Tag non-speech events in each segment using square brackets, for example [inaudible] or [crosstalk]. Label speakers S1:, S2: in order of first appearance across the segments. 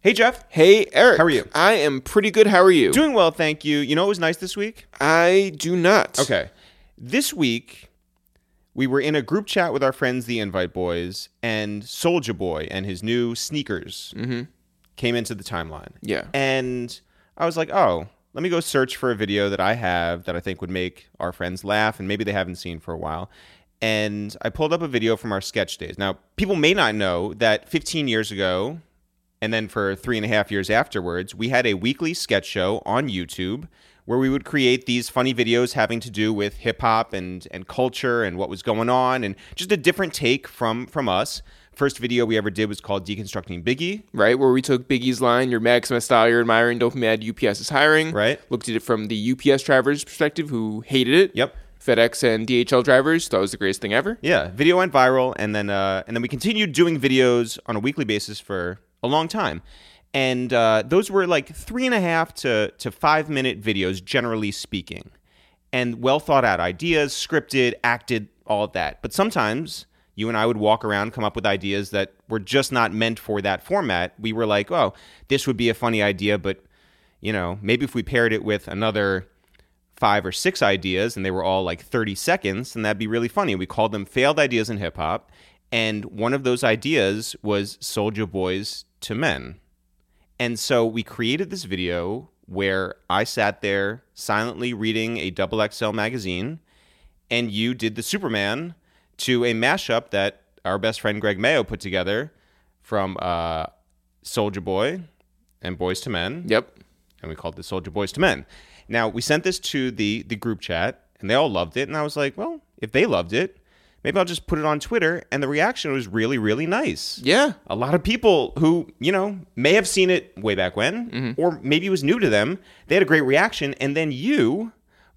S1: Hey, Jeff.
S2: Hey, Eric.
S1: How are you?
S2: I am pretty good. How are you?
S1: Doing well, thank you. You know it was nice this week?
S2: I do not.
S1: Okay. This week, we were in a group chat with our friends, the Invite Boys, and Soldier Boy and his new sneakers came into the timeline.
S2: Mm-hmm. Yeah.
S1: And I was like, oh, let me go search for a video that I have that I think would make our friends laugh and maybe they haven't seen for a while. And I pulled up a video from our sketch days. Now, people may not know that 15 years ago, and then for three and a half years afterwards, we had a weekly sketch show on YouTube where we would create these funny videos having to do with hip hop and and culture and what was going on and just a different take from from us. First video we ever did was called Deconstructing Biggie.
S2: Right, where we took Biggie's line, your Maxima style you're admiring, don't be mad, UPS is hiring.
S1: Right.
S2: Looked at it from the UPS driver's perspective who hated it.
S1: Yep.
S2: FedEx and DHL drivers thought it was the greatest thing ever.
S1: Yeah, video went viral, and then uh, and then we continued doing videos on a weekly basis for a long time, and uh, those were like three and a half to to five minute videos, generally speaking, and well thought out ideas, scripted, acted, all of that. But sometimes you and I would walk around, come up with ideas that were just not meant for that format. We were like, oh, this would be a funny idea, but you know, maybe if we paired it with another five or six ideas and they were all like 30 seconds and that'd be really funny we called them failed ideas in hip-hop and one of those ideas was soldier boys to men and so we created this video where i sat there silently reading a double xl magazine and you did the superman to a mashup that our best friend greg mayo put together from uh, soldier boy and boys to men
S2: Yep.
S1: and we called the Soldier Boys to Men. Now we sent this to the the group chat, and they all loved it. And I was like, well, if they loved it, maybe I'll just put it on Twitter. And the reaction was really, really nice.
S2: Yeah.
S1: A lot of people who you know may have seen it way back when, or maybe it was new to them. They had a great reaction, and then you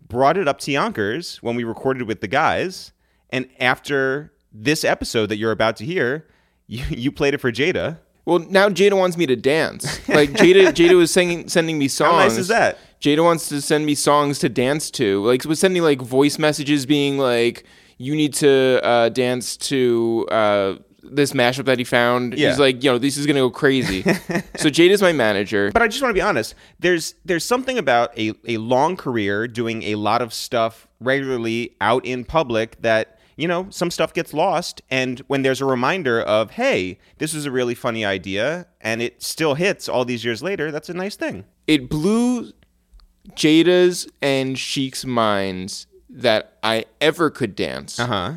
S1: brought it up to Yonkers when we recorded with the guys. And after this episode that you're about to hear, [laughs] you, you played it for Jada.
S2: Well, now Jada wants me to
S1: [laughs]
S2: dance. Like Jada, Jada was singing, sending me songs.
S1: How nice is that?
S2: Jada wants to send me songs to dance to. Like was sending like voice messages being like, "You need to uh, dance to uh, this mashup that he found."
S1: Yeah.
S2: He's like, "You know, this is gonna
S1: [laughs]
S2: go crazy." so Jada's my manager.
S1: But I just want to be honest. There's there's something about a, a long career doing a lot of stuff regularly out in public that you know some stuff gets lost and when there's a reminder of hey this was a really funny idea and it still hits all these years later that's a nice thing
S2: It blew Jada's and Sheik's minds that I ever could dance,
S1: uh-huh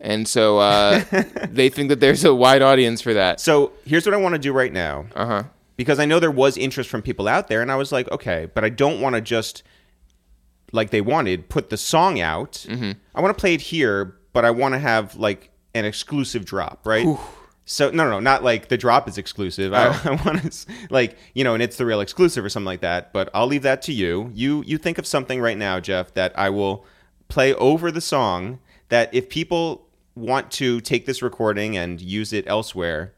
S2: and
S1: [laughs]
S2: so uh, they think that there's a wide audience for that.
S1: so here's what i want to do right now
S2: Uh huh.
S1: because I know there was interest from people out there, and I was like, okay, but I don't want to just like they wanted put the song out. I want to play it here, but I want to have like an exclusive drop, right? So no, no, no, not like the drop is exclusive. [laughs] I, I want to like you know, and it's the real exclusive or something like that. But I'll leave that to you. You you think of something right now, Jeff, that I will play over the song. That if people want to take this recording and use it elsewhere,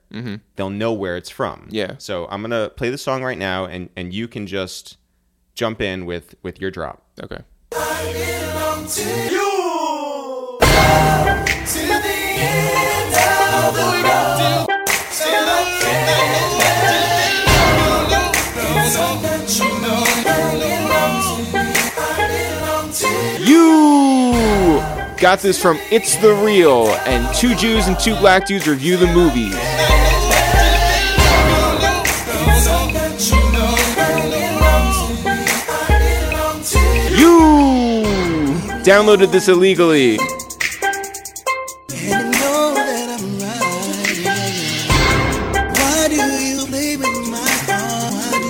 S1: they'll know where it's from.
S2: Yeah.
S1: So I'm gonna play the song right now, and and you can just jump in with with your drop.
S2: Okay. You got this from It's the Real and two Jews and two black dudes review the movies. You downloaded this illegally.
S3: And you know that I'm right. yeah. Why do you play with my heart?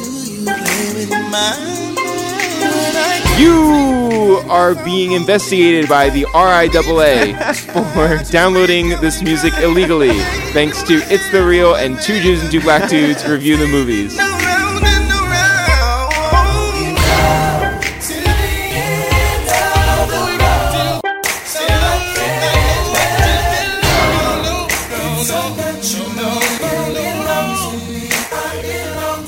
S3: Why do you play with my mind? When I
S2: You are being investigated by the RIAA for downloading this music illegally. Thanks to It's the Real and two Jews and two black dudes review the movies.
S3: go round and around. Till the end of the road. Till the end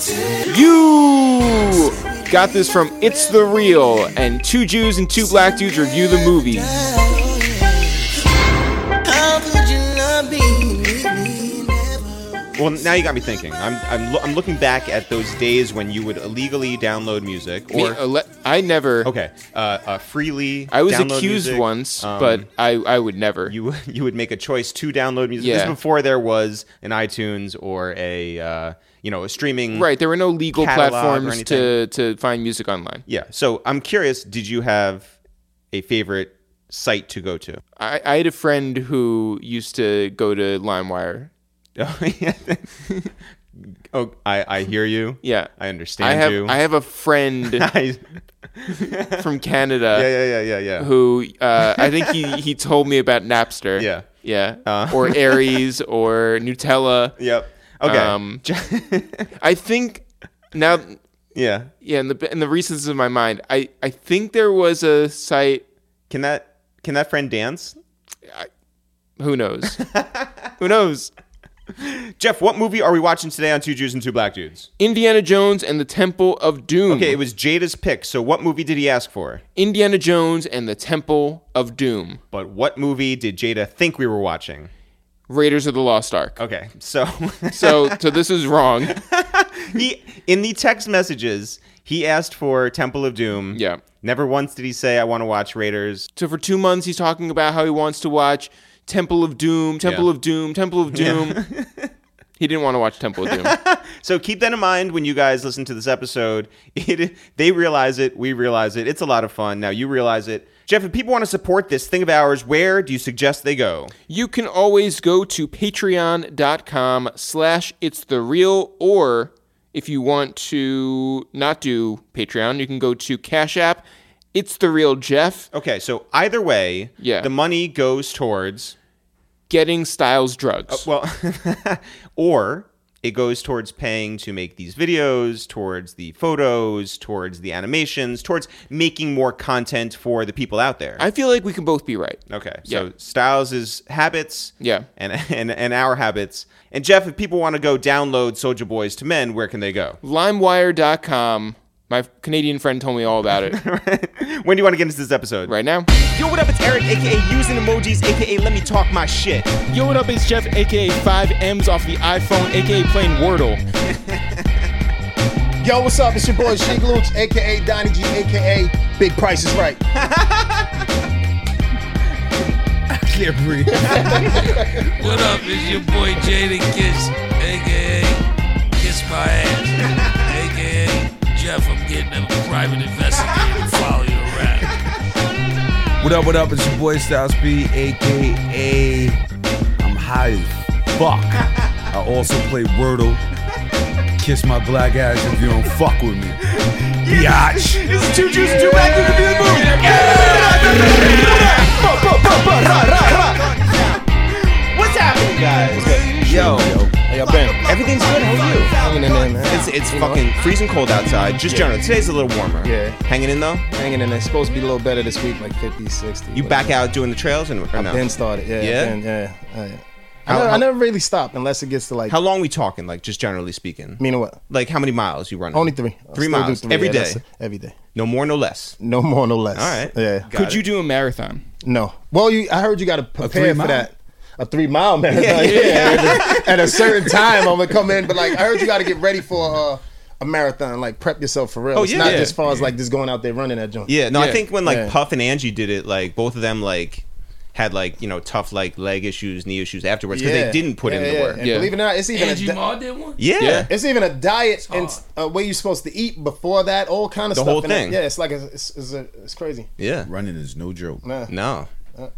S3: of the road.
S2: You got this from It's the Real and two Jews and two black dudes review the movies.
S3: How could you not be with me? Never.
S1: Well, now you got me thinking. I'm I'm, lo- I'm looking back at those days when you would illegally download music
S2: Me-
S1: or
S2: uh, le- I never.
S1: okay, uh, uh, freely.
S2: I was
S1: download
S2: accused
S1: music.
S2: once,
S1: Um,
S2: but I, I would never.
S1: you you would [laughs] make a choice to download music. This
S2: Yeah.
S1: is before there was an iTunes or a uh, you know a streaming.
S2: right. There were no legal
S1: catalog or
S2: platforms
S1: anything.
S2: to, to find music online.
S1: Yeah. So I'm curious. Did you have a favorite site to go to? [laughs]
S2: I, I had a friend who used to go to LimeWire.
S1: Oh, yeah. oh I I hear you.
S2: Yeah.
S1: I understand
S2: I have
S1: you.
S2: I have a friend
S1: [laughs] I- [laughs]
S2: from Canada
S1: yeah, yeah, yeah, yeah, yeah.
S2: who uh, I think he, he told me about Napster.
S1: Yeah.
S2: Yeah.
S1: Uh. [laughs]
S2: Or Aries or Nutella.
S1: Yep. Okay.
S2: Um, I think now
S1: [laughs] yeah.
S2: yeah, in the in the recesses of my mind, I, I think there was a site
S1: Can that can that friend dance? [laughs]
S2: who knows? who knows?
S1: Jeff, what movie are we watching today on Two Jews and Two Black Dudes?
S2: Indiana Jones and the Temple of Doom.
S1: Okay, it was Jada's pick. So what movie did he ask for?
S2: Indiana Jones and the Temple of Doom.
S1: But what movie did Jada think we were watching?
S2: Raiders of the Lost Ark.
S1: Okay, so
S2: [laughs]
S1: [laughs]
S2: So so this is wrong.
S1: he in the text messages he asked for Temple of Doom.
S2: Yeah.
S1: Never once did he say I want to watch Raiders.
S2: So for two months he's talking about how he wants to watch Temple of Doom, Temple
S1: Yeah.
S2: of Doom, Temple of Doom.
S1: [laughs]
S2: he didn't want to watch Temple of Doom.
S1: So keep that in mind when you guys listen to this episode. [laughs] It, they realize it, we realize it. It's a lot of fun. Now you realize it. Jeff, if people want to support this thing of ours, where do you suggest they go?
S2: you can always go to patreon.com slash it's the real or if you want to not do Patreon, you can go to Cash App. It's the real Jeff
S1: Okay, so either way,
S2: Yeah.
S1: the money goes towards
S2: getting Styles drugs.
S1: well, [laughs] or it goes towards paying to make these videos, towards the photos, towards the animations, towards making more content for the people out there.
S2: I feel like we can both be right.
S1: okay,
S2: Yeah.
S1: so Styles is habits,
S2: Yeah.
S1: and [laughs] and and our habits. And Jeff, if people want to go download Soldier Boys to Men, where can they go?
S2: LimeWire.com. My Canadian friend told me all about [laughs] it
S1: when do you want to get into this episode?
S2: right now.
S1: Yo, what up? It's Eric, aka using emojis, aka let me talk my shit.
S2: Yo, what up? It's Jeff, aka 5M's off the iPhone, aka playing Wordle.
S4: Yo, what's up? It's your boy Shig Looch, aka Donnie G, aka Big Price is Right.
S5: What up? It's your boy Jada Kiss, aka Kiss My
S4: [laughs]
S5: Ass, aka Jeff. I'm getting a private investigator to follow you
S4: [laughs]
S5: around.
S6: What up, what up? It's your boy Styles P, aka I'm high as fuck. I also play Wordle. Kiss my black ass if you don't fuck with me. Biatch.
S1: This is two Jews and two black dudes in the movie. What's happening, guys?
S6: Yo.
S4: Hey, y'all been?
S1: Everything's good. How are you?
S4: Hanging in there, man.
S1: It's it's fucking freezing cold outside. Just generally, today's a little warmer.
S4: Yeah.
S1: Hanging in though.
S4: Hanging in there. It's supposed to be a little better this week, like 50, 60.
S1: You
S4: but
S1: back out doing the trails and or no?
S4: Been started, yeah.
S1: Yeah?
S4: been- yeah. oh, yeah. I,
S1: How-
S4: never,
S1: how-
S4: I never really stop unless it gets to like,
S1: How long we talking? Like just generally speaking.
S4: meaning what?
S1: Like how many miles you running?
S4: Only three. I'll
S1: Three
S4: still do
S1: miles every
S4: yeah,
S1: day.
S4: that's it. Every day.
S1: No more, no less.
S4: No more, no less.
S1: All right.
S4: Yeah.
S1: Got
S2: Could
S1: it.
S2: you do a marathon?
S4: No. Well, you. I heard you got to
S6: three
S4: prepare for
S6: mile?
S4: that. A three mile
S1: [laughs]
S4: marathon. Yeah. [laughs] At a certain time, I'm gonna come in. But like, I heard you got to get ready for uh, a marathon. Like, prep yourself for real.
S1: Oh,
S4: it's
S1: yeah.
S4: not
S1: Yeah.
S4: just far as like just going out there running that joint.
S1: Yeah, no, I
S2: Yeah.
S1: think when like
S4: Yeah.
S1: Puff and Angie did it, like both of them like had like you know tough like leg issues, knee issues afterwards because
S4: Yeah.
S1: they didn't put
S4: Yeah,
S1: in the
S4: yeah.
S1: work.
S4: And
S1: Yeah,
S2: Yeah.
S4: believe it or not, it's even
S5: Angie
S4: a di-
S5: Ma did one.
S2: Yeah.
S4: it's even a diet and
S5: hard.
S4: a way you're supposed to eat before that. All kind of
S1: Oh. The
S4: stuff.
S1: whole
S4: in it.
S1: thing.
S4: yeah, it's like a, it's it's, a, it's crazy.
S1: yeah.
S6: Running is no joke.
S4: Nah.
S1: No,
S4: Uh.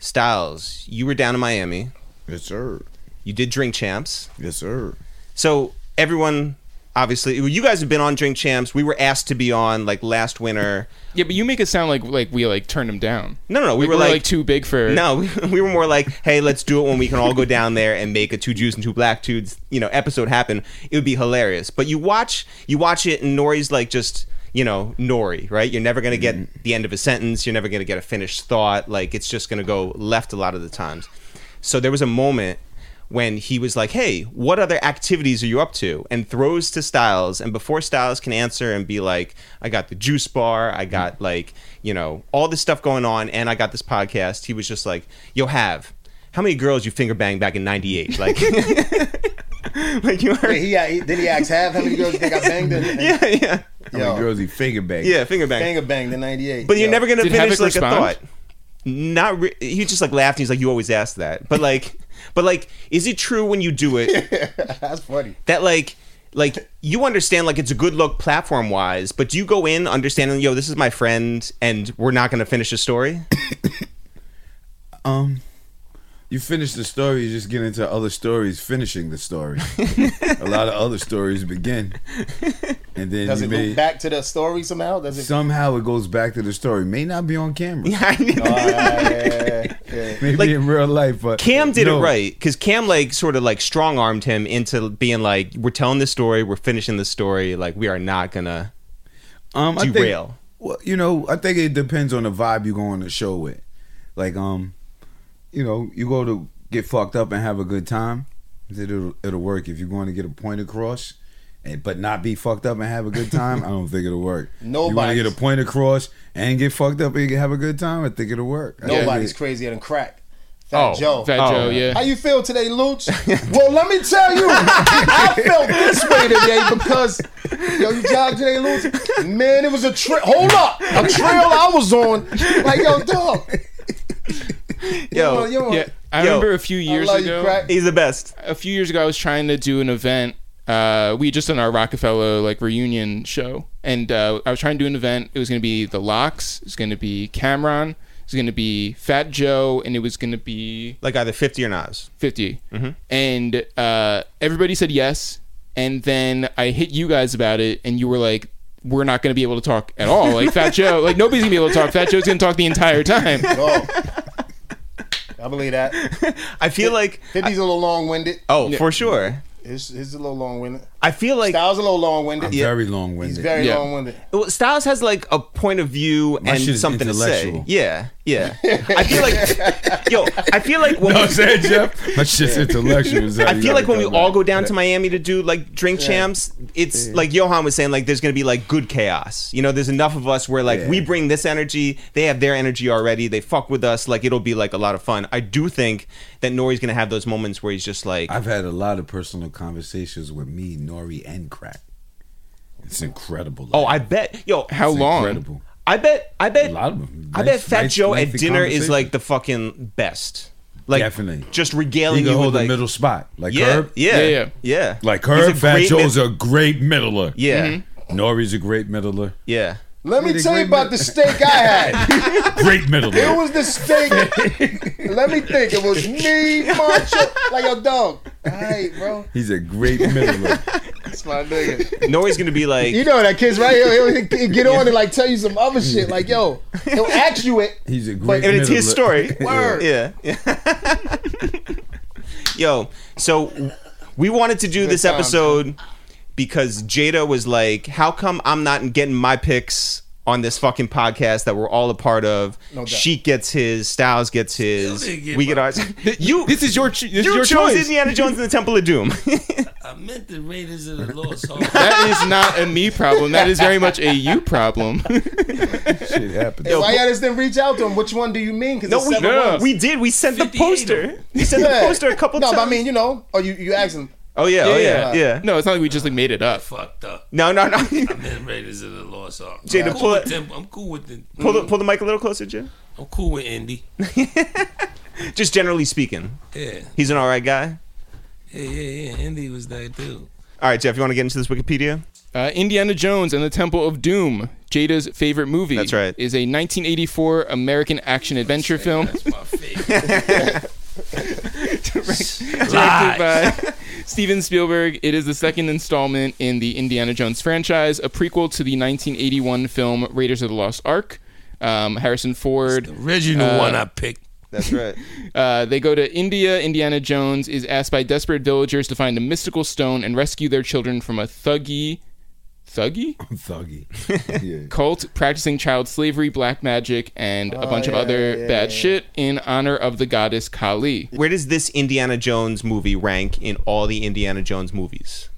S1: Styles, you were down in Miami.
S6: Yes, sir.
S1: You did Drink Champs.
S6: Yes, sir.
S1: So everyone, obviously, well, you guys have been on Drink Champs. We were asked to be on like last winter.
S2: Yeah, but you make it sound like like we like turned him down.
S1: No, no, no, we
S2: Like,
S1: were like-
S2: too big for.
S1: No, we, [laughs] we were more like, hey, let's do it when we can all go down there and make a two Jews and two black dudes, you know, episode happen. It would be hilarious. But you watch, you watch it, and Nori's like just, you know, Nori, right? You're never gonna get the end of a sentence. You're never gonna get a finished thought. Like it's just gonna go left a lot of the times. So there was a moment when he was like, "Hey, what other activities are you up to?" and throws to Styles, and before Styles can answer and be like, "I got the juice bar,
S2: Mm-hmm.
S1: I got like, you know, all this stuff going on, and I got this podcast," he was just like, "Yo, have how many girls you finger banged back in '98?" Like. like you heard.
S4: He, he then he asked half how many girls you think I
S1: [laughs]
S4: banged in.
S1: Yeah, [laughs] yeah,
S6: How
S4: Yo,
S6: many girls he finger bang?
S1: yeah. Finger bang.
S4: finger banged in '98.
S1: But you're
S4: Yo.
S1: never gonna
S2: Did
S1: finish
S2: Havoc
S1: like
S2: respond?
S1: a thought. Not re- he just like laughed. He's like, "You always ask that," but like, but like, is it true when you do it
S4: [laughs] That's funny.
S1: that like, like you understand like it's a good look platform wise, but do you go in understanding, yo, this is my friend, and we're not gonna finish the story? [laughs]
S6: Um, you finish the story, you just get into other stories finishing
S1: [laughs]
S6: the story. a lot of other stories begin, and then
S4: Does
S6: you
S4: it
S6: may,
S4: loop back to the story somehow? Does it?
S6: somehow it goes back to the story. May not be on camera.
S1: I mean,
S6: Uh,
S4: Yeah, yeah.
S6: Maybe
S1: Like,
S6: in real life, but
S1: Cam did
S6: no.
S1: it right because Cam like sort of like strong armed him into being like, "We're telling this story. We're finishing the story. Like we are not gonna."
S6: Um, I think-
S1: Derail.
S6: well, you know, I think it depends on the vibe you go on the show with. Like, um, you know, you go to get fucked up and have a good time. It'll it'll work if you're going to get a point across, and but not be fucked up and have a good time. I don't think it'll work.
S4: [laughs]
S6: you want to
S4: Nobody's-
S6: get a point across and get fucked up and have a good time. I think it'll work. I think
S4: Nobody's
S6: it-
S4: crazier than crack. Fat
S1: Oh,
S4: Joe.
S2: Fat Joe, yeah.
S4: How you feel today, Luch? well, let me tell you, I felt this way today because yo, you jogged today, Luch. Man, it was a trail. Hold up, a trail I was on. Like yo, dog.
S1: Yo,
S4: yo, yo.
S2: Yeah, I
S1: Yo.
S2: remember a few
S4: I
S2: years
S4: love
S2: ago.
S4: you, crack.
S1: he's the best.
S2: a few years ago, I was trying to do an event. Uh, we just done our Rockefeller like reunion show, and uh, I was trying to do an event. It was going to be the Locks. It was going to be Cameron. It was going to be Fat Joe, and it was going to be
S1: Like either fifty or not.
S2: 50 and uh, everybody said yes and then i hit you guys about it and you were like we're not going to be able to talk at all like [laughs] fat joe like nobody's going to be able to talk fat joe's going to talk the entire time
S4: Oh. I believe that.
S1: I feel like
S4: 50's a little long winded.
S1: oh for sure.
S4: It's, it's a little long winded.
S1: I feel like
S4: Styles a little long winded.
S6: very long
S4: He's
S6: [laughs] winded.
S4: very
S2: Yeah.
S4: long winded.
S1: Well, Styles has like a point of view
S6: My shit
S1: and
S6: is
S1: something to say.
S6: intellectual.
S1: Yeah, yeah. I feel like, yo, I feel like when
S6: know
S1: we,
S6: what I'm saying, Jeff? That's just intellectual. is how
S1: I
S6: you
S1: feel
S6: gotta
S1: like when we
S6: come
S1: all
S6: at
S1: go
S6: it.
S1: down to Miami to do like drink champs, it's like Johan was saying, like there's gonna be like good chaos. You know, there's enough of us where like
S6: Yeah.
S1: we bring this energy, they have their energy already, they fuck with us, like it'll be like a lot of fun. I do think that Nori's gonna have those moments where he's just like,
S6: I've had a lot of personal conversations with me, Nori, and Crack. It's incredible.
S1: oh,
S6: like,
S1: I bet, yo,
S2: how
S6: it's
S2: long
S6: Incredible.
S1: I bet, I
S6: A
S1: bet,
S6: lot of them.
S1: I bet
S6: Nice-
S1: Fat
S6: nice-
S1: Joe at
S6: lengthy
S1: dinner is
S6: conversation.
S1: like the fucking best. Like
S6: Definitely.
S1: just
S6: He
S1: regaling
S6: can
S1: you
S6: hold
S1: with like
S6: the middle spot, like
S1: yeah,
S6: Herb.
S1: yeah,
S2: Yeah, yeah.
S1: yeah.
S6: Like
S1: He's a
S6: Herb, Fat
S1: great
S6: Joe's
S1: mid-
S6: a great middler.
S1: yeah,
S6: Nori's a great middler.
S1: yeah.
S4: Let me
S6: Really
S4: tell you
S6: great
S4: about the
S6: mid-
S4: steak I had.
S6: Great middler.
S4: It was
S1: [laughs]
S4: the steak. Let me think. It was me, Marshall. Like your dog. All right, bro.
S6: He's a great middler.
S4: That's my nigga.
S1: Nori's gonna be like,
S4: You know that kid's right here. He'll, he'll get on and like tell you some other shit. Like, yo, he'll ask you it.
S6: He's a great.
S1: and it's his
S6: middler.
S1: story.
S6: [laughs]
S4: Word.
S1: yeah. Yo, so we wanted to do this
S4: times.
S1: episode because Jada was like, "How come I'm not getting my picks?" On this fucking podcast that we're all a part of,
S4: doubt.
S1: Sheik gets his, Styles gets his,
S5: didn't get
S1: we get
S5: my-
S1: ours. you
S2: [laughs] this is your cho- this
S1: You
S2: is your
S1: chose
S2: choice
S1: Indiana Jones and the Temple of [laughs] Doom.
S5: I meant the Raiders of
S4: [laughs]
S5: the Lost Ark.
S2: that is not a me problem that is very much a you problem
S6: Shit happened.
S4: Why y'all just didn't reach out to him? Which one do you mean? Because
S1: no, we,
S2: Yeah.
S1: [laughs]
S2: ones.
S1: we did. We sent the
S5: 58 of
S1: poster. We sent the poster a couple
S4: no,
S1: times.
S4: but I mean, you know, or you, you ask him.
S1: oh yeah, oh yeah, yeah.
S2: yeah. no it's not like we just like made it up
S5: Fucked up.
S1: No, no, no.
S5: Then Raiders of the Lost Ark.
S1: Jada,
S5: I'm
S1: pull
S5: cool with
S1: it.
S5: them. I'm cool with them.
S1: [laughs] pull the pull the mic a little closer, Jim.
S5: I'm cool with Indy.
S1: Just generally speaking,
S5: Yeah,
S1: he's an all right guy.
S5: yeah, yeah, yeah. Indy was that dude.
S1: All right, Jeff, you want to get into this Wikipedia?
S2: Uh, Indiana Jones and the Temple of Doom, Jada's favorite movie.
S1: That's right.
S2: Is a 1984 American action adventure film
S5: That's my favorite.
S2: directed by Steven Spielberg. It is the second installment in the Indiana Jones franchise, a prequel to the 1981 film Raiders of the Lost Ark. Um, Harrison Ford.
S5: Original one I picked.
S1: That's right.
S2: Uh, they go to India. Indiana Jones is asked by desperate villagers to find a mystical stone and rescue their children from a thuggy, thuggy
S1: [laughs]
S6: I'm thuggy. Yeah.
S2: cult practicing child slavery, black magic, and
S5: Oh,
S2: a bunch of other bad shit in honor of the goddess Kali.
S1: [laughs] Where does this Indiana Jones movie rank in all the Indiana Jones movies?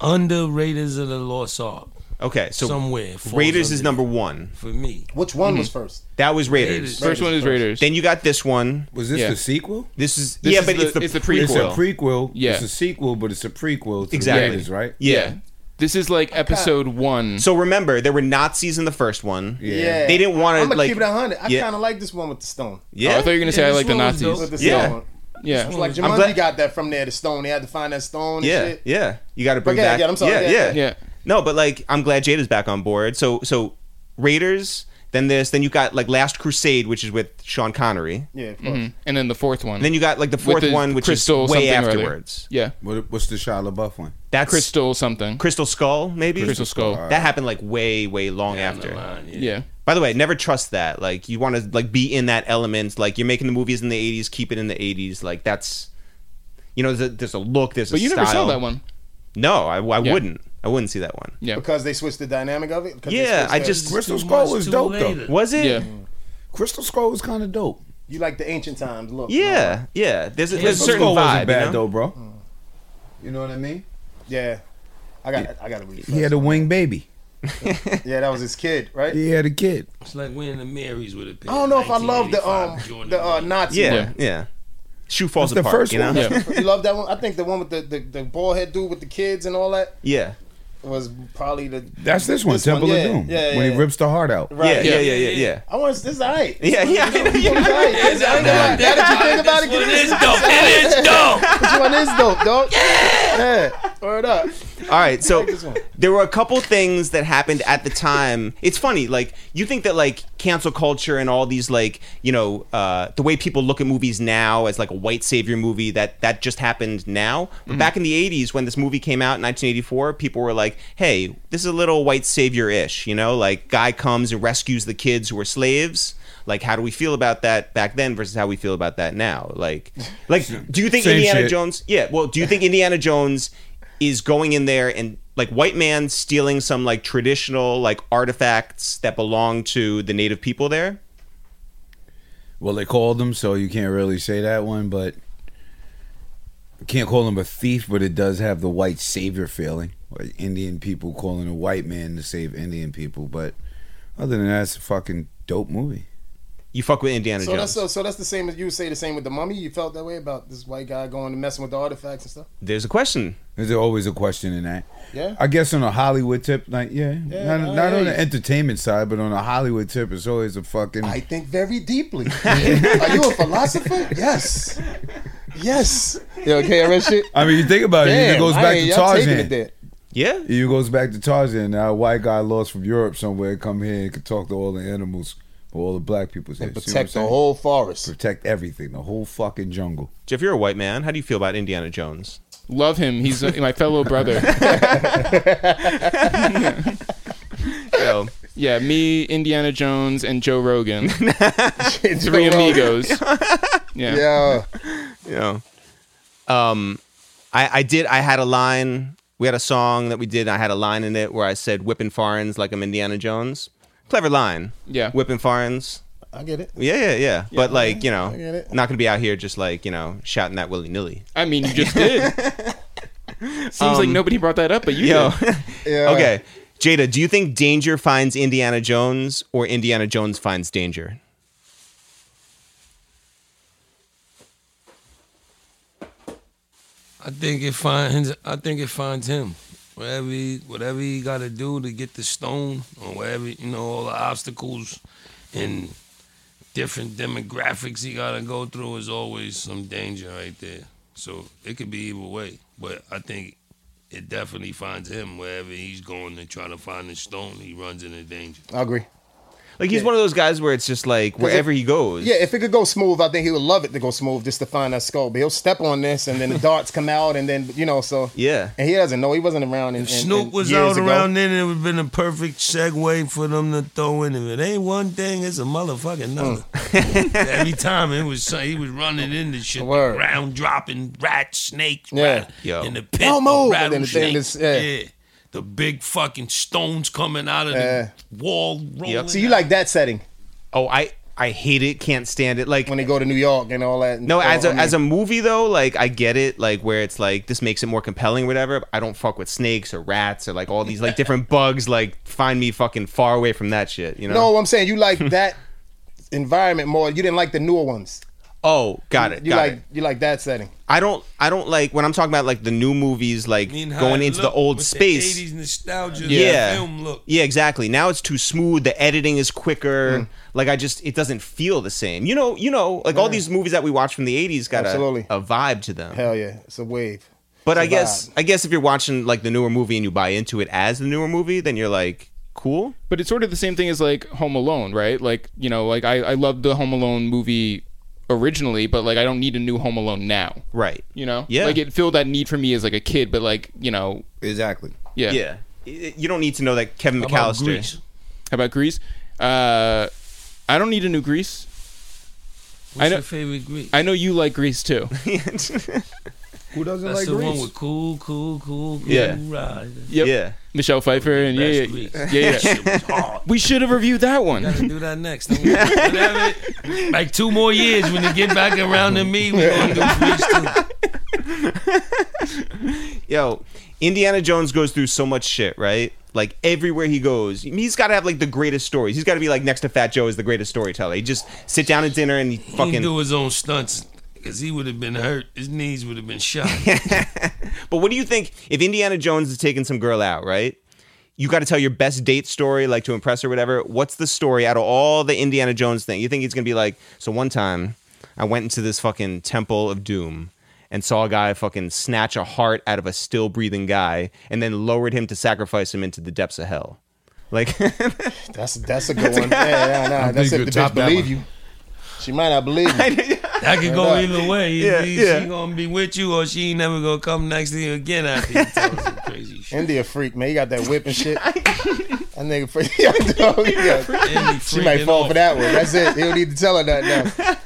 S5: Under Raiders of the Lost Ark.
S1: Okay, so
S5: Somewhere falls
S1: Raiders is
S5: under-
S1: number one.
S5: for me.
S4: Which one
S1: Mm-hmm.
S4: was first?
S1: That was Raiders.
S5: Raiders.
S2: First one is Raiders.
S1: Then you got this one.
S6: Was this
S2: Yeah.
S6: the sequel?
S1: This is
S2: This
S1: yeah,
S2: is
S1: but
S2: the-
S1: it's the
S2: it's the
S6: It's a
S2: prequel.
S6: prequel.
S2: Yeah.
S6: It's a sequel, but it's a prequel to
S1: Exactly.
S6: Raiders, right?
S1: Yeah.
S2: This is like episode one.
S1: So remember, there were Nazis in the first one.
S2: Oh,
S6: Yeah.
S1: They didn't want
S4: I'm
S1: to
S4: gonna
S1: like
S4: keep it a hundred. I
S1: yeah.
S4: kind of like this one with the stone.
S2: Oh, I
S1: yeah.
S2: thought you were gonna say
S5: Yeah,
S2: I like
S5: this
S2: the
S5: one was
S2: Nazis.
S5: dope.
S4: With the
S1: Yeah.
S4: stone.
S2: Yeah.
S4: Like
S5: I'm
S4: Jumanji
S1: glad-
S4: got that from there. The stone. They had to find that stone. And
S1: yeah,
S4: Shit.
S1: yeah. You got to bring
S4: Okay,
S1: back.
S4: yeah, I'm sorry.
S1: Yeah,
S4: Yeah,
S1: yeah,
S2: yeah.
S1: No, but like, I'm glad Jada's back on board. So, so Raiders, then this, then you got like Last Crusade, which is with Sean Connery.
S4: Yeah. Of course.
S2: Mm. And then the fourth one.
S1: And then you got like the fourth
S2: the
S1: one, which is
S2: crystal
S1: way
S2: something or other.
S1: afterwards.
S2: yeah.
S6: What, what's the Shia LaBeouf one?
S1: That's Crystal,
S2: Crystal something.
S1: Crystal Skull, maybe.
S2: Crystal Skull.
S1: That happened like way, way long after.
S2: Yeah.
S1: By the way, never trust that. Like you want to like be in that element. Like you're making the movies in the '80s, keep it in the '80s. Like that's, you know, there's a, there's a look, there's a
S2: But you never
S1: style.
S2: saw that one.
S1: No, I, I
S2: Yeah.
S1: wouldn't. I wouldn't see that one.
S2: Yeah.
S4: Because they switched the dynamic of it. 'Cause they
S1: Yeah,
S4: switched
S1: I
S4: the-
S1: just
S6: Crystal
S5: Too
S6: Skull
S5: much,
S6: was
S5: too
S6: dope
S5: later.
S6: though.
S1: was it.
S2: Yeah.
S6: Crystal Skull was kind of dope.
S4: you like the ancient times look.
S1: Yeah, yeah. There's a, there's a
S6: Crystal
S1: certain vibe.
S6: Skull wasn't bad
S1: you know?
S6: though, bro. You know what I mean?
S4: Yeah. I got. I got to read.
S6: He
S4: Yeah.
S6: had a wing baby.
S4: yeah. That was his kid, right?
S6: He had a kid.
S5: It's like winning the Marys with a pair.
S4: I don't know if I love the um
S5: 1985 Jordan
S4: the uh,
S5: ones.
S4: Nazi.
S1: Yeah,
S2: Yeah.
S1: yeah, Shoe falls
S6: That's the
S1: apart.
S6: first
S1: you know? [laughs]
S6: one.
S2: Yeah.
S4: You love that one? I think the one with the the, the bald head dude with the kids and all that
S1: Yeah.
S4: was probably the.
S6: That's this one,
S4: This one,
S6: Temple
S4: yeah,
S6: of Doom.
S4: yeah, yeah,
S6: when he
S4: yeah.
S6: rips the heart out.
S1: yeah,
S4: Right.
S1: yeah,
S2: Yeah.
S1: yeah, yeah, yeah.
S4: I want this. Is alright.
S1: Yeah, yeah, I know,
S4: [laughs] This
S1: [laughs] yeah.
S4: one's alright. I ain't gonna lie. Now that you think about it,
S5: It
S4: get
S5: is dope. It is dope.
S4: This one is dope,
S1: [laughs]
S4: dog. Yeah. Word up.
S1: All right, so
S4: [laughs] this one.
S1: there were a couple things that happened at the time. It's funny, like you think that like cancel culture and all these like you know uh, the way people look at movies now as like a white savior movie that that just happened now. But
S4: Mm-hmm.
S1: back in the '80s when this movie came out in 1984, people were like, "Hey, this is a little white savior ish," you know, like guy comes and rescues the kids who were slaves. Like, how do we feel about that back then versus how we feel about that now? Like,
S4: [laughs]
S1: like do you think
S6: Same
S1: Indiana
S6: shit.
S1: Jones? Jones- Yeah. Well, do you think Indiana Jones is going in there and like white man stealing some like traditional like artifacts that belong to the native people there?
S6: Well, they called him, so you can't really say that one, but you can't call him a thief, but it does have the white savior feeling. Like Indian people calling a white man to save Indian people, but other than that, it's a fucking dope movie.
S1: You fuck with Indiana
S4: So that's
S1: Jones.
S4: so, so that's the same as you would say the same with the mummy. You felt that way about this white guy going and messing with the artifacts and stuff.
S1: There's a question.
S6: There's always a question in that.
S4: Yeah.
S6: I guess on a Hollywood tip, like yeah,
S4: Yeah,
S6: not,
S4: I-
S6: not on
S4: I-
S6: the entertainment side, but on a Hollywood tip, it's always a fucking.
S4: I think very deeply. Are you a philosopher? Yes. Yes. Yo, KRS shit.
S6: I mean, you think about it, it
S4: Damn,
S6: goes
S4: I
S6: back
S4: ain't-
S6: to
S4: y'all taking it
S6: Tarzan.
S4: there.
S1: Yeah.
S6: It goes back to Tarzan. Now, a white guy lost from Europe somewhere, come here and could talk to all the animals, or all the black people.
S4: And protect the whole [laughs] forest.
S6: protect everything, the whole fucking jungle.
S1: Jeff, you're a white man. How do you feel about Indiana Jones?
S2: Love him. He's uh, my
S1: [laughs]
S2: fellow brother.
S1: So,
S2: Yeah, me, Indiana Jones, and
S1: [laughs]
S2: Joe Rogan. Three amigos. Yeah.
S4: Yeah.
S1: you know, um, I, I did. I had a line. We had a song that we did. I had a line in it where I said "whipping foreigns like I'm Indiana Jones." Clever line.
S2: Yeah.
S1: Whipping foreigns.
S4: I get it.
S1: Yeah, yeah, yeah. But like, you know,
S4: get it.
S1: not gonna be out here just like you know shouting that willy nilly.
S2: I mean,
S1: [laughs]
S2: you just did. Seems like nobody brought that up, but you
S1: Um, Yo, [laughs]
S2: did.
S4: Yeah.
S1: okay, Jada, do you think danger finds Indiana Jones or Indiana Jones finds danger?
S5: I think it finds. I think it finds him. Whatever he, whatever he got to do to get the stone, or whatever you know, all the obstacles and different demographics he got to go through is always some danger right there. So it could be either way, but I think it definitely finds him wherever he's going to try to find the stone. He runs into danger.
S4: I agree.
S1: Like he's one of those guys where it's just like wherever he goes.
S4: Yeah, if it could go smooth, I think he would love it to go smooth just to find that skull. But he'll step on this, and then the darts come out, and then you know, so
S1: Yeah.
S4: And he doesn't know he wasn't around. In, in- in
S5: Snoop was
S4: years
S5: out
S4: ago.
S5: around then, it would have been a perfect segue for them to throw in. If it ain't one thing, it's a motherfucking another.
S4: Hmm.
S5: [laughs] Every time it was, some- he was running into shit,
S4: Word.
S5: ground dropping rat snakes,
S4: Yeah.
S5: rat,
S1: Yo.
S5: in the pit,
S4: Don't
S5: of
S4: move. And then the thing
S5: rattlesnakes.
S4: is- yeah.
S5: yeah, the big fucking stones coming out of
S4: Yeah.
S5: the wall. Rolling
S4: So you like that setting?
S1: Oh, I I hate it, can't stand it. Like
S4: when they go to New York and all that.
S1: no,
S4: Or,
S1: as
S4: I
S1: a
S4: mean,
S1: as a movie though, like I get it, like where it's like this makes it more compelling, or whatever. but I don't fuck with snakes or rats or like all these like different [laughs] bugs. Like find me fucking far away from that shit. You know?
S4: no, I'm saying you like that environment more. You didn't like the newer ones.
S1: Oh, got it.
S4: You
S1: got
S4: like
S1: it.
S4: you like that setting.
S1: I don't. I don't like when I'm talking about like the new movies, like
S5: I mean, how
S1: going
S5: it
S1: into the
S5: looked
S1: old
S5: with
S1: space.
S5: 80s nostalgia.
S1: Yeah.
S5: the film look.
S1: Yeah, exactly. Now it's too smooth. The editing is quicker.
S4: Mm.
S1: Like I just, it doesn't feel the same. You know, you know, like all these movies that we watch from the '80s got a,
S4: Absolutely.
S1: a vibe to them.
S4: Hell yeah, it's a wave.
S1: but I
S4: a
S1: guess,
S4: vibe.
S1: I guess if you're watching like the newer movie and you buy into it as the newer movie, then you're like, cool.
S2: But it's sort of the same thing as like Home Alone, right? Like you know, like I I loved the Home Alone movie originally, but like I don't need a new Home Alone now.
S1: Right.
S2: You know,
S1: Yeah.
S2: Like it filled that need for me as like a kid, but like you know,
S6: Exactly.
S2: yeah.
S1: Yeah. I- You don't need to know that Kevin
S5: How about
S1: McAllister.
S5: Grease?
S2: How about Grease? Uh, I don't need a new Grease.
S5: What's
S2: I know-
S5: your favorite Grease?
S2: I know you like
S1: [laughs]
S2: Grease too.
S6: Who doesn't
S5: That's
S6: like
S5: the one
S6: Grease?
S5: with cool, cool, cool, cool
S1: Yeah.
S5: ride.
S2: Yep.
S1: Yeah.
S2: Michelle Pfeiffer and yeah,
S5: That's
S2: yeah,
S5: Grease.
S2: yeah, yeah.
S5: Shit was hard.
S2: We should have reviewed that one.
S5: Gotta do that next. Don't worry. Whatever it- Like two more years when you get back around to me, we gonna do Grease too.
S1: Yo, Indiana Jones goes through so much shit, right? Like everywhere he goes, he's got to have like the greatest stories. He's got to be like next to Fat Joe is the greatest storyteller. He just sit down at dinner and he
S5: He
S1: fucking
S5: didn't do his own stunts because he would have been hurt. His knees would have been shot.
S1: But what do you think if Indiana Jones is taking some girl out, right? You got to tell your best date story, like to impress her, whatever. What's the story out of all the Indiana Jones thing? You think he's gonna be like, so one time I went into this fucking temple of doom and saw a guy fucking snatch a heart out of a still breathing guy and then lowered him to sacrifice him into the depths of hell. Like, [laughs]
S4: That's that's a good one. Yeah, yeah, nah. That's
S6: you
S4: if the
S6: could top
S4: bitch
S6: that
S4: believe
S6: one.
S4: you. She might not believe you.
S5: That could go either way.
S1: Yeah,
S5: Either
S1: yeah.
S5: She gonna be with you, or she ain't never gonna come next to you again after you tell her some crazy shit.
S4: India freak, man. He got that whip and shit. that [laughs] nigga freak. Yeah, dog, he got-
S5: And
S4: [laughs]
S5: he
S4: she might
S5: freaking
S4: fall
S5: off.
S4: for that one. That's it. He don't need to tell her nothing else.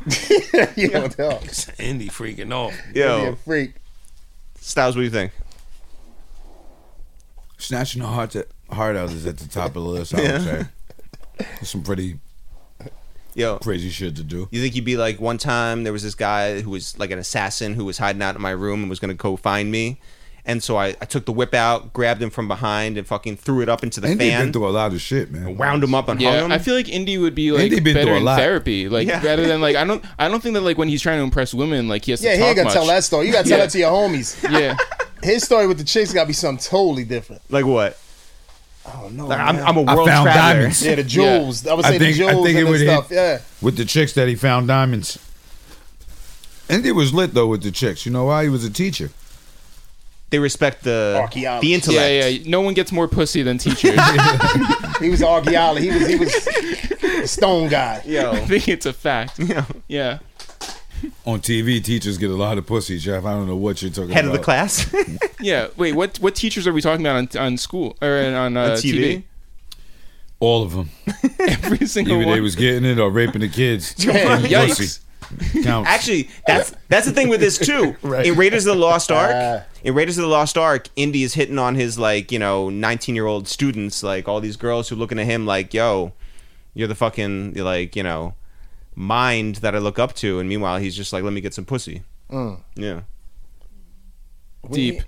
S4: [laughs] Yo, dog.
S5: Andy freaking off.
S4: India
S1: yo,
S4: freak.
S1: Styles, what do you think?
S6: Snatching the heart, to, heart out is at the top of the list, I would say. There's some pretty
S1: Yo,
S6: crazy shit to do.
S1: You think you'd be like one time there was this guy who was like an assassin who was hiding out in my room and was gonna go find me, and so I, I took the whip out, grabbed him from behind, and fucking threw it up into the
S6: Indy
S1: fan,
S6: been through a lot of shit, man.
S1: wound him up and
S2: Yeah,
S1: hung him.
S2: I feel like Indy would be like
S6: Indy been
S2: better
S6: through a
S2: in
S6: lot.
S2: therapy, like
S1: Yeah.
S2: rather than like I don't I don't think that like when he's trying to impress women, like he has
S4: Yeah,
S2: to
S4: he
S2: talk
S4: ain't gonna
S2: much.
S4: tell that story. You gotta tell that to your homies. [laughs]
S2: Yeah,
S4: His story with the chicks gotta be something totally different.
S1: like what?
S4: Oh no.
S1: Like, I'm, I'm a
S6: I
S1: world
S6: found
S1: traveler.
S6: diamonds
S4: yeah, the jewels. I would say
S6: I think-
S4: the
S6: I
S4: jewels
S6: think it
S4: and the
S6: would
S4: stuff.
S6: hit-
S4: Yeah.
S6: with the chicks that he found diamonds. Indy was lit though with the chicks. You know why? He was a teacher.
S1: They respect the
S4: Archaeology.
S1: the intellect.
S2: yeah, yeah. No one gets more pussy than
S6: [laughs]
S2: teachers.
S4: He was an archaeologist. He was he was a stone guy.
S2: I think it's a fact. [laughs] Yeah, yeah.
S6: On TV, teachers get a lot of pussy, Jeff. I don't know what you're talking
S1: Head of
S6: about.
S1: the class. [laughs]
S2: Wait, what what teachers are we talking about on, on school or on, uh,
S1: On TV?
S2: TV?
S6: All of them.
S2: [laughs] Every single
S6: Either
S2: one.
S6: they was getting it or raping
S4: [laughs]
S6: the kids. And
S2: Yikes.
S6: pussy counts.
S1: Actually, that's that's the thing with this too. In Raiders of the Lost Ark,
S4: Ah.
S1: in Raiders of the Lost Ark, Indy is hitting on his like you know 19 year old students, like all these girls who looking at him like, "Yo, you're the fucking you're like you know mind that I look up to," and meanwhile he's just like, "Let me get some pussy." Yeah,
S2: deep.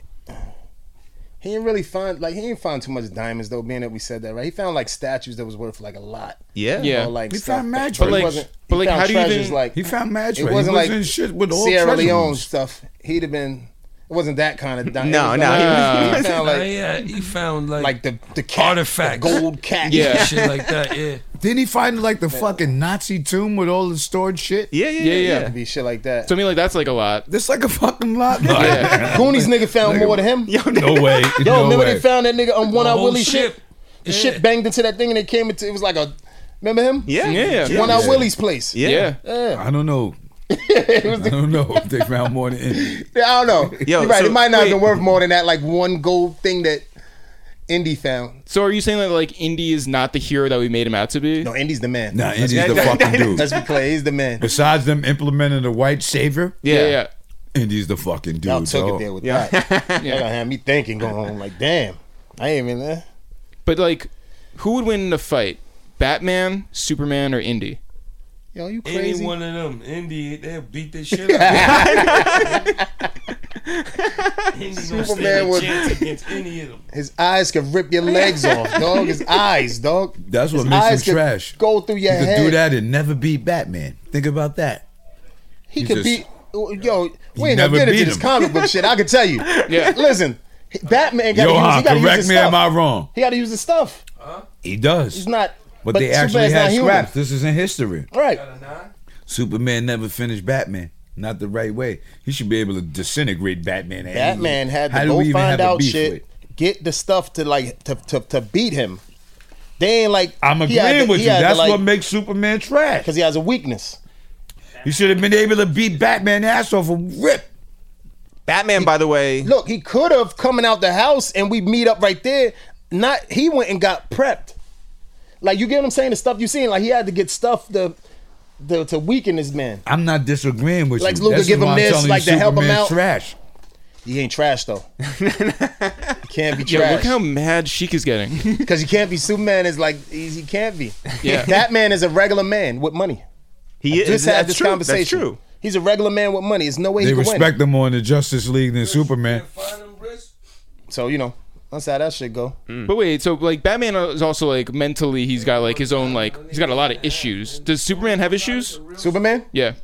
S4: He didn't really find like he didn't find too much diamonds though. Being that we said that, right? He found like statues that was worth like a lot.
S1: yeah,
S4: you
S2: Yeah.
S4: know, like
S6: He
S4: stuff,
S6: found
S4: but
S6: magic.
S4: he
S6: But like-
S4: wasn't-
S2: but
S4: he
S2: like,
S4: found
S2: how do you
S4: treasures,
S2: even-
S4: like
S6: he found magic.
S4: It wasn't
S6: he
S4: like
S6: was in shit with all
S4: Sierra
S6: treasure
S4: Leone
S6: rooms.
S4: stuff. He'd have been. It wasn't that kind of diamond.
S1: No,
S4: It was
S1: no, he
S4: Like,
S2: was-
S4: he
S5: [laughs]
S4: found
S5: Like,
S4: like
S5: Oh, yeah, he found like,
S4: like the the cat,
S5: Artifacts.
S4: the gold cat.
S2: Yeah.
S5: shit like that. Yeah,
S6: Didn't he find like the fucking Nazi tomb with all the stored shit?
S1: yeah, yeah,
S2: Yeah,
S1: yeah.
S2: yeah.
S4: It'd be shit like that.
S2: So I mean, like that's like a lot.
S6: That's like a fucking
S4: [laughs]
S6: lot.
S2: Yeah.
S4: Goonies nigga found more than him. Yo,
S6: no way. no
S4: remember
S6: way.
S4: they found that nigga um, on One Eye
S5: whole
S4: Willie ship.
S5: ship.
S4: The
S5: Yeah.
S4: ship banged into that thing and it came into. It was like a. Remember him?
S1: Yeah,
S2: Yeah.
S4: One Eye Willie's place.
S1: Yeah.
S2: Yeah.
S6: I
S4: [laughs]
S6: don't know. I don't know if they found more than Indy.
S4: Yeah, I don't
S6: [laughs]
S4: know.
S1: Yo,
S4: You're right.
S1: so-
S4: it might not
S1: wait.
S4: have been worth more than that, like one gold thing that Indy found.
S2: So are you saying that like Indy is not the hero that we made him out to be?
S4: No, Indy's the man.
S6: Nah, Indy's the fucking dude.
S4: Let's be clear, he's the man.
S6: Besides them implementing the white savior,
S2: Yeah, yeah.
S6: Indy's the fucking dude.
S4: Y'all took
S6: dog.
S4: it there with
S1: Yeah.
S4: that.
S6: [laughs]
S4: Y'all gonna have me thinking, going like, damn, I ain't even uh, there.
S2: But like, who would win in a fight? Batman, Superman, or Indy?
S4: Yo, you
S5: Any
S4: crazy?
S5: one of them, Indy, they'll beat the shit out. of you. Indy gonna
S4: Superman
S5: stand a
S4: was-
S5: chance against any of them.
S4: His eyes can rip your legs off, dog.
S6: [laughs]
S4: His eyes, dog.
S6: That's what
S4: His
S6: makes him
S4: eyes could
S6: trash.
S4: Go through your
S6: You could
S4: head.
S6: do that and never beat Batman. Think about that.
S4: He
S6: You
S4: could
S6: just-
S4: be. Yo, we ain't
S6: never
S4: gonna get
S6: beat
S4: into this
S6: him.
S4: comic book shit. I can tell you.
S2: Yeah.
S4: Listen, Batman got to
S6: Yo,
S4: use.
S6: huh,
S4: He got to use
S6: correct
S4: his
S6: me.
S4: stuff.
S6: Am I wrong?
S4: He got to use his stuff.
S6: He does.
S4: It's not.
S6: but, they
S4: Superman's
S6: actually
S4: not
S6: had
S4: human.
S6: scraps. This is in history.
S4: Right.
S6: Superman never finished Batman. Not the right way. He should be able to disintegrate Batman. at any
S4: Batman
S6: rate.
S4: had
S6: How
S4: to
S6: do
S4: go
S6: we even
S4: find
S6: have a
S4: out
S6: beef
S4: shit,
S6: with-
S4: get the stuff to like to to, to beat him. They ain't like
S6: I'm
S4: he had
S6: agreeing
S4: to-
S6: with
S4: he
S6: you.
S4: had to,
S6: That's
S4: like,
S6: what makes Superman trash.
S4: because he has a weakness.
S6: He should have been able to beat Batman ass off a rip.
S1: Batman, by the way,
S4: Look, he could have coming out the house and we meet up right there. Not he went and got prepped. Like you get what I'm saying? The stuff you seen, like he had to get stuff to, to, to weaken this man.
S6: I'm not disagreeing with
S4: Lex
S6: you.
S4: Luthor
S6: That's
S4: give
S6: why
S4: him
S6: I'm
S4: this,
S6: telling you
S4: like, to help him
S6: Superman's
S4: out.
S6: Trash.
S4: He ain't
S2: [laughs]
S4: trash though. He can't be
S2: Yeah, look
S4: trash
S2: how mad Sheik is getting. [laughs]
S4: because he can't be Superman. Is like he's, he can't be.
S2: Yeah.
S4: [laughs] that man is a regular man with money.
S1: he is.
S4: Just had
S1: that's
S4: this
S1: true.
S4: conversation.
S1: That's true.
S4: He's a regular man with money. There's no way
S6: They
S4: he can win.
S6: respect him more in the Justice League than Superman.
S5: Find them wrists.
S4: So you know, that's how that shit go.
S2: but wait, so like Batman is also like mentally, he's got like his own like he's got a lot of issues. Does Superman have issues?
S4: Superman?
S2: Yeah.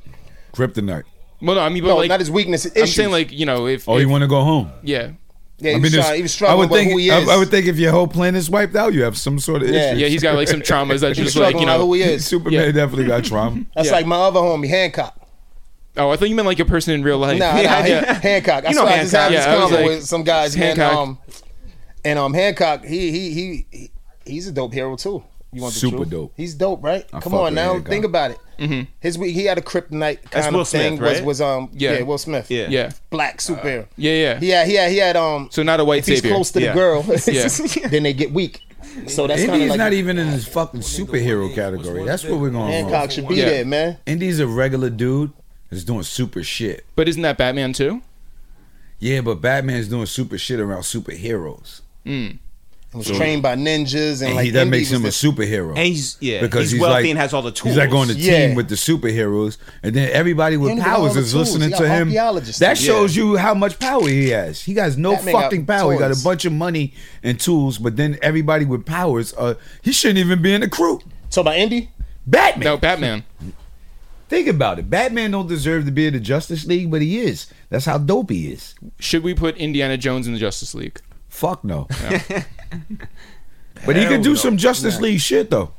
S6: Kryptonite.
S2: Well, no, I mean, but
S4: No,
S2: like
S4: not his weakness. His
S2: I'm
S4: issues.
S2: saying like you know if,
S6: Oh, you
S2: if-
S6: want to go home?
S2: yeah
S4: yeah, he,
S6: I
S4: was
S6: there's-
S4: try- he was
S6: I
S4: struggling
S6: would
S4: with
S6: think.
S4: who he
S6: I-
S4: is.
S6: I, would think if your whole planet's wiped out, you have some sort of
S4: Yeah.
S6: issue.
S2: yeah he's got like some traumas
S4: [laughs]
S2: that
S4: he was
S2: just like you
S4: struggling with who
S2: know.
S4: he is.
S6: [laughs] Superman
S2: Yeah.
S6: definitely got trauma.
S4: That's
S2: Yeah.
S4: like my other homie, Hancock.
S2: Oh, I thought you meant like a person in real life.
S4: Nah,
S2: [laughs]
S4: nah,
S2: yeah,
S4: he-
S2: yeah.
S4: Hancock. I
S1: You know
S4: saw I just
S1: Hancock.
S4: having this
S2: Yeah, I was
S4: convo
S2: like,
S4: with some guys, man.
S2: Hancock.
S4: Um, and um, Hancock, he he he, he he's a dope hero too. You want the
S6: Super
S4: truth?
S6: dope.
S4: He's dope, right?
S6: I
S4: Come
S6: fuck
S4: on
S6: with
S4: now,
S6: Hancock.
S4: think about it.
S2: Mm-hmm.
S4: His we he had a kryptonite kind
S1: Will
S4: of thing.
S1: Smith, right?
S4: Was was um
S2: Yeah.
S4: yeah. Will Smith.
S1: Yeah.
S2: yeah,
S4: black superhero.
S2: yeah, yeah.
S4: Yeah, he had he had um.
S2: So not a white
S4: if he's
S2: savior.
S4: close to the
S1: Yeah.
S4: girl, [laughs]
S2: Yeah.
S4: then they get weak. So that's kind of
S6: Indy's
S4: like
S6: not even in his fucking superhero category. That's what we're going
S4: Hancock
S6: wrong.
S4: should be
S2: Yeah.
S4: there, man.
S6: Indy's a regular dude that's doing super shit.
S2: But isn't that Batman too?
S6: Yeah, but Batman's doing super shit around superheroes.
S4: was trained by ninjas and,
S6: And
S4: like
S6: he, that
S4: Indy
S6: makes
S4: was
S6: him a
S4: this-
S6: superhero.
S1: And he's yeah,
S6: because
S1: he's,
S6: he's
S1: wealthy
S6: like-
S1: and has all the tools.
S6: He's like on the
S4: Yeah.
S6: team with the superheroes, and then everybody
S4: He
S6: with
S4: ain't got all
S6: powers
S4: the
S6: is
S4: tools.
S6: listening
S4: He
S6: to
S4: got
S6: him.
S4: archaeologists.
S6: That
S4: Yeah.
S6: shows you how much power he has. He has no
S4: Batman got
S6: fucking power. He got
S4: toys.
S6: a bunch of money and tools, but then everybody with powers, uh, he shouldn't even be in the crew.
S4: So by Indy,
S6: Batman.
S2: No, Batman.
S6: Think about it. Batman don't deserve to be in the Justice League, but he is. That's how dope he is.
S2: Should we put Indiana Jones in the Justice League?
S6: Fuck no. [laughs] but he can do some Justice League shit though,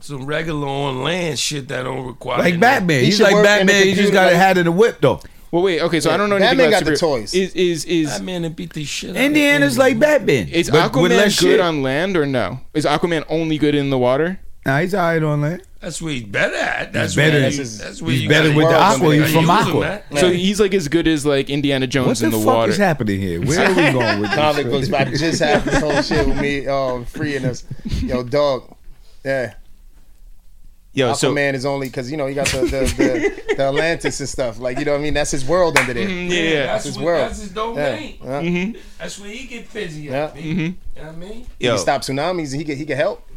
S5: Some regular on land shit that don't require.
S6: like
S5: nothing.
S6: Batman.
S4: He
S6: He's
S4: should
S6: like
S4: work in the
S6: Batman. He just
S4: computer,
S6: got a
S4: like-
S6: hat and a whip though.
S2: Well, wait. Okay, so I don't know anything
S4: Batman
S2: about
S4: got the
S2: superhero-
S4: toys.
S2: Is is is
S5: Batman and beat the shit. out of
S6: Indiana's
S5: Indy.
S6: like Batman.
S2: is
S6: but with
S2: Aquaman good
S6: less shit.
S2: on land or no? Is Aquaman only good in the water?
S6: Nah, he's alright on that.
S5: That's where he's better at. That's
S6: better-
S5: Where
S6: That's
S5: you,
S4: his-
S5: that's where
S6: he's
S5: you
S6: better
S5: gotta
S6: with the
S5: use
S4: Aqua.
S5: him.
S4: He's
S6: from
S5: You gotta use
S6: Aqua.
S5: him, man.
S2: So he's like as good as like Indiana Jones
S6: What the,
S2: in the,
S6: fuck
S2: water.
S6: is happening here? Where are we
S2: [laughs]
S6: going with this?
S4: comic books. but I just had this whole shit with me um, freeing us. Yo, dog. Yeah,
S1: Yo, so
S4: Aquaman is only because you know he got the the, the the Atlantis and stuff. Like you know what I mean. That's his world under there.
S5: Mm-hmm.
S2: yeah, yeah.
S5: that's
S4: his
S5: what-
S4: world.
S5: That's his
S4: Yeah,
S5: domain.
S4: yeah.
S5: That's where he get busy.
S4: Yeah.
S5: at, man. You know what I mean?
S4: He
S1: yo,
S4: can stop tsunamis. He can he can help.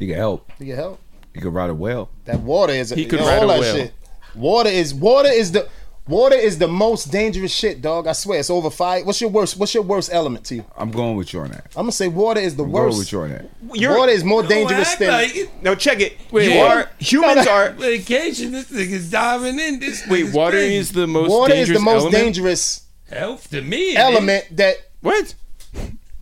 S6: You can help.
S4: He can help.
S6: You can ride a whale.
S4: That water is
S2: He could
S4: all
S2: ride a
S4: that
S2: whale.
S4: shit. Water is water is the water is the most dangerous shit, dog. I swear it's over fire. What's your worst? What's your worst element to you?
S6: I'm going with you on that.
S4: I'm gonna say water is the
S6: I'm going
S4: worst.
S6: with you on that.
S1: you're,
S4: water is more dangerous
S5: act
S4: than
S5: like it.
S1: no check it.
S2: Wait,
S1: you
S2: what?
S1: are humans are.
S5: Vacation. This nigga's diving in. This
S2: Wait,
S5: nigga's
S2: water
S5: crazy.
S2: is the most
S4: water is
S2: dangerous
S4: the most
S2: element?
S4: dangerous
S5: health to me. it
S4: element that [laughs]
S2: What?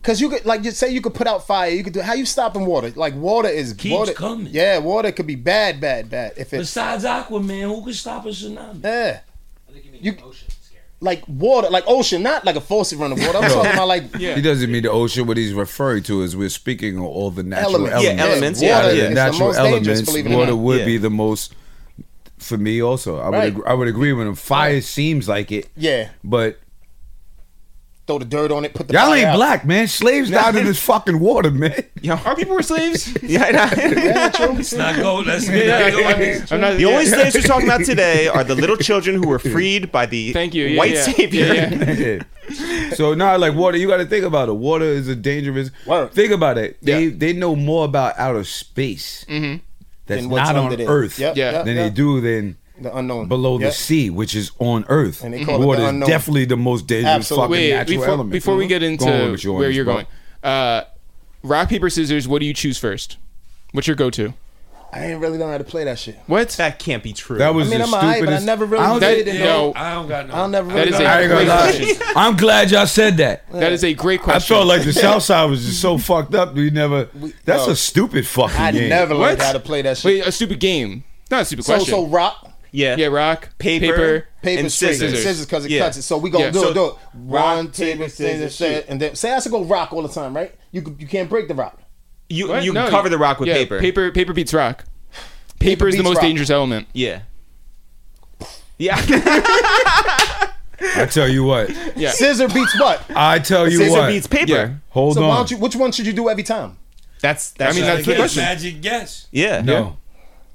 S4: because you could like you say you could put out fire. You could do how you stopping water? Like water is
S5: Keeps
S4: water.
S5: coming.
S4: Yeah, water could be bad, bad, bad. If
S5: is.
S4: it's
S5: Besides Aquaman, who can stop a tsunami?
S4: yeah. You, like water, like ocean, not like a faucet running water. I'm talking about like
S6: He doesn't mean the ocean. What he's referring to is we're speaking on all the natural
S4: Elements.
S6: elements.
S4: Yeah,
S1: elements,
S6: Out of
S1: yeah, yeah.
S6: The
S1: It's the
S6: natural
S4: most dangerous,
S6: elements.
S4: believe it or
S6: Water
S4: not.
S6: would
S1: Yeah.
S6: be the most for me. Also, I would
S4: Right.
S6: agree, I would agree with him. Fire seems like it,
S4: yeah,
S6: but
S4: throw the dirt on it, put the
S6: y'all
S4: fire
S6: ain't
S4: out.
S6: black, man. Slaves died in this fucking water, man.
S1: Yo, our people were slaves. yeah, I know.
S4: Yeah, true.
S5: It's not gold. Let's get out of here.
S2: I'm not.
S1: The only slaves we're talking about today are the little children who were freed by the
S2: Thank you. Yeah,
S1: white
S2: yeah.
S1: savior.
S2: Yeah, yeah.
S6: [laughs] So now, like water, you got to think about it. Water is a dangerous.
S4: Word.
S6: Think about it. They
S4: Yeah.
S6: they know more about outer space. That's
S4: Than what's
S6: not on
S4: under there.
S6: Earth.
S4: Yep,
S2: Mm-hmm. Yeah.
S4: yep,
S6: Than they
S4: yep.
S6: do than
S4: The unknown.
S6: below the
S4: Yep.
S6: sea, which is on Earth.
S4: And they call it the
S6: water is
S4: unknown.
S6: definitely the most dangerous
S4: Absolutely.
S6: fucking
S2: Wait,
S6: natural
S2: before,
S6: element.
S2: before we get
S6: Go
S2: into
S6: on with your
S2: where
S6: ones,
S2: you're
S6: bro.
S2: going, uh, rock paper scissors. What do you choose first? What's your go-to?
S4: [laughs] I ain't really know how to play that shit.
S2: What?
S1: [laughs] That can't be true.
S6: That was
S4: I mean,
S6: the
S4: I'm alright, but I
S6: stupidest.
S4: never really
S6: don't
S2: That-
S6: think-
S2: no,
S5: I don't got no.
S4: I don't never
S2: That
S4: really
S2: is
S4: know
S2: a
S4: how
S6: I
S4: to
S6: ain't
S4: play
S6: gonna
S2: great
S4: that
S6: lie.
S4: shit.
S2: question.
S6: I'm glad y'all said that.
S2: That is a great
S6: I
S2: question.
S6: felt like the South Side was just so fucked up.
S4: [laughs]
S6: We never. That's
S4: no.
S6: a stupid fucking
S4: I
S6: game.
S4: never learned
S2: What?
S4: how to play that shit.
S2: Wait, a stupid game. Not a stupid
S4: so,
S2: question.
S4: so rock,
S1: yeah.
S2: yeah, rock,
S1: Paper,
S2: paper.
S4: paper,
S1: and
S4: scissors,
S1: scissors.
S4: scissors, because it
S1: Yeah.
S4: cuts it. So we gonna
S2: Yeah.
S4: do
S1: So
S4: it, do it.
S1: rock,
S4: One,
S1: paper,
S4: paper,
S1: scissors,
S4: scissors, shit, and then say I should go rock all the time, right? You could- you can't break the rock.
S1: You
S2: What?
S1: you
S2: No,
S1: cover the rock with
S2: yeah,
S1: paper.
S2: Paper paper beats rock. Paper, is the
S4: beats
S2: most
S4: rock.
S2: dangerous element.
S1: Yeah. Yeah. [laughs]
S6: I tell you what.
S4: Scissor beats what?
S6: I tell you
S1: Scissor
S6: what.
S1: beats paper.
S2: Yeah.
S6: Hold
S4: so why
S6: on.
S4: don't you? Which one should you do every time?
S1: That's that's
S2: I mean,
S1: not
S2: that's
S1: the
S2: the
S1: case.
S2: question.
S5: Magic guess.
S1: Yeah.
S6: no.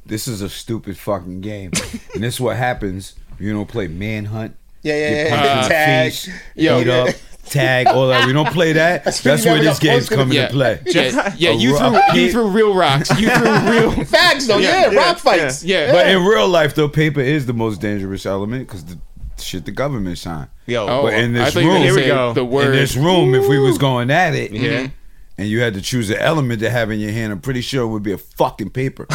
S6: This is a stupid fucking game, and this is what happens. when You don't play manhunt.
S4: Yeah, yeah,
S6: get
S4: yeah,
S6: punched in the
S4: tag.
S6: face,
S2: Yo.
S6: beat up, tag, all that. We don't play that. That's,
S4: when you
S6: where
S4: never
S6: this
S4: got
S6: game's
S4: punched in
S6: coming
S2: Yeah,
S6: to play.
S2: yeah, yeah.
S6: A
S2: You
S6: rock-
S2: threw you threw real rocks. You threw real.
S4: Facts though,
S2: Yeah,
S4: yeah,
S1: yeah,
S4: rock fights.
S2: Yeah,
S6: But in real life, though, paper is the most dangerous element because the shit the government signed.
S1: Yo.
S2: Oh,
S6: But in
S2: I
S6: this
S2: thought you were
S6: room-
S2: gonna
S6: Here we
S2: say
S1: go.
S2: The Mm-hmm.
S1: In
S2: word.
S6: In this room, if we was going at it,
S1: Yeah.
S6: and you had to choose an element to have in your hand, I'm pretty sure it would be a fucking paper.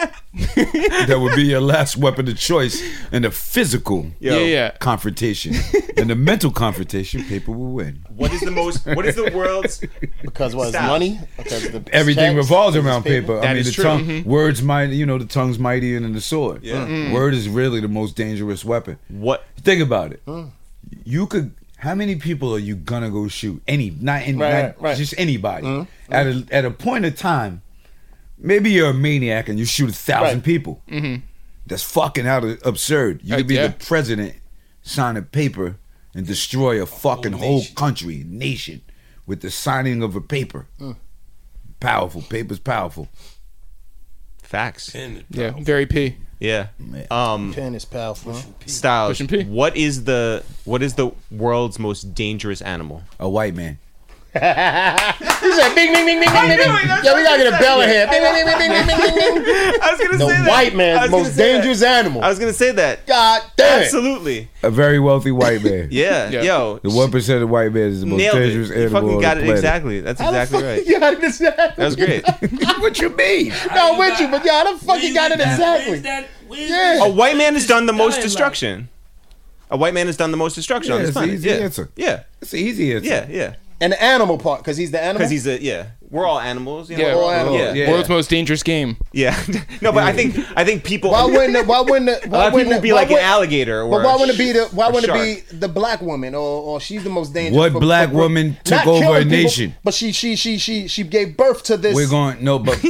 S6: that would be your last weapon of choice in the physical
S1: Yo.
S2: Yeah, yeah.
S6: confrontation. In the mental confrontation, paper will win.
S1: What is the most? What is
S2: [laughs]
S1: the world's?
S4: Because what? It's
S1: Stop.
S4: money. Because the
S6: [laughs] Everything
S4: checks,
S6: revolves
S4: because
S6: around
S4: it's
S6: paper. I
S1: That
S6: mean,
S1: is
S6: the
S1: true.
S6: tongue,
S2: Mm-hmm.
S6: words mighty, you know, the tongue's mightier than the sword. Word is really the most dangerous weapon.
S1: What?
S6: Think about it.
S4: Hmm.
S6: You could. How many people are you gonna go shoot? Any, not any,
S4: Right,
S6: not
S4: right, Hmm. right.
S6: just anybody. At a at a point of time, maybe you're a maniac and you shoot a thousand
S4: Right.
S6: people. Mm-hmm. That's fucking out of absurd. You
S2: Uh,
S6: could be
S2: yeah.
S6: the president, sign a paper, and destroy a fucking whole,
S5: nation.
S6: country, nation, with the signing of a paper.
S4: Hmm.
S6: Powerful. Paper's powerful.
S1: Facts.
S5: And
S2: Yeah, very p.
S1: Yeah. Um.
S4: Pen is powerful.
S1: Styles.
S2: Pushing P.
S1: What is the what is the world's most dangerous animal?
S6: A white man.
S4: He said, "Bing, bing, bing, bing, bing, bing, bing." Yeah, we gotta get a bell in here. Bing, bing, bing, bing, bing, bing, bing, bing.
S1: [laughs] I was gonna
S4: The white man's most dangerous animal.
S1: I was gonna say that.
S4: God damn. it.
S1: Absolutely.
S6: A very
S1: [laughs]
S6: wealthy white man.
S1: Yeah.
S2: Yeah.
S1: Yo.
S6: The one percent of white men is the most
S1: Nailed it.
S6: dangerous
S1: You
S6: animal
S1: fucking
S6: on
S1: got
S6: the
S1: it
S6: planet.
S1: exactly. That's exactly right.
S4: You got it exactly.
S1: That was great.
S6: [laughs] what you mean?
S4: No, I'm with you, but y'all done fucking got it
S5: Where's
S4: exactly.
S5: that? Where's
S4: Yeah. Oh,
S5: that?
S1: A white man has done the most
S5: Dying
S1: destruction. A white man has done the most destruction
S6: Yeah,
S1: on this
S6: it's an
S1: planet.
S6: easy
S1: yeah.
S6: answer.
S1: yeah,
S6: It's easy. It's
S1: yeah, yeah.
S4: And the animal part, because he's the animal.
S1: Because he's a yeah. We're all animals. You know?
S2: Yeah,
S1: we're
S2: we're
S4: all
S1: Yeah,
S4: animals.
S1: yeah.
S2: World's most dangerous game.
S1: yeah. [laughs] no, but I think I think people.
S4: [laughs] why wouldn't it, why wouldn't it,
S1: a lot of
S4: why
S1: people
S4: wouldn't
S1: would
S4: it,
S1: be
S4: why
S1: like an
S4: wouldn't-
S1: alligator. Or
S4: But why
S1: a
S4: wouldn't it be the why
S1: or
S4: wouldn't
S1: shark.
S4: it be the black woman or, or she's the most dangerous?
S6: What
S4: for-
S6: black
S4: for-
S6: woman
S4: not
S6: took over
S4: killing
S6: a nation?
S4: But she she she she she gave birth to this.
S6: We're going no, but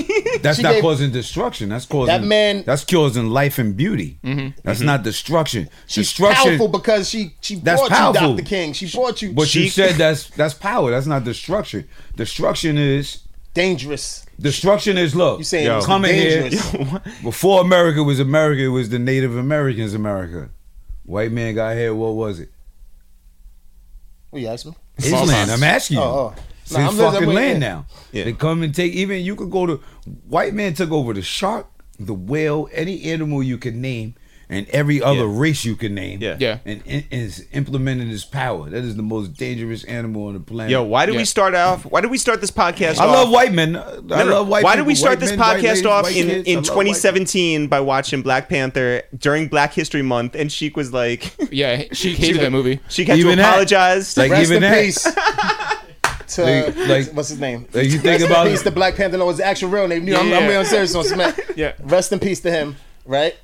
S4: [laughs]
S6: that's
S4: She
S6: not
S4: gave-
S6: causing destruction. That's causing
S4: That man- Mm-hmm.
S6: That's causing life and beauty. That's not destruction.
S4: she's
S6: destruction.
S4: powerful because she she
S6: That's
S4: brought
S6: powerful.
S4: you Dr. King. She brought you.
S6: but you
S4: She's
S6: said that's that's power. That's not destruction. Destruction is
S4: dangerous.
S6: destruction is love.
S4: You saying
S1: Yo.
S4: it's
S6: Coming here-
S4: dangerous?
S6: [laughs] before America was America, it was the Native Americans America. White man got here. What was it?
S4: What you asked me?
S6: Islam. I'm asking you.
S4: Oh, oh.
S6: It's
S4: Nah,
S6: his
S4: I'm listening,
S6: fucking
S4: I'm with
S6: land
S4: you.
S6: now.
S1: Yeah.
S6: They come and take. Even you could go to. White man took over the shark, the whale, any animal you can name, and every other
S1: Yeah.
S6: race you can name.
S1: Yeah.
S2: Yeah.
S6: And, and is implementing his power. That is the most dangerous animal on the planet.
S1: Yo, why do
S2: Yeah.
S1: we start off? Why do we start this podcast?
S6: I
S1: off?
S6: love white men. I
S1: No, no,
S6: love white.
S1: Why
S6: people,
S1: did we start
S6: white
S1: this
S6: men, white
S1: podcast
S6: ladies,
S1: off
S6: white
S1: in,
S6: kids. I
S1: in
S6: love white
S1: 2017 by watching Black Panther during Black History Month? And Sheik was like, [laughs]
S2: Yeah, she hated that movie.
S1: she had
S6: Even
S1: to
S6: that-
S1: apologize.
S6: like-
S4: Rest
S6: Even
S4: in
S6: that-
S4: peace.
S6: [laughs]
S4: To,
S6: Like- like-
S4: what's his name?
S6: people. Like, you
S4: Rest
S6: think
S4: in
S6: about
S4: peace to
S6: it.
S4: Black Panther. No, his actual real name. You know,
S2: Yeah,
S4: I'm,
S2: yeah.
S4: I'm being serious on Smack.
S2: [laughs] Yeah.
S4: Rest in peace to him. Right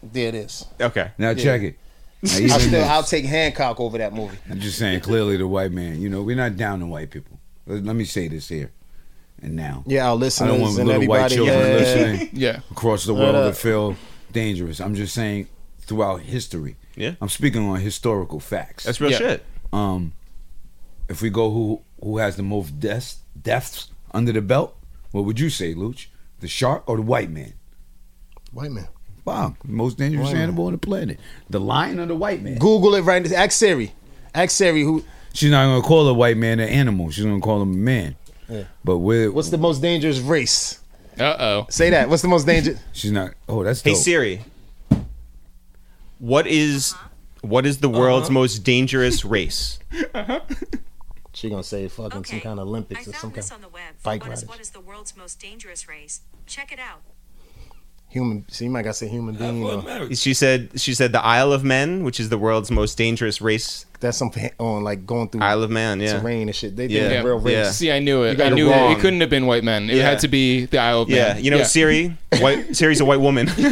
S4: there, it is.
S1: okay.
S6: Now check it. Now, even
S4: I still,
S6: this.
S4: I'll take Hancock over that movie.
S6: I'm just saying, clearly the white man. You know, we're not down to white people. Let, let me say this here and now.
S4: Yeah, our
S6: I
S4: listeners
S6: don't want
S4: and
S6: little
S4: everybody.
S6: white children
S1: [laughs]
S4: yeah. uh,
S6: listening.
S2: Yeah,
S6: across the
S4: Word
S6: world that
S4: up.
S6: feel dangerous. I'm just saying throughout history.
S1: Yeah.
S6: I'm speaking on historical facts.
S1: That's real
S2: Yeah.
S1: shit.
S6: um if we go who who has the most deaths deaths under the belt, what would you say, Luch? The shark or the white man?
S4: White man.
S6: Wow, most dangerous animal on the planet. The lion or the white man?
S4: Google it right. Ask Siri. Ask Siri who.
S6: She's not gonna call a white man an animal. She's gonna call him a man. But we're,
S4: What's the most dangerous race?
S2: Uh oh.
S4: Say that. What's the most dangerous?
S6: she's not. Oh, that's
S1: Hey
S6: dope.
S1: Siri, what is what is the world's most dangerous race?
S4: [laughs] She gonna say fucking some kind of
S7: I
S4: Olympics or
S7: found
S4: some kind
S7: this
S4: of
S7: on the web.
S4: bike
S7: what, is,
S4: riders.
S7: what is the world's most dangerous race? Check it out.
S4: human. See, you might gotta say
S7: Uh,
S4: human being. Or,
S1: She said she said the Isle of Men, which is the world's most dangerous race.
S4: that's something on like going through
S1: Isle of Man, yeah.
S4: terrain and shit. They
S1: Yeah.
S4: think
S1: Yeah.
S4: it's real race.
S1: Yeah.
S2: See, I knew it.
S1: got
S2: I
S1: it
S2: knew it.
S1: wrong.
S2: It couldn't have been white men. It
S1: Yeah.
S2: had to be the Isle of
S1: Yeah,
S2: Man.
S1: you know
S4: [laughs]
S1: Siri, white Siri's a white woman.
S4: she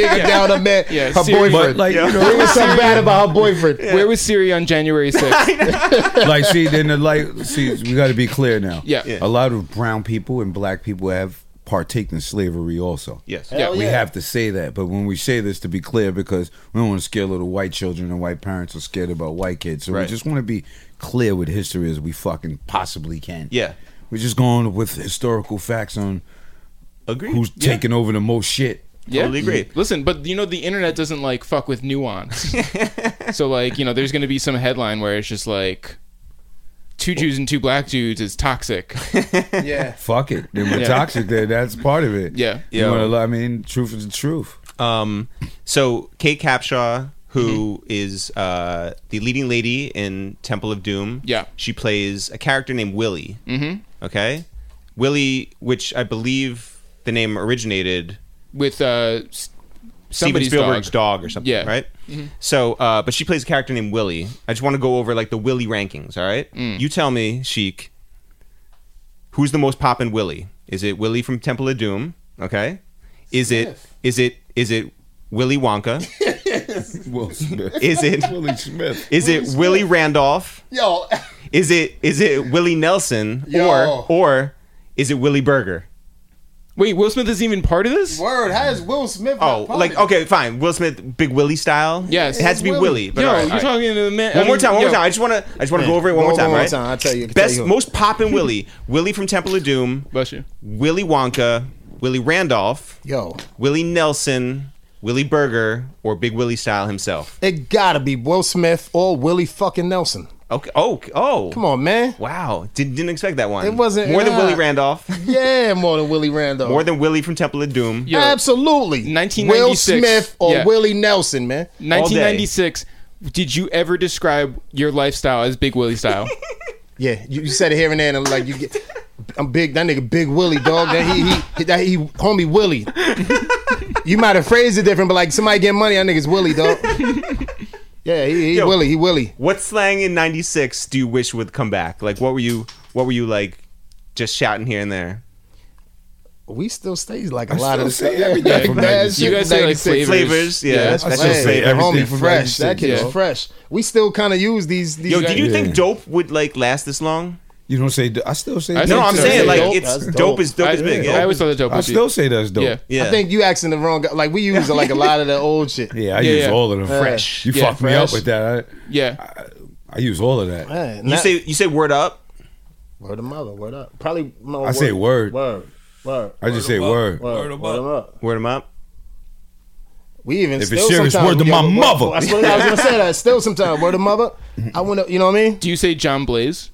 S4: ain't down her man,
S2: Yeah,
S4: her
S2: serious.
S6: But
S4: boyfriend.
S6: like you know,
S4: Bring us something bad about her boyfriend.
S2: Where was Siri on January
S1: [laughs]
S2: 6th?
S6: like see, then the like see, we got to be clear now.
S2: Yeah.
S1: Yeah.
S6: a lot of brown people and black people have partaken in slavery also.
S1: yes.
S2: Yeah,
S4: Hell
S6: We have to say that, but when we say this, to be clear, because we don't want to scare little white children and white parents are scared about white kids, so we
S1: Right.
S6: just want to be clear with history as we fucking possibly can.
S1: Yeah.
S6: we're just going with historical facts on
S1: Agree.
S6: who's taking over the most shit.
S2: Yeah. Mm.
S1: Totally agree.
S2: Listen, but you know the internet doesn't like fuck
S1: [laughs]
S2: with nuance. so like, you know, there's going to be some headline where it's just like two Jews and two black dudes is
S1: [laughs]
S2: toxic.
S4: yeah.
S6: Fuck it, then we're
S2: Yeah.
S6: toxic. There, that's part of it.
S2: Yeah.
S6: you
S1: Yeah.
S6: want to? I mean, truth is the truth.
S1: Um, so Kate Capshaw, who is uh, the leading lady in Temple of Doom,
S2: Yeah.
S1: she plays a character named Willie. Mm-hmm. Okay, Willie, which I believe the name originated
S2: with uh s-
S1: Steven
S2: somebody's
S1: Spielberg's
S2: dog.
S1: dog. or something,
S2: Yeah.
S1: right? So, uh, but she plays a character named Willie. I just want to go over like the Willie rankings. All right, you tell me, Sheik, who's the most poppin' Willie? Is it Willie from Temple of Doom? Okay, is it is it is it Willy [laughs] Wonka?
S6: [laughs] Will Smith.
S1: Is it
S6: Willie Smith.
S1: Is it Willie Randolph?
S4: Yo, [laughs]
S1: Is it is it Willie Nelson?
S4: Yo.
S1: Or or is it Willie Burger?
S2: Wait, Will Smith is even part of this?
S4: word. How is Will Smith?
S1: Oh, like okay, fine. Will Smith, Big Willie style.
S2: Yes.
S1: it has to be
S4: Willie.
S1: Willie. but
S2: Yo,
S1: all right, all
S2: you're
S1: right.
S2: talking to the man. I
S1: One more
S2: mean,
S1: time, one
S2: yo,
S1: more time. I just want to, I just want to go over it one more time,
S4: One
S1: right?
S4: time. I tell you. I tell
S1: Best,
S4: you.
S1: most
S4: [laughs]
S1: poppin' Willie, Willie from Temple of Doom,
S2: Bless you.
S1: Willie Wonka, Willie Randolph,
S4: Yo,
S1: Willie Nelson, Willie Burger, or Big Willie style himself.
S4: it gotta be Will Smith or Willie fucking Nelson.
S1: Okay. Oh, oh.
S4: Come on, man.
S1: Wow. Did, didn't expect that one.
S4: It wasn't-
S1: more than
S4: nah.
S1: Willie
S4: [laughs]
S1: Randolph,
S4: Yeah, more than Willie Randolph.
S1: more than Willie from Temple of Doom.
S2: Yo,
S4: Absolutely.
S2: 1996.
S4: Will Smith or
S2: Yeah.
S4: Willie Nelson, man.
S2: 1996. Did you ever describe your lifestyle as Big Willie style?
S4: Yeah, you, you said it here and there, and I'm like, you get, I'm big. That nigga, big Willie, dog. That he, he, that he, homie Willie. you might have phrased it different, but like somebody get money, that nigga's Willie, dog. Yeah, he, he
S1: Yo.
S4: Willie, he Willie.
S1: What slang in '96 do you wish would come back? Like, what were you, what were you like, just shouting here and there?
S4: We still stay like a lot
S6: still
S4: of the
S6: say
S4: same. Yeah, [laughs]
S6: everything from
S4: bad
S6: 96.
S4: shit
S2: you guys say like
S4: 96.
S2: flavors.
S1: Flavors, yeah.
S2: that's
S1: I
S4: That's
S1: still
S4: hey,
S6: say
S4: that
S6: everything
S4: homie
S6: from
S4: fresh.
S6: 96,
S4: That kid
S2: yeah.
S4: was fresh. We still kind of use these. these
S1: Yo, did you think
S6: Yeah.
S1: dope would like last this long?
S6: You don't say. I still say.
S2: I
S6: that.
S1: No,
S2: think
S1: I'm
S2: so.
S1: saying
S2: Yeah,
S1: like
S4: dope,
S1: it's
S4: that's
S1: dope.
S4: dope.
S1: is dope
S2: I,
S1: is big.
S2: I always thought that dope
S6: I
S2: was
S6: still say that's dope.
S2: Yeah.
S1: yeah.
S4: I think you asking the wrong guy. Like we use like a lot of the old shit.
S6: Yeah, I
S2: Yeah,
S6: use
S2: yeah.
S6: all of them.
S4: Fresh.
S6: You
S2: Yeah,
S6: fucked me up
S4: fresh.
S6: with that.
S2: Yeah.
S6: I, I use all of that.
S4: Yeah,
S1: you
S4: nah.
S1: say you say word up.
S4: word of mother, word up. Probably. No,
S6: I say word.
S4: Word. Word.
S6: I just say word.
S4: Word,
S5: Word 'em
S4: word
S5: up.
S4: 'em up.
S1: Word em up.
S4: We even
S6: If
S4: still
S6: it's serious,
S4: sometimes
S6: word to
S4: we
S6: my
S4: get-
S6: mother.
S4: That's what I was gonna say. That still sometimes word to mother. I wanna, you know what I mean?
S2: Do you say John Blaze?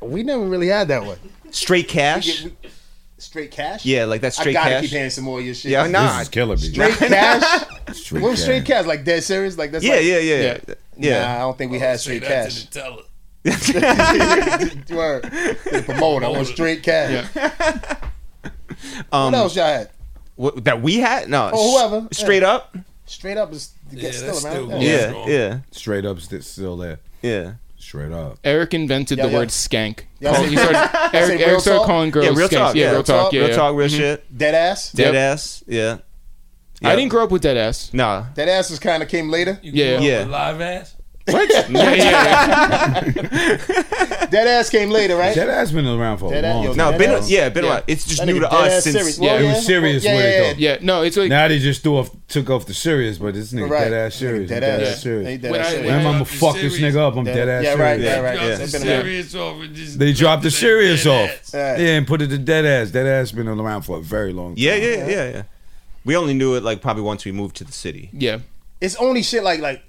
S4: We never really had that one.
S1: Straight cash.
S4: Straight cash.
S1: Yeah, like that
S4: I
S1: straight
S4: gotta
S1: cash.
S4: keep hearing some more of your shit.
S1: Yeah, no.
S6: This is killer me.
S4: Straight cash.
S6: Straight
S4: What was straight
S6: cash.
S4: cash? Like dead serious? Like that's
S1: yeah,
S4: like,
S1: yeah, yeah,
S2: Yeah.
S1: yeah,
S4: Nah, I don't think we had straight
S5: that
S4: cash.
S5: to the teller.
S4: Word. The promoter. I want straight cash.
S1: Um,
S4: What else y'all had?
S1: what- that we had no.
S4: Oh,
S1: sh-
S4: whoever.
S1: Straight up.
S4: Straight up is
S5: Yeah,
S4: still
S5: that's
S4: around.
S5: still-
S4: yeah.
S1: Yeah,
S5: strong.
S1: yeah,
S6: Straight up's th- still there.
S1: yeah.
S6: Straight up.
S2: Eric invented
S4: Yeah,
S2: the
S4: yeah.
S2: word skank.
S4: Yeah.
S2: Call- he started, Eric,
S4: real
S2: Eric started
S4: talk?
S2: calling girls
S1: Yeah, real
S2: skanks.
S1: talk,
S2: Yeah,
S1: yeah.
S2: real talk. Yeah,
S1: Real
S2: yeah.
S1: talk, real shit.
S4: Dead ass.
S1: Dead
S2: Yep.
S1: ass. Yeah.
S2: I didn't grow up with that ass.
S1: Nah.
S4: Dead ass was kind of came later.
S2: Yeah.
S1: Yeah.
S5: Live ass.
S2: Yeah, yeah, yeah.
S4: Dead ass came later, right?
S6: That ass been around for a
S4: That ass-
S6: long
S4: yo,
S6: time.
S1: No,
S4: Dead
S1: been
S4: ass.
S1: yeah, been
S2: Yeah.
S1: a lot. It's just
S4: That
S1: new
S4: nigga
S1: to
S4: dead
S1: us
S4: ass
S1: since
S4: serious.
S1: yeah.
S4: Well,
S6: It was serious
S4: Yeah,
S6: with
S4: yeah,
S6: it though.
S2: Yeah, No, it's like
S6: Now they just threw off, took off the serious, but this nigga
S4: Right.
S6: dead ass serious.
S4: Dead
S6: Dead
S4: ass.
S6: ass serious.
S4: They dead
S2: When
S4: ass
S2: I-
S4: serious.
S6: When I'm,
S5: They
S6: gonna
S5: dropped the
S6: fuck this
S5: serious.
S6: nigga up, I'm dead, ass
S4: yeah,
S6: serious.
S4: right, yeah, right.
S5: Y'all
S4: Yeah, it's been around.
S5: serious over this.
S6: They dropped the serious off.
S4: Yeah.
S6: Yeah, and put it to dead ass. Dead ass been around for a very long time.
S1: yeah, yeah, yeah, yeah. We only knew it like probably once we moved to the city.
S2: yeah.
S4: It's only shit like like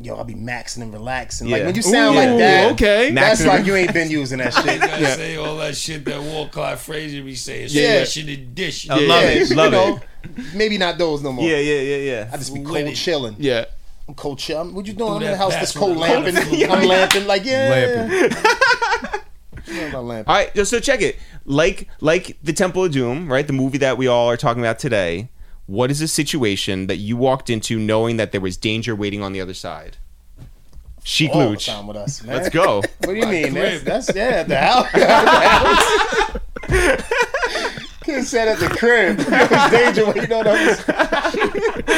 S4: yo, I'll be maxing and relaxing.
S1: Yeah.
S4: Like when you sound
S1: Ooh,
S4: like that,
S2: okay.
S4: that's
S1: Maxing.
S4: like you ain't been using that shit.
S5: I say all that shit that Walcott Frazier be saying.
S4: Yeah.
S5: Swishing and dishing.
S1: I love it.
S4: you
S1: Love
S4: know,
S1: it.
S4: Maybe not those no more.
S1: Yeah, yeah, yeah, yeah.
S4: I just be
S5: With
S4: cold
S5: it.
S4: chilling.
S2: Yeah.
S4: I'm cold chilling. What you doing? I'm in
S5: that
S4: the house
S5: pass
S4: just
S5: on the
S4: cold lamping. I'm lamping like yeah.
S6: Lamping.
S4: You know about lamping.
S1: All right, so- so check it. Like like the Temple of Doom, right? The movie that we all are talking about today. What is a situation that you walked into knowing that there was danger waiting on the other side? She
S4: All the
S1: glooch.
S4: time with us, man.
S1: Let's
S4: [laughs]
S1: go.
S4: What do you mean? That's,
S5: crib.
S4: that's yeah, at the house. [laughs] At the house. Could've said at the crib. [laughs] It was danger waiting on us. [laughs]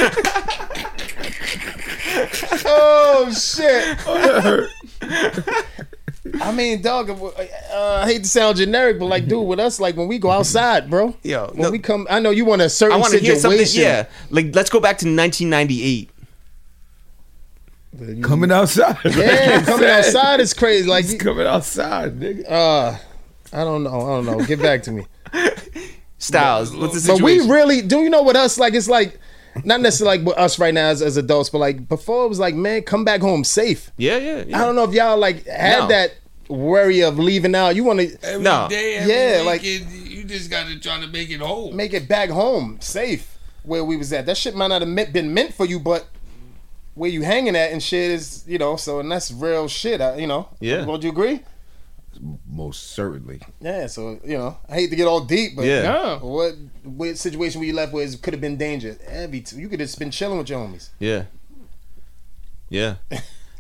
S4: oh shit! [laughs] I mean, dog. Uh, I hate to sound generic, but like, dude, with us, like when we go outside, bro.
S1: Yo,
S4: when
S1: no-
S4: we come, I know you want a certain
S1: I want to hear
S4: situation.
S1: something. Yeah, like let's go back to 1998. [laughs]
S6: Coming outside. [laughs]
S4: yeah. Coming outside is crazy. Like,
S6: It's coming outside, nigga.
S4: uh, I don't know. I don't know. Get back
S1: [laughs]
S4: to me.
S1: Styles, what's the
S4: But we
S1: situation?
S4: really do. You know what us like? It's like not necessarily like with us right now as, as adults, but like before it was like, man, come back home safe.
S1: yeah, yeah, yeah.
S4: I don't know if y'all like had
S1: No.
S4: that worry of leaving out. You want to
S5: Every
S1: No.
S5: day, every
S4: Yeah, like-
S5: weekend, you just gotta try to make it whole.
S4: make it back home safe where we was at. That shit might not have meant, been meant for you, but where you hanging at and shit is you know. So and that's real shit. I, you know.
S1: Yeah.
S4: Would you agree?
S6: Most certainly.
S4: Yeah. So you know, I hate to get all deep, but
S1: Yeah.
S2: No.
S4: What what situation were you left with could have been dangerous. Every t- you could have just been chilling with your homies.
S1: Yeah,
S4: [laughs]
S1: yeah.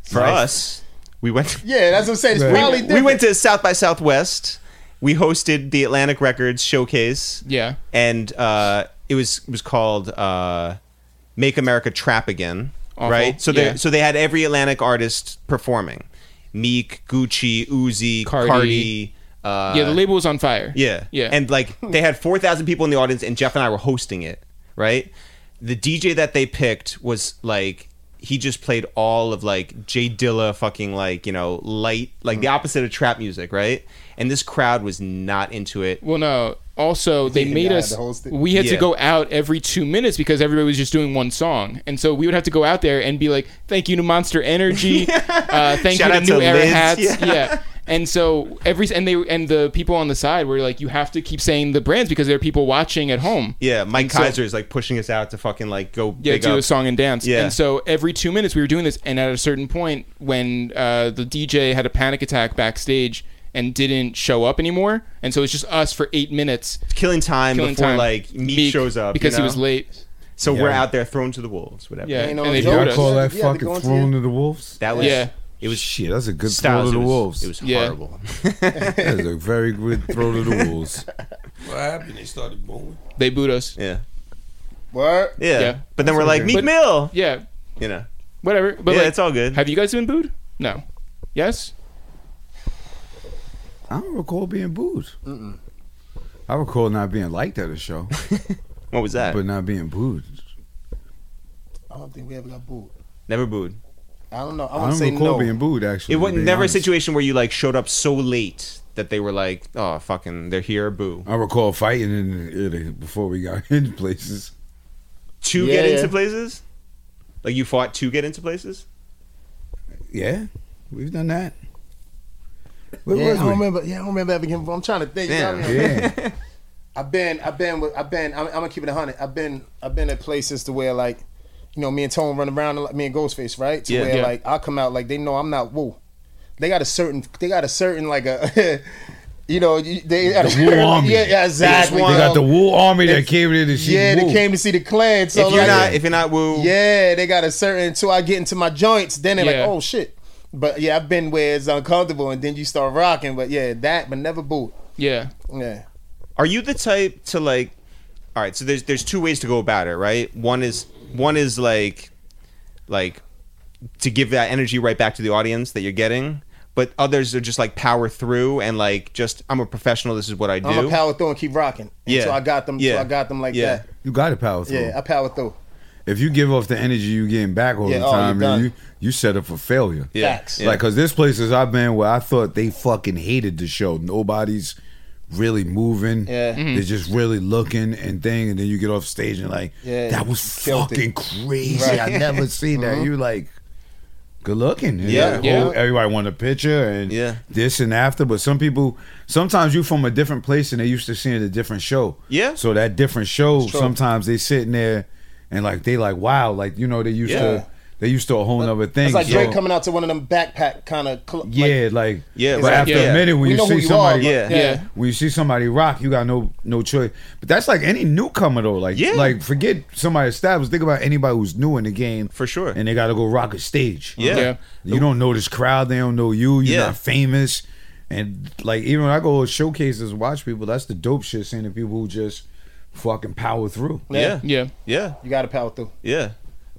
S1: For us, we went.
S4: Yeah, that's what I'm saying. It's
S6: Right.
S4: [laughs]
S1: [laughs]
S4: probably
S1: we,
S4: different.
S1: we went to South by Southwest. We hosted the Atlantic Records showcase.
S2: Yeah.
S1: and uh, it was it was called uh, "Make America Trap Again."
S2: Awful.
S1: Right. So they
S2: Yeah.
S1: so they had every Atlantic artist performing: Meek, Gucci, Uzi,
S2: Cardi.
S1: Cardi. uh,
S2: Yeah, the label was on fire.
S1: yeah.
S2: Yeah.
S1: And like they had 4,000 people in the audience and Jeff and I were hosting it, right? The DJ that they picked was like he just played all of like Jay Dilla fucking like, you know, light like
S2: Mm.
S1: the opposite of trap music, right? And this crowd was not into it.
S2: Well, no. Also, they
S4: Yeah,
S2: made
S4: the
S2: us.
S4: whole sti-
S2: We had to
S1: Yeah.
S2: go out every two minutes because everybody was just doing one song, and so we would have to go out there and be like, "Thank you to Monster
S4: [laughs]
S2: Energy, uh, thank
S1: Shout
S2: you
S1: out
S2: to New
S1: to
S2: Era
S1: Liz."
S2: Hats." Yeah.
S1: Yeah.
S2: And so every and they and the people on the side were like, "You have to keep saying the brands because there are people watching at home."
S1: Yeah, Mike
S2: so-
S1: Kaiser is like pushing us out to fucking like go
S2: Yeah,
S1: big
S2: do
S1: up.
S2: a song and dance.
S1: Yeah.
S2: And so every two minutes we were doing this, and at a certain point, when uh, the DJ had a panic attack backstage and didn't show up anymore, and so it's just us for eight minutes
S1: killing time
S2: killing
S1: before
S2: time.
S1: like Meek,
S2: Meek,
S1: shows up
S2: because
S1: you know?
S2: he was late.
S1: So we're
S6: Yeah.
S1: out there thrown to the wolves, whatever.
S2: Yeah,
S4: You know,
S2: and they booed
S4: Joe-
S6: Y'all
S4: Yeah,
S2: us.
S6: call that
S4: you had to go
S6: fucking
S4: into
S6: thrown
S4: it.
S6: to the wolves?
S1: That was
S2: Yeah.
S1: it was
S6: Shit, that's a good
S1: Styles,
S6: throw to
S1: it
S6: the
S1: was,
S6: wolves.
S1: It was
S2: Yeah.
S1: horrible.
S2: [laughs]
S6: that is a very good throw to
S4: [laughs]
S6: the wolves.
S5: What happened? They started booming.
S2: They booed us.
S1: yeah.
S4: Word.
S1: Yeah.
S2: Yeah.
S1: But then we're like, Meek
S2: But-
S1: Mill.
S2: Yeah,
S1: You know.
S2: whatever. But
S1: yeah,
S2: like,
S1: it's all good.
S2: have you guys been booed? No. Yes.
S6: I don't recall being booed. I recall not being liked at a show,
S1: what was that?
S6: but not being booed.
S4: I don't think we ever got booed.
S1: never booed.
S4: I don't know. I
S6: I
S4: would
S6: don't
S4: say
S6: recall
S4: no.
S6: being booed. Actually,
S1: It was
S6: to be
S1: never a
S6: honest.
S1: situation where you like showed up so late that they were like, oh fucking, they're here, boo.
S6: I recall fighting in, in before we got [laughs] into places.
S1: To
S4: Yeah,
S1: get
S4: yeah.
S1: into places, like you fought to get into places.
S6: Yeah, we've done that. Where
S4: Yeah, I
S6: was
S4: don't
S6: we?
S4: remember. Yeah, I don't remember ever getting. I'm trying to think.
S1: Yeah.
S4: I mean,
S6: Yeah,
S4: I've been. I've been. with- I've been. I'm, I'm gonna keep it a hundred. I've been. I've been at places to where like, you know, me and Tone run around. like, Me and Ghostface, right? To
S1: Yeah.
S4: where
S2: Yeah.
S4: like I come out like they know I'm not woo. They got a certain. They got a certain like a. [laughs] You know, you- they got a
S6: The Wu
S4: certain-
S6: Army.
S4: Yeah, yeah,
S6: they
S4: exactly.
S6: got the
S4: dog.
S6: Wu army that
S4: It's-
S6: came in to see
S4: Yeah,
S6: the
S4: they
S6: Wu.
S4: came to see the clan. So
S1: if you're
S4: like,
S1: not, if you're not woo,
S4: Yeah, they got a certain until I get into my joints, then they're
S2: Yeah.
S4: like, oh shit. But yeah, I've been where it's uncomfortable and then you start rocking. But yeah, that but never boot.
S2: Yeah.
S4: Yeah.
S1: Are you the type to like? All right, so there's there's two ways to go about it, right? One is one is like, like, to give that energy right back to the audience that you're getting, but others are just like power through and like just I'm a professional. This is what I do.
S4: I'm a power through and keep rocking.
S1: Yeah.
S4: Until I got them
S1: Yeah.
S4: until I got them like
S1: Yeah.
S4: that.
S6: You got to power through.
S4: Yeah, I power through.
S6: if you give off the energy you getting back all
S4: Yeah,
S6: the
S4: oh, you're
S6: time,
S4: done.
S6: then you you set up for failure.
S1: Yeah.
S4: Facts.
S1: Yeah.
S6: Like, cause there's places I've been where I thought they fucking hated the show. Nobody's really moving.
S4: Yeah. Mhm.
S6: They're just really looking and thing, and then you get off stage and like,
S4: Yeah,
S6: that was
S4: killed
S6: fucking
S4: it.
S6: crazy.
S4: [laughs] Right. Mm-hmm.
S6: I never seen that. You like, good looking. And
S1: Yeah.
S6: like,
S2: Yeah.
S6: oh, Everybody wanted a picture and
S1: Yeah.
S6: this and after. But some people, sometimes you from a different place and they used to seeing a different show.
S1: Yeah.
S6: So that different show,
S4: true.
S6: sometimes they sitting there and like they like wow, like you know they used
S1: Yeah.
S6: to they used to a whole nother thing.
S4: It's like
S6: so-
S4: Drake coming out to one of them backpack kind of. Cl- like,
S6: yeah, like,
S1: Yeah,
S6: But
S1: like,
S6: after
S1: yeah.
S6: a minute, when
S4: we
S6: you
S4: know
S6: see
S4: who you
S6: somebody,
S4: are.
S1: Yeah.
S4: Yeah.
S2: Yeah.
S4: yeah.
S6: when you see somebody rock, you got no no choice. But that's like any newcomer though. Like
S1: Yeah.
S6: like forget somebody established. Think about anybody who's new in the game
S1: For sure.
S6: and they got to go rock a stage.
S1: Yeah.
S2: Yeah.
S6: you don't know this crowd. They don't know you. You're
S1: Yeah.
S6: not famous. And like even when I go to showcases, watch people. That's the dope shit. Seeing the people who just fucking power through.
S1: Yeah.
S2: Yeah.
S1: Yeah.
S4: You got to power through.
S1: Yeah.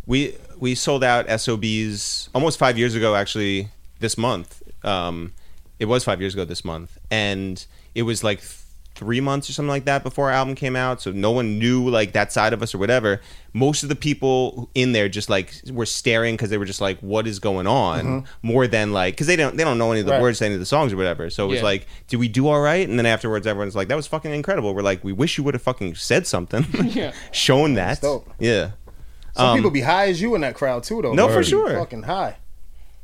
S1: We we sold out SOBs almost five years ago, actually, this month. Um, it was five years ago this month. And it was like th- three months or something like that before our album came out. So no one knew like that side of us or whatever. Most of the people in there just like were staring because they were just like, what is going on? More than like, because they don't, they don't know any of the
S4: Right.
S1: words to any of the songs or whatever. So it was
S2: Yeah.
S1: like, did we do all right? And then afterwards, everyone's like, that was fucking incredible. We're like, we wish you would have fucking said something,
S2: Yeah.
S1: [laughs] shown that.
S4: dope.
S1: Yeah.
S4: Some
S1: Um,
S4: people be high as you in that crowd too, though.
S1: No,
S4: They
S1: for
S4: be
S1: sure.
S4: Fucking high.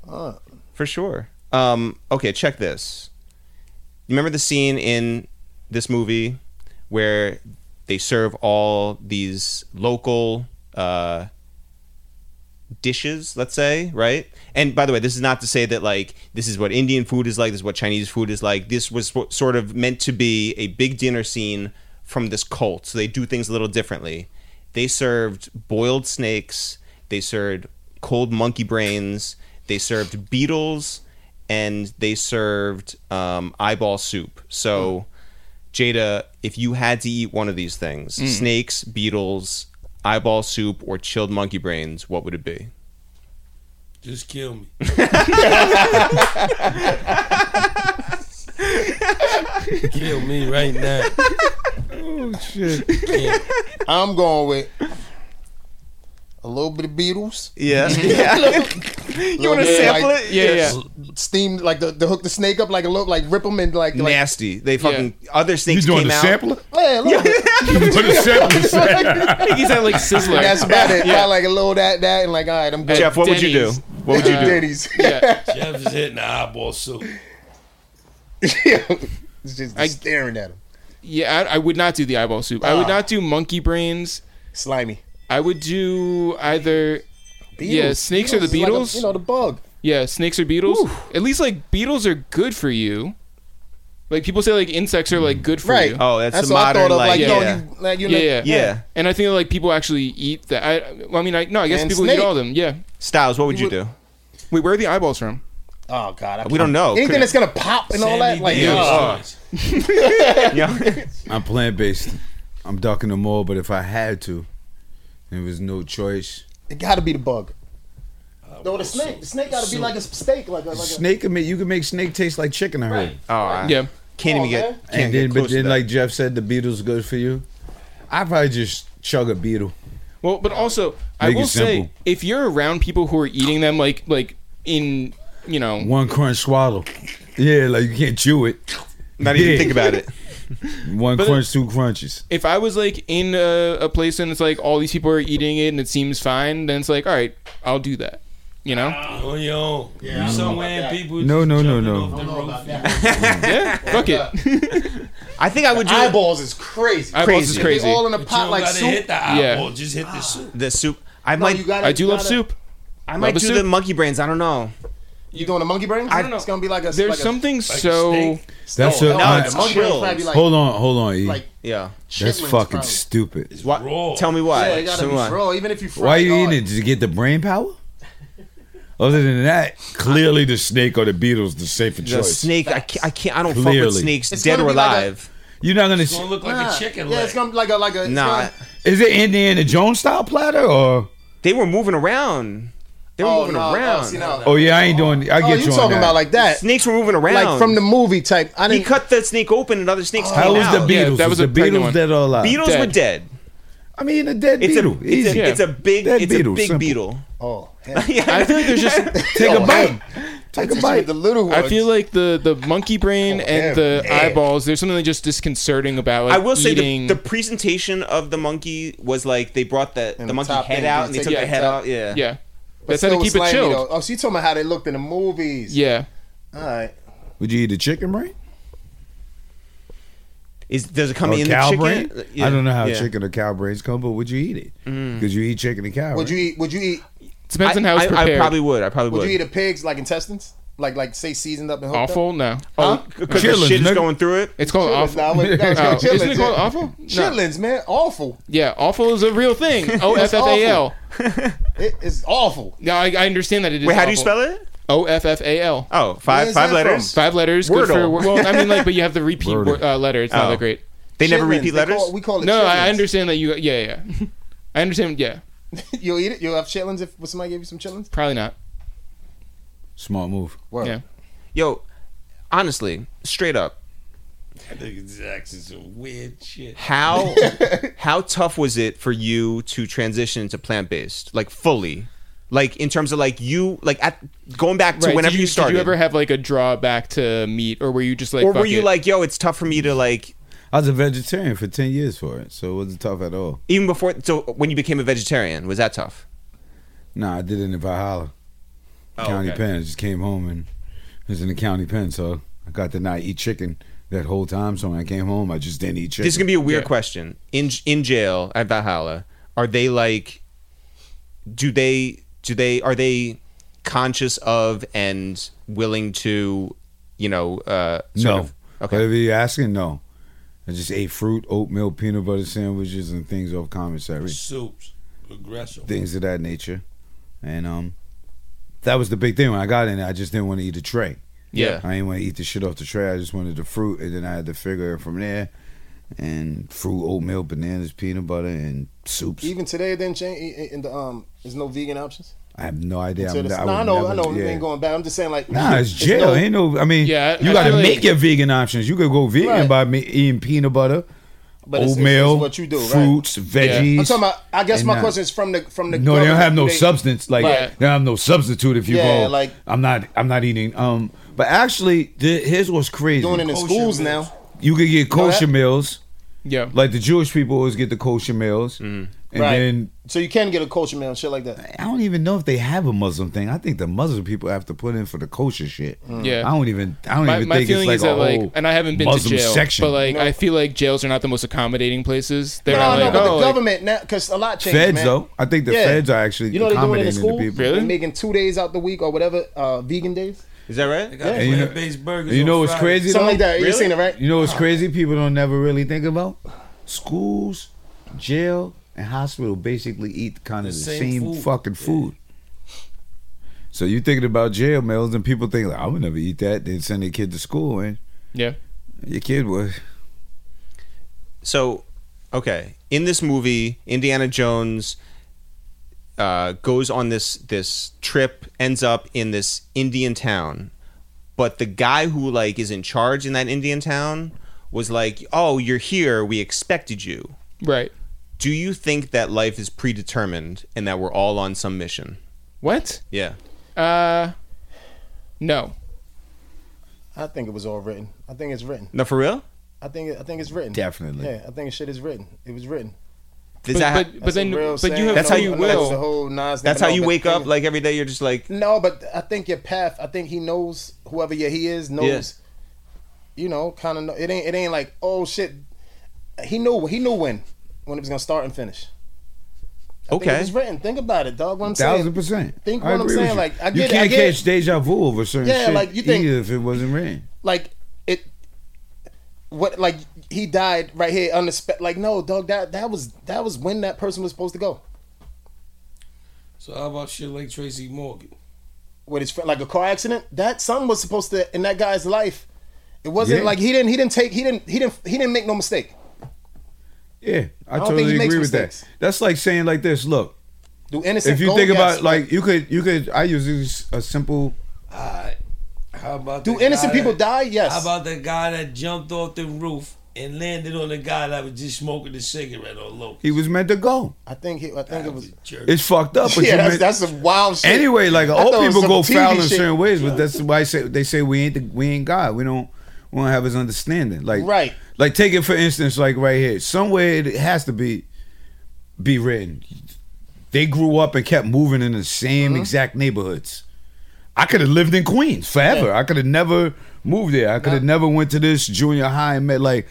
S4: Uh,
S1: For sure. Um, okay, check this. You remember the scene in this movie where they serve all these local uh, dishes, let's say, right? And by the way, this is not to say that like this is what Indian food is like, this is what Chinese food is like. This was sw- sort of meant to be a big dinner scene from this cult. So they do things a little differently. They served boiled snakes, they served cold monkey brains, they served beetles, and they served um, eyeball soup. So Jada, if you had to eat one of these things, snakes, beetles, eyeball soup, or chilled monkey brains, what would it be?
S5: Just
S4: [laughs]
S5: kill me. kill me right now.
S4: I'm going with a little bit of Beatles.
S1: Yeah. [laughs]
S4: [laughs]
S1: yeah. you want to sample it?
S2: Yeah. Yeah.
S4: Steam like the, the hook the snake up like a little like rip them and like like
S1: Nasty. They fucking other snakes
S6: you doing
S1: came
S6: the
S1: out.
S6: sampler?
S4: yeah, a
S1: [laughs]
S4: little bit.
S6: You doing the sampler?
S2: [laughs] I think he's at like Sizzler.
S4: That's about it. Probably like a little that that and like all right, I'm good.
S1: Jeff, what would you do?
S2: Denny's.
S1: What would
S4: [laughs]
S1: you do?
S4: Diddy's.
S2: Yeah.
S5: Jeff is hitting the eyeball soup.
S4: it's [laughs] just
S2: I-
S4: staring at him.
S2: Yeah. I, I would not do the eyeball soup. I would
S4: Ah.
S2: not do monkey brains.
S4: Slimy.
S2: I would do either. Yeah, snakes are the
S4: is like a-
S2: Beatles?
S4: you know the bug.
S2: Yeah, snakes or beetles. At least like beetles are good for you. Like people say, like insects are like good for
S4: Right.
S2: you.
S1: Oh, that's, a
S4: what
S1: modern like,
S4: like,
S1: yeah.
S4: you know, you, like you
S2: yeah,
S4: know,
S2: yeah,
S1: Yeah.
S2: And I think like people actually eat that. I, well, I mean, I no, I guess
S4: And
S2: people eat
S4: snake.
S2: all of them. Yeah.
S1: Styles, what would you do?
S2: Wait, where are the eyeballs from?
S4: Oh god, I
S1: We don't know.
S4: Anything
S1: Could-
S4: that's gonna pop and all that,
S5: Sandy
S4: like
S5: Dill's
S4: oh,
S5: joints.
S1: Yeah.
S6: I'm plant based. I'm ducking them all. But if I had to, there was no choice.
S4: it gotta be the bug. No, the snake. The snake gotta be like a steak, like a, like a
S6: Snake, can make, you can make snake taste like chicken. I heard.
S1: oh, I
S2: Yeah.
S1: can't even
S4: Oh,
S1: get
S4: man.
S1: can't
S6: and
S1: get
S6: then,
S1: close
S6: but
S1: to
S6: then,
S1: that.
S6: like Jeff said, the Beatles good for you. I probably just chug a beetle.
S2: Well, but also I
S6: Make it
S2: will say
S6: simple.
S2: if you're around people who are eating them, like like in you know,
S6: One crunch swallow. Yeah, like you can't chew it.
S1: not even
S6: Yeah.
S1: think about it.
S6: One crunch, two crunches.
S2: if I was like in a, a place and it's like all these people are eating it and it seems fine, then it's like all right, I'll do that.
S1: [laughs]
S2: You know?
S4: uh,
S5: On your own. you somewhere and people
S6: No,
S5: just
S6: no, no,
S5: jumping
S6: no.
S5: off the roof.
S2: Yeah. Fuck it.
S1: I think I would do
S4: eyeballs is crazy.
S2: Eyeballs is
S4: They
S2: crazy.
S4: all in a
S5: But you
S4: pot
S5: don't
S4: like
S5: gotta
S4: soup.
S5: hit the eyeball. Just hit the soup.
S1: the soup. I
S4: No,
S1: might
S4: you gotta,
S2: I do
S4: you
S2: love
S4: gotta-
S2: soup.
S1: I might
S2: Love a
S1: do the
S2: soup.
S1: monkey brains. I don't know.
S4: You doing a monkey brain?
S2: I don't know.
S4: It's gonna be like a.
S2: There's
S4: like a-
S2: something so
S5: snake.
S6: That's
S4: no,
S6: a-
S4: no,
S6: uh,
S4: the monkey brain's probably like,
S6: hold on, hold on, E.
S4: like
S1: Yeah.
S6: That's
S4: chitlins,
S6: fucking
S4: probably.
S6: stupid.
S5: It's
S1: What?
S5: raw.
S1: Tell me why.
S4: Yeah, it gotta
S1: Tell me
S4: be
S1: why.
S4: raw. Even if you fry
S6: Why you
S4: it,
S6: eating it? Did you get the brain power? Other than that, clearly the snake or the Beatles the safer
S1: The
S6: choice.
S1: snake. I can't. I can't. I don't fuck with
S6: Clearly.
S1: snakes,
S4: It's
S1: dead
S4: gonna
S1: or
S4: be like a-
S1: alive.
S6: You're not gonna.
S5: It's
S6: s-
S5: gonna look like a chicken
S4: Yeah,
S5: leg.
S4: it's gonna be like a like a. it's
S1: nah,
S4: gonna-
S6: Is it Indiana Jones style platter or?
S1: they were moving around. They were
S4: oh,
S1: moving
S4: no,
S1: around.
S4: Oh, see, no.
S6: Oh yeah, I ain't doing.
S4: Oh,
S6: I get
S4: you
S6: you on
S4: talking
S6: that.
S4: about like that?
S1: Snakes were moving around.
S4: Like from the movie type. I
S1: he
S4: didn't.
S1: cut the snake open and other snakes
S6: How
S1: came
S6: was the
S1: out.
S6: Beatles?
S2: Yeah, that was
S6: the
S2: a pregnant
S6: Beatles
S2: one.
S6: dead or alive?
S1: Beatles
S2: Dead.
S1: were dead.
S6: I mean, a dead
S1: It's
S6: beetle.
S1: a it's
S6: Easy.
S1: a, it's a big
S6: Dead
S1: it's
S6: beetle,
S1: a big
S6: simple. [laughs]
S1: beetle.
S2: [laughs]
S4: Oh, hell.
S2: I feel like there's just
S6: Take
S4: Oh,
S6: a bite.
S4: hey.
S6: Take a bite.
S4: the little ones.
S2: I feel like the the
S1: [laughs]
S2: monkey brain and the
S4: damn.
S2: eyeballs. There's something just disconcerting about.
S1: Oh,
S2: Like,
S1: I will say
S2: eating.
S1: the, the presentation of the monkey was like they brought the, the
S4: the
S1: monkey
S4: top
S1: head
S4: thing,
S1: out
S4: they
S1: and they
S4: take
S1: took
S4: the
S1: the head
S4: top-
S1: off. Yeah.
S2: yeah. That's how they
S4: still
S2: keep it
S4: slimy,
S2: chilled.
S4: though. Oh, she talking about how they looked in the movies.
S2: Yeah.
S4: All right.
S6: Would you eat the chicken brain?
S1: Is does it come
S6: Or
S1: in
S6: Oh, cow
S1: the chicken?
S6: brain? I don't know how
S1: Yeah. Mm.
S6: chicken or cow brains come, but would you eat it? Because you eat chicken and cow.
S4: Would
S6: right?
S4: you eat? Would you eat?
S2: Depends on
S1: I,
S2: how it's
S1: I,
S2: prepared.
S1: I probably would. I probably would.
S4: Would you eat a pig's like intestines? Like like say seasoned up and hooked
S2: awful? No.
S1: Oh, because the
S6: Chitlins,
S1: shit is
S6: nigga.
S1: going through it.
S2: It's called
S4: Up?
S2: awful. [laughs]
S4: Nah, wait, no, it's
S2: Oh,
S4: called chitlins,
S2: isn't it called
S4: yeah.
S2: awful? No.
S4: Chitlins, man, awful.
S2: Yeah, awful is a
S1: [laughs]
S2: real thing. O F F A L.
S4: It is awful.
S2: Yeah, I, I understand that it is.
S1: Wait, how do you spell it?
S2: O F F A L.
S1: Oh, five
S4: is
S1: five
S4: that
S1: letters.
S2: Five letters. Good for,
S1: Wordle.
S2: well, I mean, like, but you have the repeat
S6: Wordle.
S2: wor- uh, letter. It's not
S1: Oh.
S2: that great.
S1: They never
S4: Chitlins,
S1: repeat
S4: they call
S1: letters.
S4: it- we call it.
S2: No, I
S4: chitlins.
S2: understand that you. Yeah, yeah. I understand. Yeah,
S4: [laughs] You'll eat it. You'll have chitlins if somebody gave you some chitlins.
S2: probably not.
S6: Smart move.
S4: Word.
S2: Yeah.
S1: Yo, honestly, straight up,
S5: Nigga Jackson's some weird
S4: [laughs]
S5: shit.
S1: how how tough was it for you to transition to plant based, like fully, like in terms of like you like at going back to
S2: Right.
S1: whenever
S2: did you,
S1: you, started?
S2: Did you ever have like a drawback to meat, or were you just like?
S1: or
S2: fuck
S1: were you
S2: it?
S1: like, yo, it's tough for me to like
S6: I was a vegetarian for ten years for it, so it wasn't tough at all.
S1: even before? So when you became a vegetarian, was that tough?
S6: Nah, I did it in Valhalla, county
S1: Oh, okay.
S6: pen. I just came home and it was in the county pen, so I got to not eat chicken that whole time. So when I came home, I just didn't eat chicken.
S1: This is gonna be a weird
S2: Yeah.
S1: question. In in jail at Valhalla, are they like? Do they do they are they conscious of and willing to, you know, uh, sort
S6: no.
S1: of- okay,
S6: Whatever you're asking, no. I just ate fruit, oatmeal, peanut butter sandwiches, and things off commissary,
S5: Soups. Progresso.
S6: things of that nature. And um, that was the big thing when I got in. there, I just didn't want to eat a tray.
S1: yeah.
S6: I didn't want to eat the shit off the tray. I just wanted the fruit, and then I had to figure it from there. And fruit, oatmeal, bananas, peanut butter, and soups.
S4: Even today, then change in the um, there's no vegan options.
S6: I have no idea.
S4: So
S6: I'm-
S4: this- no,
S6: I would
S4: I know,
S6: never-
S4: I know. We
S6: yeah.
S4: ain't going back. I'm just saying, like,
S6: Nah,
S4: [laughs]
S6: it's
S4: there's
S6: jail.
S4: no-
S6: ain't no. I mean,
S2: Yeah, I-
S6: you
S2: I
S6: got to
S2: feel like-
S6: make your vegan options. You could go vegan
S4: Right.
S6: by me eating peanut butter,
S4: But it's- it's- it's
S6: oatmeal,
S4: what you do, right?
S6: fruits, veggies.
S4: I'm talking about. I guess
S6: and
S4: my
S6: not-
S4: question is from the from the.
S6: No, they don't
S4: government,
S6: have no
S4: they-
S6: substance. Like
S2: Right.
S6: they don't have no substitute if you
S4: Yeah,
S6: go.
S4: like-
S6: I'm not. I'm not eating. Um, but actually, the, here's what's crazy.
S4: Doing it in
S5: Kosher
S4: schools
S5: meals.
S4: now.
S6: you could get
S4: that-
S6: kosher meals.
S2: Yeah.
S6: Like the Jewish people always get the kosher meals, and
S4: Right.
S6: then
S4: So you can get a culture meal and shit like that.
S6: I don't even know if they have a Muslim thing. I think the Muslim people have to put in for the kosher shit.
S4: Mm.
S2: Yeah.
S6: I don't even. I don't
S2: my,
S6: even
S2: my
S6: think it's
S2: feeling
S6: like
S2: is
S6: a
S2: that like,
S6: whole
S2: and I haven't been
S6: Muslim
S2: to jail,
S6: section.
S2: but like,
S4: No.
S2: I feel like jails are not the most accommodating places. They're
S4: No,
S2: not
S4: no,
S2: like,
S4: but
S2: oh,
S4: the
S2: like-
S4: government now, because a lot changed.
S6: feds
S4: man.
S6: though. I think the
S4: Yeah.
S6: feds are actually
S4: You know what they're doing in the
S6: accommodating the,
S4: schools?
S6: people.
S2: Really?
S4: They're making two days out the week or whatever, uh, vegan days,
S1: Is that right?
S5: They got
S6: And you know-
S5: plant-based burgers.
S6: You know
S5: on
S6: what's
S5: Friday.
S6: crazy
S4: something
S6: though?
S4: like that. You
S1: really?
S4: seen it, right?
S6: You know what's crazy? People don't never really think about schools, jail, and hospital. Basically, eat kind of the,
S5: The
S6: same,
S5: same food.
S6: fucking food. So you thinking about jail meals, and people think like, "I would never eat that." They send their kid to school, and
S2: yeah,
S6: your kid was
S1: So, okay, in this movie, Indiana Jones uh, goes on this this trip, ends up in this Indian town, but the guy who like is in charge in that Indian town was like, "Oh, you're here. We expected you."
S2: right.
S1: Do you think that life is predetermined and that we're all on some mission?
S2: What?
S1: Yeah.
S2: Uh, no.
S4: I think it was all written. I think it's written.
S1: No, for real.
S4: I think it- I think it's written.
S6: Definitely.
S4: Yeah, I think shit is written. It was written.
S1: Is
S2: But,
S1: that
S2: but, but
S4: That's a
S2: then,
S4: real
S2: but
S4: saying.
S2: you have
S1: That's how
S2: free
S1: you
S4: I know
S2: will.
S4: that's the whole Nas
S1: that's
S4: thing,
S1: how you
S4: but
S1: wake
S4: thing
S1: up
S4: is-
S1: like every day. You're just like,
S4: No, but I think your path. I think he knows whoever yeah, he is knows. You know, kind of. It ain't. It ain't like oh shit. He knew. He knew when when it was gonna start and finish. I think
S1: Okay.
S4: it was written. Think about it, dog. What I'm
S6: thousand
S4: saying.
S6: percent.
S4: Think
S6: I
S4: what I'm
S6: agree with
S4: saying,
S6: you.
S4: like, I
S6: you
S4: get it, I
S6: can't
S4: get it.
S6: catch deja vu over certain
S4: Yeah,
S6: shit.
S4: like, you think-
S6: either if it wasn't rain.
S4: Like it. What like he died right here unexpected. Like no, dog. That that was that was when that person was supposed to go
S5: So how about shit like Tracy Morgan?
S4: with his friend, like a car accident. That son was supposed to in that guy's life. It wasn't
S6: Yeah.
S4: like he didn't he didn't take he didn't he didn't he didn't make no mistake.
S6: Yeah, I,
S4: don't think
S6: totally
S4: he
S6: agree
S4: makes
S6: with
S4: mistakes.
S6: that. That's like saying like this. Look,
S4: Do innocent.
S6: if you
S4: go?
S6: think
S4: Yes.
S6: about like you could you could I use this- a simple
S5: Alright. How about
S4: Do
S5: the
S4: innocent
S5: guy
S4: people
S5: that-
S4: die? Yes.
S5: How about the guy that jumped off the roof and landed on the guy that was just smoking a cigarette on low?
S6: he was meant to go.
S4: I think he, I think it was.
S5: jerk.
S6: It's fucked up. [laughs] But
S4: [laughs]
S6: you
S4: Yeah, that's,
S6: meant-
S4: that's some wild shit.
S6: anyway, like
S4: I thought
S6: old
S4: it was
S6: people
S4: some
S6: go
S4: TV
S6: foul in
S4: shit.
S6: certain ways, but that's why I say, they say we ain't the, we ain't God. We don't we don't have his understanding. Like
S4: Right.
S6: Like take it for instance, like right here, somewhere it has to be be written. They grew up and kept moving in the same
S4: Mm-hmm.
S6: exact neighborhoods. I could have lived in Queens forever. I could have never moved there. I could have never went to this junior high and met like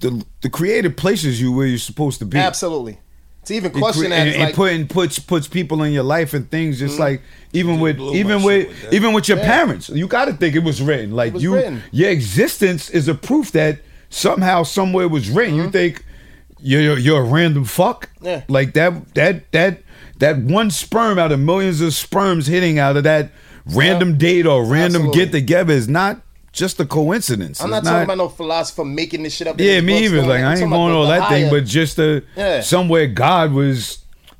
S6: the the creative places you where you're supposed to be.
S4: Absolutely. To even
S6: It
S4: question
S6: cre-
S4: that
S6: and,
S4: is
S6: and
S4: like, Mm-hmm.
S6: putting puts puts people in your life and things just like even
S8: Just
S6: with
S8: blew my
S6: even
S8: shit
S6: with,
S8: with that.
S6: even with your
S4: Yeah.
S6: parents you got to think it was written like
S4: was
S6: you
S4: written.
S6: your existence is a proof that somehow somewhere it was written you think you're, you're you're a random fuck
S4: Mm-hmm. Yeah.
S6: like that that that that one sperm out of millions of sperms hitting out of that random date or random
S4: Absolutely.
S6: get together is not just a coincidence
S4: I'm
S6: It's
S4: not, talking about no philosopher making this shit up. in
S6: yeah,
S4: his
S6: me
S4: books,
S6: either.
S4: doing
S6: Like I
S4: I'm
S6: ain't
S4: talking
S6: going
S4: about
S6: all
S4: the
S6: that thing,
S4: higher-
S6: but just the
S4: Yeah.
S6: somewhere God was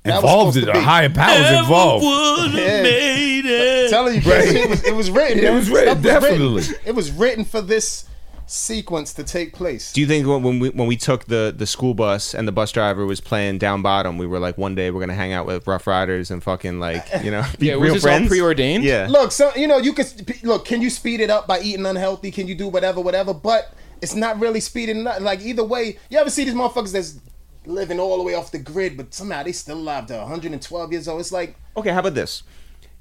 S4: was
S6: involved,
S4: supposed
S6: in
S4: to
S6: a
S4: be.
S6: higher powers involved.
S5: Would
S4: Yeah.
S5: have made it.
S4: telling you,
S6: Right.
S4: it, was, it was written.
S6: It
S4: man.
S6: was written,
S4: Stuff
S6: definitely.
S4: It was written for this sequence to take place.
S1: Do you think when- when we when we took the the school bus and the bus driver was playing down bottom, we were like, one day we're gonna hang out with Rough Riders and fucking like you know be
S2: [laughs] Yeah, was
S1: real
S2: this all
S1: friends?
S2: preordained?
S1: Yeah.
S4: look, so you know, you can look. Can you speed it up by eating unhealthy? Can you do whatever, whatever? But it's not really speeding up. Like either way, you ever see these motherfuckers that's living all the way off the grid, but somehow they still alive to 112 years old? It's like
S1: Okay, how about this?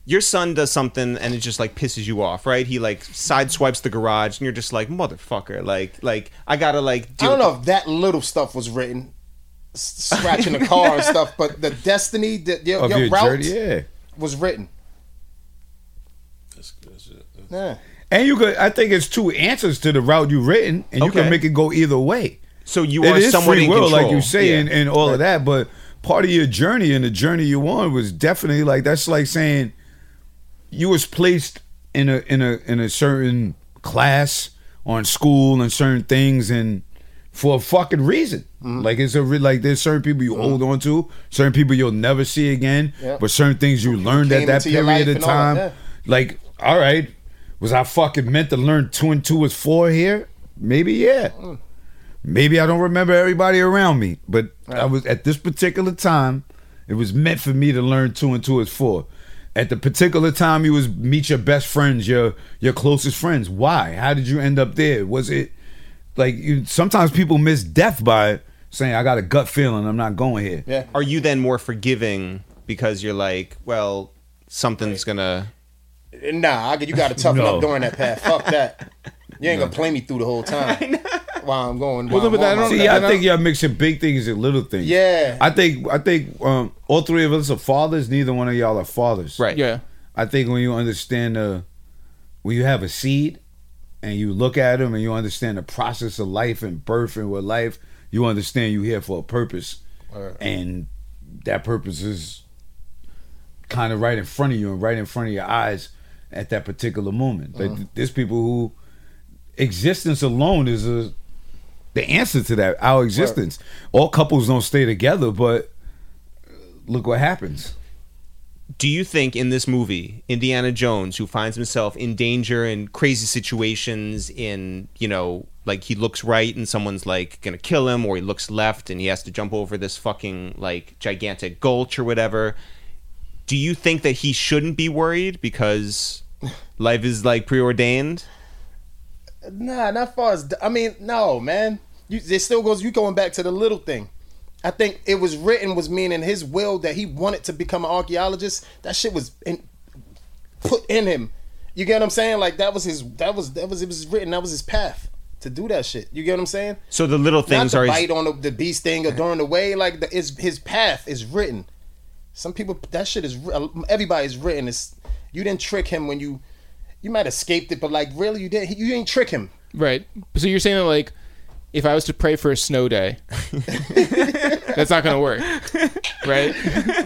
S1: Your son does something and it just like pisses you off, right? He like sideswipes the garage and you're just like, motherfucker, like like I gotta like
S4: I
S1: deal
S4: don't know if that little stuff was written, s- scratching the car and stuff, but the destiny, the, your,
S6: Of
S4: your
S6: your
S4: route
S6: journey, yeah.
S4: was written.
S8: That's, that's it.
S4: Yeah.
S6: And you could, I think it's two answers to the route you written, and you
S1: Okay.
S6: can make it go either way.
S1: So you
S6: It
S1: are
S6: is
S1: someone
S6: free
S1: in
S6: will,
S1: control.
S6: like you say,
S1: Yeah.
S6: and, and all of that. But part of your journey and the journey you on was definitely like that's like saying you was placed in a in a in a certain class on school and certain things and for a fucking reason.
S4: Mm-hmm.
S6: Like it's a re- like there's certain people you hold on to, certain people you'll never see again,
S4: Yep.
S6: but certain things you learned at
S4: came
S6: that
S4: into your
S6: period
S4: life
S6: of
S4: and all that,
S6: time.
S4: yeah.
S6: Like, all right, was I fucking meant to learn two and two is four here? Maybe yeah.
S4: Mm.
S6: Maybe I don't remember everybody around me, but I was at this particular time. It was meant for me to learn two and two is four. At the particular time, you was meet your best friends, your your closest friends. Why? How did you end up there? Was it like you? Sometimes people miss death by saying, "I got a gut feeling, I'm not going here."
S4: Yeah.
S1: are you then more forgiving because you're like, well, something's gonna
S4: Nah, I, g- you got to toughen
S6: No.
S4: up during that path. Fuck that. You ain't gonna play me through the whole time while I'm going. While
S2: Well,
S4: I'm
S2: but I
S4: on my-
S2: don't-
S6: See, I think y'all mixing big things and little things.
S4: Yeah.
S6: I think I think um, all three of us are fathers. Neither one of y'all are fathers.
S1: Right.
S2: Yeah.
S6: I think when you understand uh when you have a seed and you look at them and you understand the process of life and birth and with life, you understand you're here for a purpose, and that purpose is kind of right in front of you and right in front of your eyes at that particular moment. Like there's people who existence alone is a the answer to that. Our existence. All couples don't stay together, but look what happens.
S1: Do you think in this movie, Indiana Jones, who finds himself in danger in crazy situations, in you know, like he looks right and someone's like gonna kill him, or he looks left and he has to jump over this fucking like gigantic gulch or whatever? Do you think that he shouldn't be worried because life is like preordained?
S4: Nah, not far as I mean, no, man. You, it still goes. You going back to the little thing. I think it was written was meaning his will that he wanted to become an archaeologist. That shit was in, put in him. You get what I'm saying? Like that was his. That was that was it was written. That was his path to do that shit. You get what I'm saying?
S1: So the little things
S4: Not
S1: are
S4: to
S1: his-
S4: bite on the, the beast thing or during the way. Like the, his his path is written. Some people that shit is ri- everybody's written. It's you didn't trick him when you you might escaped it, but like really you didn't. You didn't trick him.
S2: Right. So you're saying that like if I was to pray for a snow day, that's not going to work. Right?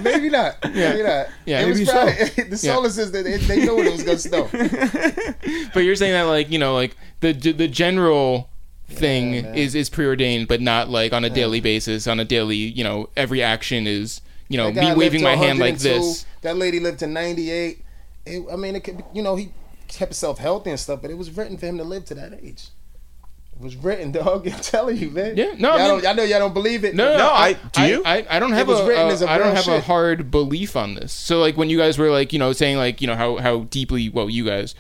S4: Maybe not. Maybe not.
S2: Yeah,
S4: it
S2: maybe
S4: was
S2: so.
S4: probably, [laughs] the
S2: Yeah.
S4: solar system. They, they know it was gonna snow.
S2: But you're saying that like, you know, like the the general thing is is preordained but not like on a daily basis, on a daily, you know, every action is, you know,
S4: That guy
S2: me waving my
S4: lived to
S2: hand like
S4: 102.
S2: this.
S4: That lady lived to ninety eight. I mean, it could be, you know he kept himself healthy and stuff, but it was written for him to live to that age. It was written, [laughs] dog. I'm telling you, man.
S2: Yeah, no, I
S4: Y'all
S2: mean-
S4: don't- I know y'all don't believe it.
S2: No, no,
S1: No, I-
S2: I,
S1: do you?
S2: I, I, I don't have a,
S4: was written
S2: a-
S4: as a
S2: I don't
S4: real
S2: have a
S4: shit.
S2: hard belief on this. So like when you guys were like you know saying like you know how how deeply well you guys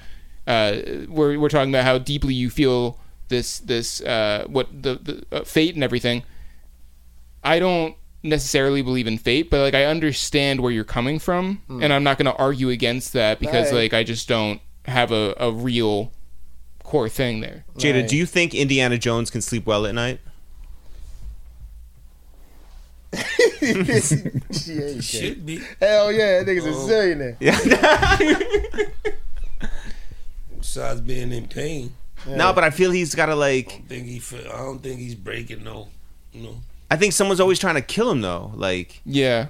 S2: uh were we're talking about how deeply you feel this this uh what the, the uh, fate and everything. I don't necessarily believe in fate, but like I understand where you're coming from, and I'm not going to argue against that because
S4: Hmm. Right.
S2: like I just don't have a, a real core thing there.
S1: Jada,
S4: Right.
S1: do you think Indiana Jones can sleep well at night?
S4: [laughs] Yeah, you can.
S5: Should be.
S4: Hell yeah, that nigga's
S6: Oh.
S4: a zillionaire.
S8: Besides being in pain,
S1: No, but I feel he's got to
S8: I
S1: like.
S8: don't think he. Feel, I don't think he's breaking no. No.
S1: I think someone's always trying to kill him though. Like
S4: [laughs]
S2: Yeah.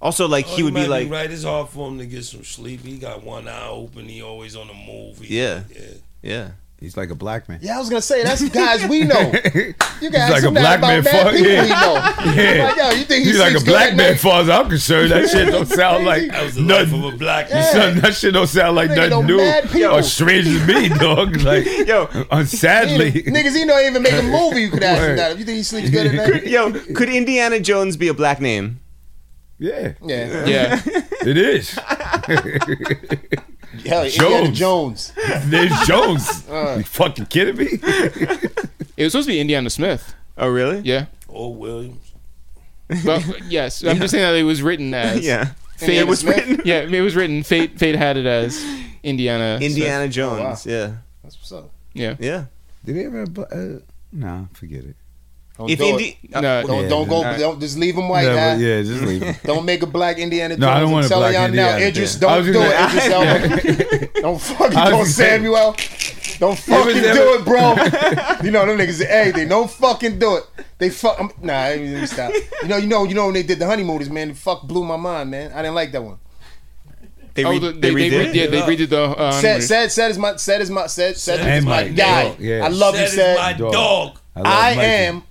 S1: also like
S8: Oh,
S1: he would
S8: might
S1: be like
S8: right. It's hard for him to get some sleep. He got one eye open. He always on the move. He-
S1: Yeah.
S8: yeah.
S1: yeah.
S6: He's like a black man.
S4: Yeah, I was gonna say that's guys we
S6: [laughs]
S4: know. You guys
S6: like a black man fuck,
S4: people
S6: yeah.
S4: we
S6: [laughs]
S4: know.
S6: Yeah.
S4: Like, yo, you think he
S6: He's like a
S4: sleeps
S6: black
S4: good
S6: man,
S4: at night?
S6: far as I'm concerned. That shit don't sound like
S8: That was the life
S6: nothing.
S8: of a black
S4: Yeah.
S8: man.
S6: Son, that shit don't sound like
S4: Nigga know
S6: nothing new
S4: mad people.
S6: or strange
S4: [laughs]
S6: to me, dog. Like,
S1: Yo.
S6: uh, sadly,
S4: Niggas, he don't even make
S6: [laughs]
S4: a movie. You could ask him that. If you think he sleeps good at night,
S1: Yo, could Indiana Jones be a black name?
S6: yeah,
S4: yeah,
S2: Yeah.
S6: it is.
S4: hell, Indiana
S6: Jones.
S4: Jones. [laughs]
S6: There's Jones.
S4: Uh.
S6: you fucking kidding me?
S2: it was supposed to be Indiana Smith.
S1: Oh really?
S2: Yeah.
S8: Oh Williams.
S2: Well, yes. I'm just saying that it was written as
S1: [laughs] Yeah.
S2: Fate.
S1: It was
S4: Smith?
S1: written
S2: yeah, it was written. Fate Fate had it as Indiana. Smith.
S1: Indiana Jones. Yeah.
S4: That's what's up.
S2: Yeah.
S1: Yeah.
S6: [laughs] Did he ever? have bla- Uh, nah, forget it.
S4: Don't
S1: If
S4: do
S1: Indi- uh,
S4: it.
S2: No.
S4: Don't, don't go. Don't just leave him white.
S6: yeah,
S4: huh?
S6: but yeah, just
S4: [laughs]
S6: leave. it.
S4: Don't make a black Indiana Jones.
S6: No, I don't want a
S4: I'm telling
S6: black
S4: y'all now,
S6: Indiana
S4: Idris,
S6: Jones. I
S4: don't
S6: was
S4: do
S6: gonna- [laughs]
S4: it. Idris Elba. don't fucking do
S6: I was gonna
S4: it,
S6: say-
S4: Samuel.
S6: [laughs]
S4: Don't fucking
S6: was never-
S4: do it, bro.
S6: [laughs]
S4: you know them niggas. Hey, they don't fucking do it. They fuck. I'm, nah, let me let me stop. You know, you know, you know when they did the honeymooners, man. It fuck blew my mind, man. I didn't like that one.
S1: They,
S2: Oh,
S1: re- they,
S2: the, they, they,
S1: redid
S2: redid,
S1: it?
S2: yeah, they redid the. Uh,
S4: Sad,
S2: Unwritten.
S4: sad, sad is my, sad is my, sad, sad,
S8: Sad
S4: is my,
S8: is my
S4: guy.
S6: dog, yeah.
S4: I love
S8: That
S4: you,
S8: is
S4: sad.
S8: my
S6: Dog.
S8: dog.
S6: love
S4: I
S6: Mikey.
S4: am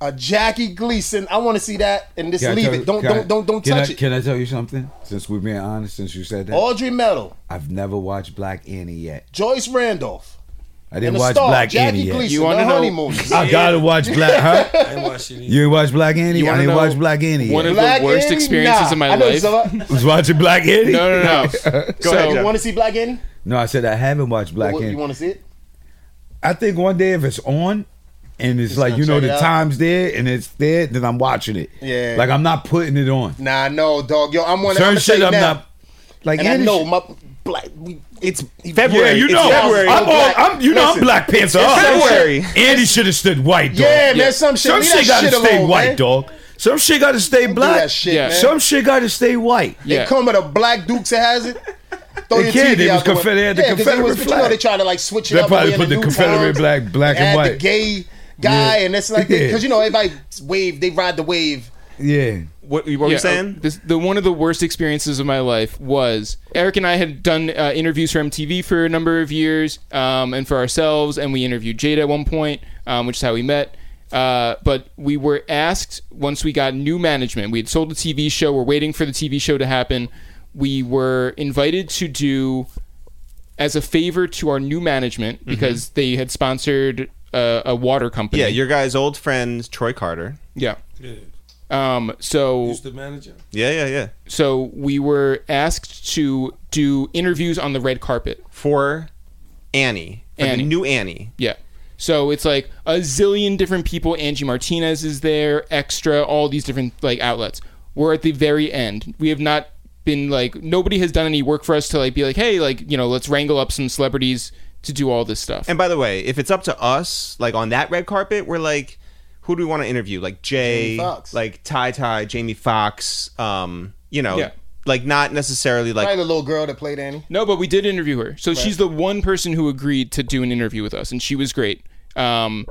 S4: a Jackie Gleason. I want to see that and just
S6: Can I
S4: leave
S6: tell-
S4: it. Don't,
S6: can I-
S4: don't, don't, don't
S6: can
S4: touch
S6: I,
S4: it.
S6: Can I tell you something? Since we're being honest, since you said that,
S4: Audrey Meadow,
S6: I've never watched Black Annie yet.
S4: Joyce Randolph,
S6: I
S4: and
S6: didn't
S4: the
S6: watch
S4: star
S6: Black
S4: Jackie
S6: Annie yet.
S4: Gleason.
S2: You
S4: the
S2: wanna know- [laughs]
S4: honeymooners.
S6: I gotta watch Black.
S4: [laughs]
S6: Huh?
S8: I ain't watch shit. either.
S6: You ain't watch Black Annie?
S2: You
S6: I
S2: wanna
S6: didn't
S2: know
S6: watch Black Annie
S2: one
S6: yet.
S2: of- the worst
S4: Annie?
S2: experiences of my
S4: I know
S2: life.
S4: it's
S2: [laughs]
S4: a-
S6: [laughs] was watching Black Annie?
S2: No, no,
S1: [laughs]
S2: no. so,
S1: ahead,
S4: you
S1: Jeff.
S4: want to see Black Annie?
S6: No, I said I haven't watched Black
S4: What-
S6: Annie.
S4: you want to see it?
S6: I think one day if it's on and it's
S4: Just
S6: like
S4: gonna
S6: you know
S4: check it
S6: the
S4: out.
S6: time's there and it's there, then I'm watching it.
S4: Yeah.
S6: Like I'm not putting it on.
S4: Nah, no, dog. Yo, I'm one.
S6: Certain
S4: I'm
S6: shit
S4: shit.
S6: I'm
S4: now,
S6: not like
S4: And I
S6: Annie
S4: know
S6: shit-
S4: my black. We,
S1: It's
S6: Yeah,
S1: February.
S6: you
S1: It's
S6: know.
S1: February.
S6: I'm, all,
S4: Black-
S6: I'm you know I'm
S4: Listen,
S6: Black Panther. up.
S1: February.
S6: Andy should have stood white, dog.
S4: yeah, man. Some shit.
S6: Some
S4: leave that
S6: shit gotta
S4: shit
S6: stay
S4: alone,
S6: white,
S4: man.
S6: dog. Some shit gotta stay
S4: Do
S6: black.
S4: that shit,
S2: Yeah.
S4: man.
S6: Some shit gotta stay white.
S4: They
S2: yeah.
S4: come with a black Dukes of Hazard. Throw
S6: They
S4: your
S6: can't.
S4: TV
S6: They
S4: out
S6: was
S4: the window.
S6: Confederate- they had the
S4: Yeah, 'cause they
S6: Confederate
S4: was- but You know
S6: flag.
S4: they try to like switch it
S6: They
S4: up.
S6: probably
S4: in
S6: put the
S4: new
S6: Confederate
S4: towns,
S6: black, black and
S4: add
S6: white.
S4: the gay guy,
S6: Yeah.
S4: and it's like
S6: Yeah.
S4: because you know everybody wave. They ride the wave.
S6: Yeah.
S1: What, what were you
S2: Yeah,
S1: saying?
S2: uh, This, the one of the worst experiences of my life was Eric and I had done uh, interviews for MTV for a number of years, um, and for ourselves, and we interviewed Jada at one point, um, which is how we met. Uh, but we were asked once we got new management. We had sold the TV show. We're waiting for the TV show to happen. We were invited to do as a favor to our new
S1: Mm-hmm.
S2: management because they had sponsored uh, a water company.
S1: yeah, your guy's old friend Troy Carter.
S2: yeah.
S8: Yeah.
S2: Um, so
S8: Who's the manager?
S1: Yeah, yeah, yeah.
S2: so we were asked to do interviews on the red carpet.
S1: For Annie, for
S2: Annie.
S1: the new Annie.
S2: Yeah. So it's like a zillion different people. Angie Martinez is there, extra, all these different like outlets. We're at the very end. We have not been like nobody has done any work for us to like be like, hey, like, you know, let's wrangle up some celebrities to do all this stuff.
S1: And by the way, if it's up to us, like on that red carpet, we're like, who do we want to interview? Like Jay,
S4: Jamie Foxx.
S1: like Ty Ty, Jamie Fox. Um, you know,
S2: Yeah.
S1: like not necessarily like
S4: Probably the little girl that played Annie.
S2: No, but we did interview her. So she's the one person who agreed to do an interview with us, and she was great. Um,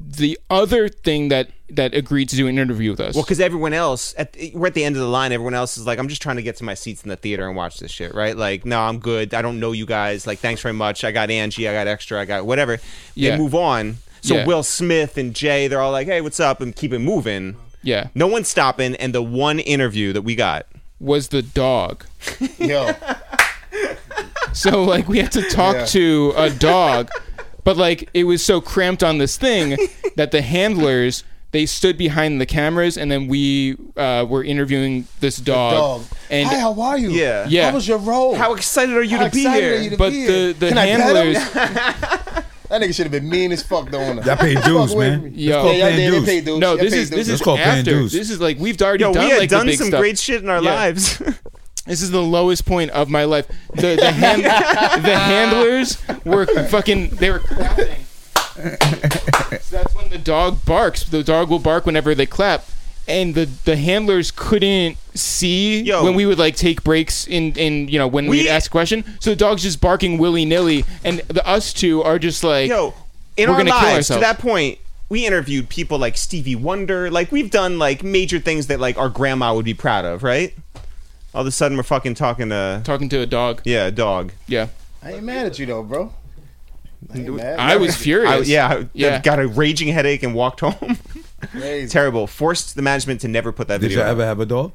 S2: the other thing that that agreed to do an interview with us.
S1: well, because everyone else at the- we're at the end of the line. Everyone else is like, I'm just trying to get to my seats in the theater and watch this shit, right? Like, no, I'm good. I don't know you guys. Like, thanks very much. I got Angie. I got extra. I got whatever.
S2: Yeah.
S1: They move on. So
S2: Yeah.
S1: Will Smith and Jay, they're all like, hey, what's up? And keep it moving.
S2: yeah.
S1: No one's stopping. And the one interview that we got.
S2: was the dog.
S1: [laughs]
S4: Yo,
S1: Uh,
S2: So like we had to talk
S4: Yeah.
S2: to a dog, but like it was so cramped on this thing that the handlers they stood behind the cameras and then we uh, were interviewing this dog.
S4: dog.
S2: And
S4: Hi, how are you?
S1: Yeah.
S2: Yeah.
S4: How was your role?
S1: How excited are you
S4: How
S1: to be
S4: excited
S1: here?
S4: are you to
S2: but
S4: be
S2: the
S4: [laughs] here?
S2: the
S4: Can I pet him?
S2: handlers
S4: That nigga should have been mean as fuck though. on the-
S6: Y'all
S4: [laughs]
S6: paid
S4: Fuck
S6: dues,
S4: away
S6: man.
S4: from me.
S6: It's
S2: Yo.
S4: Yeah,
S6: called
S4: y'all
S6: paying
S4: did it,
S6: dues.
S4: paid dues.
S2: No,
S4: Y'all
S2: this
S4: paid
S2: is
S4: dues.
S2: this is
S6: That's called paying
S2: after.
S6: dues.
S2: This is like we've already
S1: Yo,
S2: done
S1: we had
S2: like the
S1: done
S2: big
S1: some
S2: stuff.
S1: great shit in our
S2: Yeah.
S1: lives. [laughs]
S2: This is the lowest point of my life. The the, hand, the
S1: [laughs]
S2: handlers were fucking. They were clapping. So that's when the dog barks. The dog will bark whenever they clap, and the the handlers couldn't see
S1: Yo.
S2: when we would like take breaks in in you know when
S1: We-
S2: we would ask a question. So the dog's just barking willy nilly, and the us two are just like
S1: Yo, in
S2: We're
S1: our
S2: gonna kill
S1: lives to
S2: ourselves.
S1: that point, we interviewed people like Stevie Wonder. Like we've done like major things that like our grandma would be proud of, right? All of a sudden, we're fucking talking to
S2: talking to a dog.
S1: yeah, a dog.
S2: Yeah,
S4: I ain't mad at you though, bro. I ain't mad.
S2: I was furious.
S1: I, yeah, I-
S2: yeah.
S1: got a raging headache and walked home. [laughs]
S4: Crazy.
S1: Terrible. Forced the management to never put that
S6: Did
S1: video.
S6: y'all
S1: up.
S6: ever have a dog?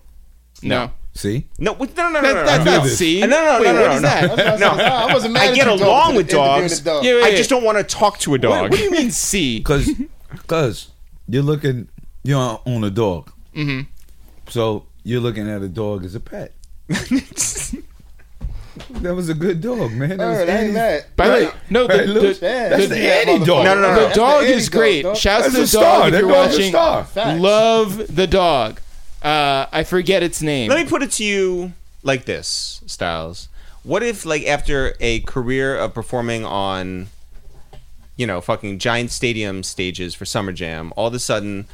S2: no.
S6: See?
S1: No, wait, no, no, no, no, no,
S2: That, that's
S1: no.
S2: not
S6: this.
S2: see.
S1: No, no, no,
S2: Wait,
S1: no, no,
S2: what
S1: no,
S2: is
S1: no.
S2: that?
S4: That's what I, said. I wasn't mad
S1: [laughs] I
S4: at
S1: get
S4: you, dog,
S1: along
S4: for
S1: with
S4: interviewing
S1: dogs.
S4: the dog.
S2: Yeah,
S1: I just don't want to talk to a dog.
S2: What, what do you mean see? [laughs]
S6: Cause, cause you're looking, you're on- on a dog. Mm-hmm. So you're looking at a dog as a pet.
S1: [laughs]
S6: That was a good dog, man. That was
S4: Alright, I ain't
S6: Andy's-
S4: mad.
S2: By the way,
S6: Right.
S2: no, the,
S6: Right, Luke?
S2: the,
S4: Yeah.
S6: That's
S2: the-
S6: the Andy dog.
S1: No, no, no, no.
S2: the
S1: That's
S2: dog
S4: the Andy
S2: is
S4: dog,
S2: great.
S4: dog.
S2: Shouts
S6: That's
S2: to the
S6: a star.
S2: dog if
S6: That
S2: you're
S6: dog's a
S2: watching.
S6: star.
S4: Facts.
S2: Love the dog. Uh, I forget its name.
S1: Let me put it to you like this, Styles. What if, like, after a career of performing on, you know, fucking giant stadium stages for Summer Jam, all of a sudden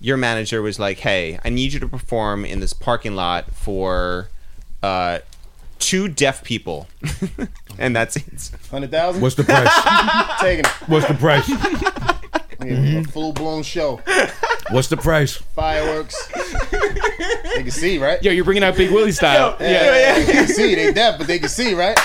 S1: your manager was like, hey, I need you to perform in this parking lot for uh, two deaf people. [laughs] and that's it.
S4: Hundred thousand.
S6: What's
S2: [laughs]
S6: the price?
S4: taking it?
S6: What's the price?
S4: Full blown show.
S6: What's the price?
S4: Fireworks. they can see, right?
S2: Yo, you're bringing out Big Willie style. yeah.
S4: They can see. They deaf, but they can see, right?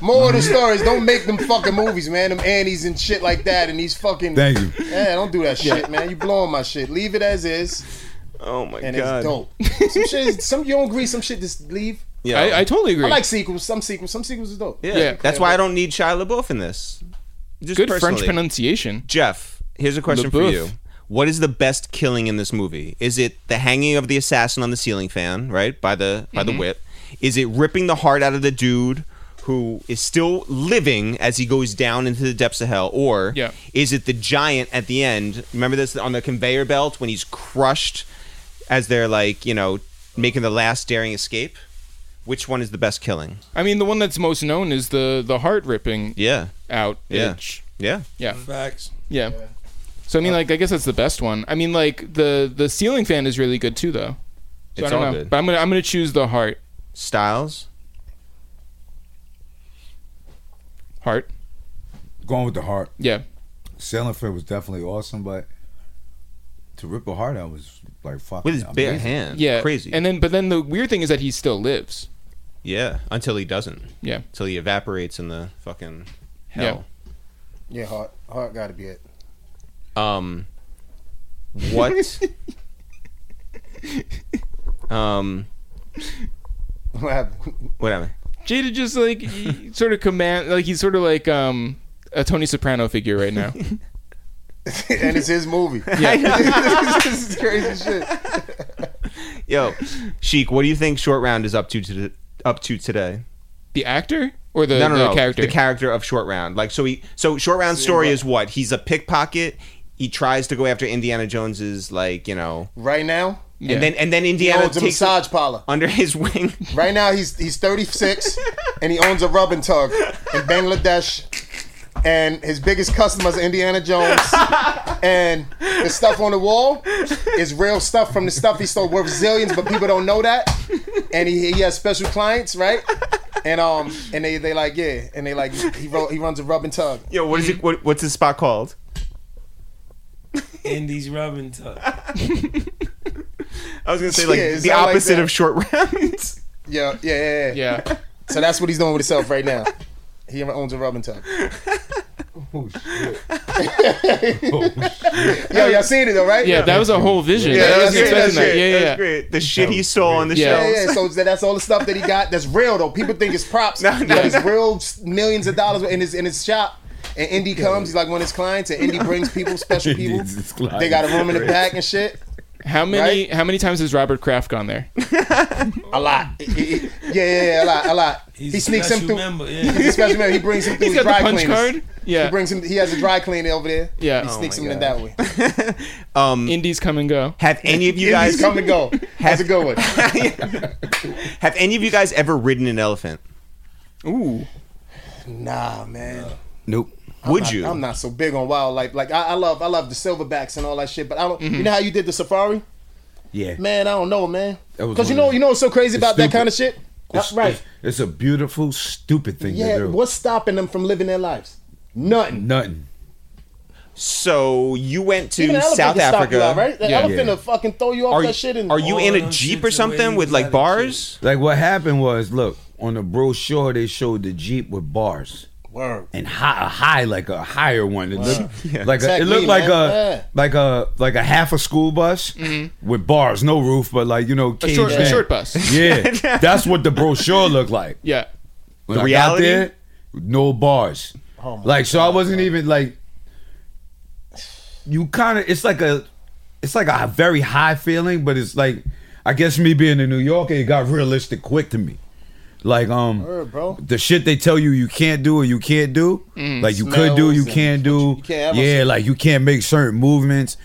S4: More of the stories. Don't make them fucking movies, man. Them Annies and shit like that, and these fucking.
S6: Thank you.
S4: Yeah, don't do that shit, man. You blowing my shit. Leave it as is,
S1: Oh, my
S4: and
S1: God.
S4: it's dope. Some shit. Is, some you don't agree. Some shit just leave.
S1: Yeah.
S2: I, I totally agree.
S4: I like sequels. Some sequels. Some sequels is dope.
S1: yeah.
S2: yeah.
S1: That's why I don't need Shia LaBeouf in this. Just
S2: Good French
S1: personally.
S2: pronunciation.
S1: Jeff, here's a question for
S2: LaBeouf.
S1: you. What is the best killing in this movie? Is it the hanging of the assassin on the ceiling fan, right? By the by
S2: Mm-hmm.
S1: the whip. Is it ripping the heart out of the dude who is still living as he goes down into the depths of hell or
S2: Yeah.
S1: is it the giant at the end? Remember this on the conveyor belt when he's crushed as they're like, you know, making the last daring escape? Which one is the best killing?
S2: I mean, the one that's most known is the the heart ripping
S1: Yeah.
S2: out.
S1: Yeah.
S2: itch.
S1: Yeah.
S2: Yeah.
S8: Facts.
S2: Yeah. So I mean, like, I guess that's the best one. I mean, like, the the ceiling fan is really good too, though. So
S1: It's
S2: I don't
S1: all
S2: know.
S1: good.
S2: But I'm gonna I'm gonna choose the heart
S1: Styles?
S2: heart.
S6: Going with the heart.
S2: Yeah.
S6: Sailing Fair was definitely awesome, but to rip a heart out was like fucking
S1: With his bare
S6: amazing.
S1: hand.
S2: Yeah.
S1: Crazy.
S2: And then, but then the weird thing is that he still lives.
S1: Yeah, until he doesn't.
S2: Yeah.
S1: Until he evaporates in the fucking hell.
S4: Yeah, heart. Heart got to be it. [laughs]
S1: Um what um
S4: What happened? [laughs]
S1: whatever.
S2: Jada just like he sort of command, like he's sort of like um a Tony Soprano figure right now.
S4: and it's his movie. [laughs] this is crazy shit.
S1: Yo, Sheik, what do you think short round is up to to up to today?
S2: the actor or the,
S1: No, no,
S2: the
S1: no.
S2: character?
S1: The character of short round. Like so he so short round's story is what? He's a pickpocket. He tries to go after Indiana Jones's like, you know.
S4: Right now,
S2: Yeah.
S1: And then and then
S4: he
S1: Indiana
S4: owns a
S1: takes
S4: massage parlor.
S1: under his
S4: [laughs]
S1: wing.
S4: Right now, he's he's 36, and he owns a rub and tug in Bangladesh. And his biggest customers are Indiana Jones. And the stuff on the wall is real stuff from the stuff he stole worth zillions, but people don't know that. And he, he has special clients, right? And um, and they they like yeah, and they like he ro- he runs a rub and tug.
S1: Yo, what is it what, what's his spot called?
S8: Indy's rubbing tuck.
S1: I was gonna say like
S4: Yeah, it
S1: the
S4: sound like
S1: opposite
S4: that.
S1: of short round. [laughs]
S4: Yeah, yeah, yeah, yeah.
S2: yeah.
S4: So that's what he's doing with himself right now. He owns a rub and tug.
S6: Oh shit. oh shit.
S4: [laughs] Yo, y'all seen it though, right?
S2: Yeah, that was a whole vision.
S4: Yeah,
S2: I
S4: that was
S2: wasn't
S4: great,
S2: expecting
S4: that was
S2: that. Yeah, yeah,
S1: That
S2: yeah.
S1: was great. The shit he stole on the
S2: Yeah.
S1: shelves.
S4: Yeah, yeah. So that- that's all the stuff that he got. That's real though. People think it's props,
S1: No, no,
S4: but it's
S1: no.
S4: real s- millions of dollars in his in his shop. And Indy comes. He's like one of his clients, and Indy brings people, special people.
S6: Indy's his clients.
S4: They got a room in the back and shit.
S2: How many how many times has Robert Kraft gone there?
S4: A lot. Yeah, yeah, yeah, a lot, a lot.
S8: He's
S4: He
S8: a
S4: sneaks him
S8: special
S4: through.
S8: member,
S4: [laughs] He's a
S8: yeah.
S4: special member. He brings him through
S2: He's
S4: the
S2: got
S4: dry
S2: the punch
S4: cleaners.
S2: card. Yeah.
S4: He brings him. He has a dry cleaner over there.
S2: Yeah.
S4: He
S2: Oh
S4: sneaks
S1: my
S4: him in that
S1: God.
S4: way.
S2: Indies come and go.
S1: Have any of you
S4: You guys
S1: guys
S4: come and [laughs] go. How's it going?
S1: have any of you guys ever ridden an elephant?
S2: Ooh.
S4: Nah, man.
S6: Nope.
S1: Would
S4: Not-
S1: you?
S4: I'm not so big on wildlife. Like I, I love, I love the silverbacks and all that shit. But I don't. You know how you did the safari,
S6: Yeah.
S4: man? I don't know, man.
S6: That was
S4: Because you
S6: one of
S4: know,
S6: the-
S4: you know what's so crazy about that
S6: stupid.
S4: kind of shit?
S6: It's,
S4: Uh, right.
S6: It's, it's a beautiful, stupid thing
S4: Yeah.
S6: to do.
S4: What's stopping them from living their lives? Nothing.
S6: Nothing.
S1: So you went
S4: Even
S1: to
S4: an elephant
S1: South
S4: can stop
S1: Africa.
S4: you out, right? The
S2: Yeah.
S4: elephant
S6: Yeah.
S4: will fucking throw you off
S1: Are,
S4: that shit. And
S1: are you
S8: All
S1: in a
S8: those
S1: jeep
S8: shits
S1: or
S8: the way
S1: something
S8: you
S1: with like
S8: gotta
S1: bars?
S6: Like what happened was, look, on the brochure they showed the Jeep with bars.
S4: Word.
S6: and high, a high like a higher one.
S4: [laughs]
S6: It looked like a,
S4: Exactly,
S6: it looked like
S4: man.
S6: a
S4: Yeah.
S6: like a like a half a school bus with bars, no roof, but like you know,
S2: A short,
S6: caged
S2: a
S6: in.
S2: short bus.
S6: Yeah, that's what the brochure looked like.
S2: Yeah.
S6: When I
S1: reality?
S6: got there, no bars.
S4: Oh my
S6: like so, I wasn't even like. You kind of it's like a, it's like a very high feeling, but it's like, I guess me being a New Yorker, it got realistic quick to me. Like um,
S4: Word, bro.
S6: the shit they tell you you can't do or you can't do, like you could do,
S4: Smells
S6: you
S4: and
S6: can't do.
S4: you can't have on
S6: yeah, like you can't make certain movements.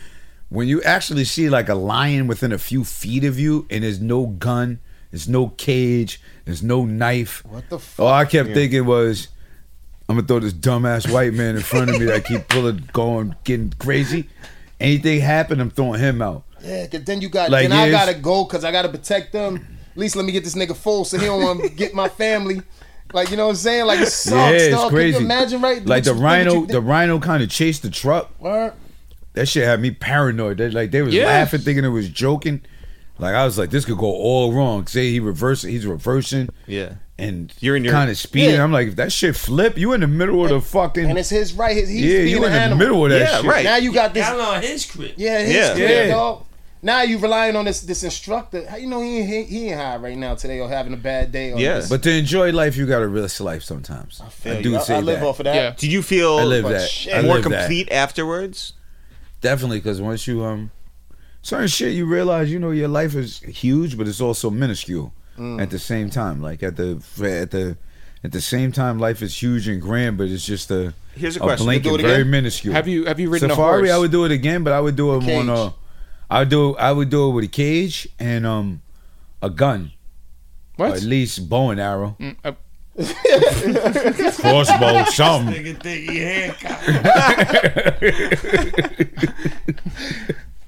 S6: When you actually see like a lion within a few feet of you and there's no gun, there's no cage, there's no knife.
S4: What the
S6: All I kept thinking was, I'm gonna throw this dumbass white man in front of me that keep pulling, going, getting crazy. Anything happen, I'm throwing him out.
S4: Yeah, cause then you got
S6: Like,
S4: then I
S6: yeah, it's-
S4: gotta go because I gotta protect them. At least let me get this nigga full so he don't want
S6: [laughs]
S4: to get my family. Like you know what I'm saying? Like it sucks.
S6: yeah, it's
S4: dog.
S6: crazy.
S4: Can you imagine right?
S6: Like the
S4: What you think- what you
S6: rhino, the rhino kind of chased the truck.
S4: think- Word.
S6: That shit had me paranoid. They, like they was
S2: Yeah.
S6: laughing, thinking it was joking. Like I was like, this could go all wrong. Say he reversing, he's reversing,
S1: Yeah.
S6: and
S1: You're in your-
S6: kind of speeding.
S4: Yeah.
S6: I'm like, if that shit flip, you in the middle of the fucking.
S4: and it's his right. His, he's
S6: yeah,
S4: being
S6: you in
S4: an
S6: the
S4: animal.
S6: middle of that
S1: Yeah,
S6: shit.
S1: right.
S4: Now you got this.
S8: Down on his crib.
S4: Yeah, his
S1: Yeah.
S4: crib,
S6: Yeah.
S4: dog. Now you relying on this this instructor. How you know he ain't he, he ain't high right now today or having a bad day? Or
S1: Yeah.
S4: this.
S6: But to enjoy life, you got to risk life sometimes. I,
S4: Yeah,
S6: do
S4: I,
S6: say
S4: I live
S6: that.
S4: off of that.
S2: Yeah.
S1: Did you feel
S6: I live
S1: like,
S6: that.
S4: shit.
S6: I
S1: more
S6: live that.
S1: complete afterwards?
S6: Definitely, because once you um, certain shit, you realize you know your life is huge, but it's also minuscule at the same time. Like at the at the at the same time, life is huge and grand, but it's just a
S1: Here's a
S6: a
S1: question.
S6: blank
S4: Do it
S6: and very
S4: again?
S6: minuscule.
S2: Have you have you ridden
S6: safari?
S2: a
S6: I
S2: horse?
S6: would do it again, but I would do it more on
S4: Cage.
S6: a. I would do I would do it with a cage and um, a gun. Or
S2: what?
S6: at least bow and arrow,
S2: Mm, uh,
S6: crossbow, something.
S8: Nigga think he handcuffed.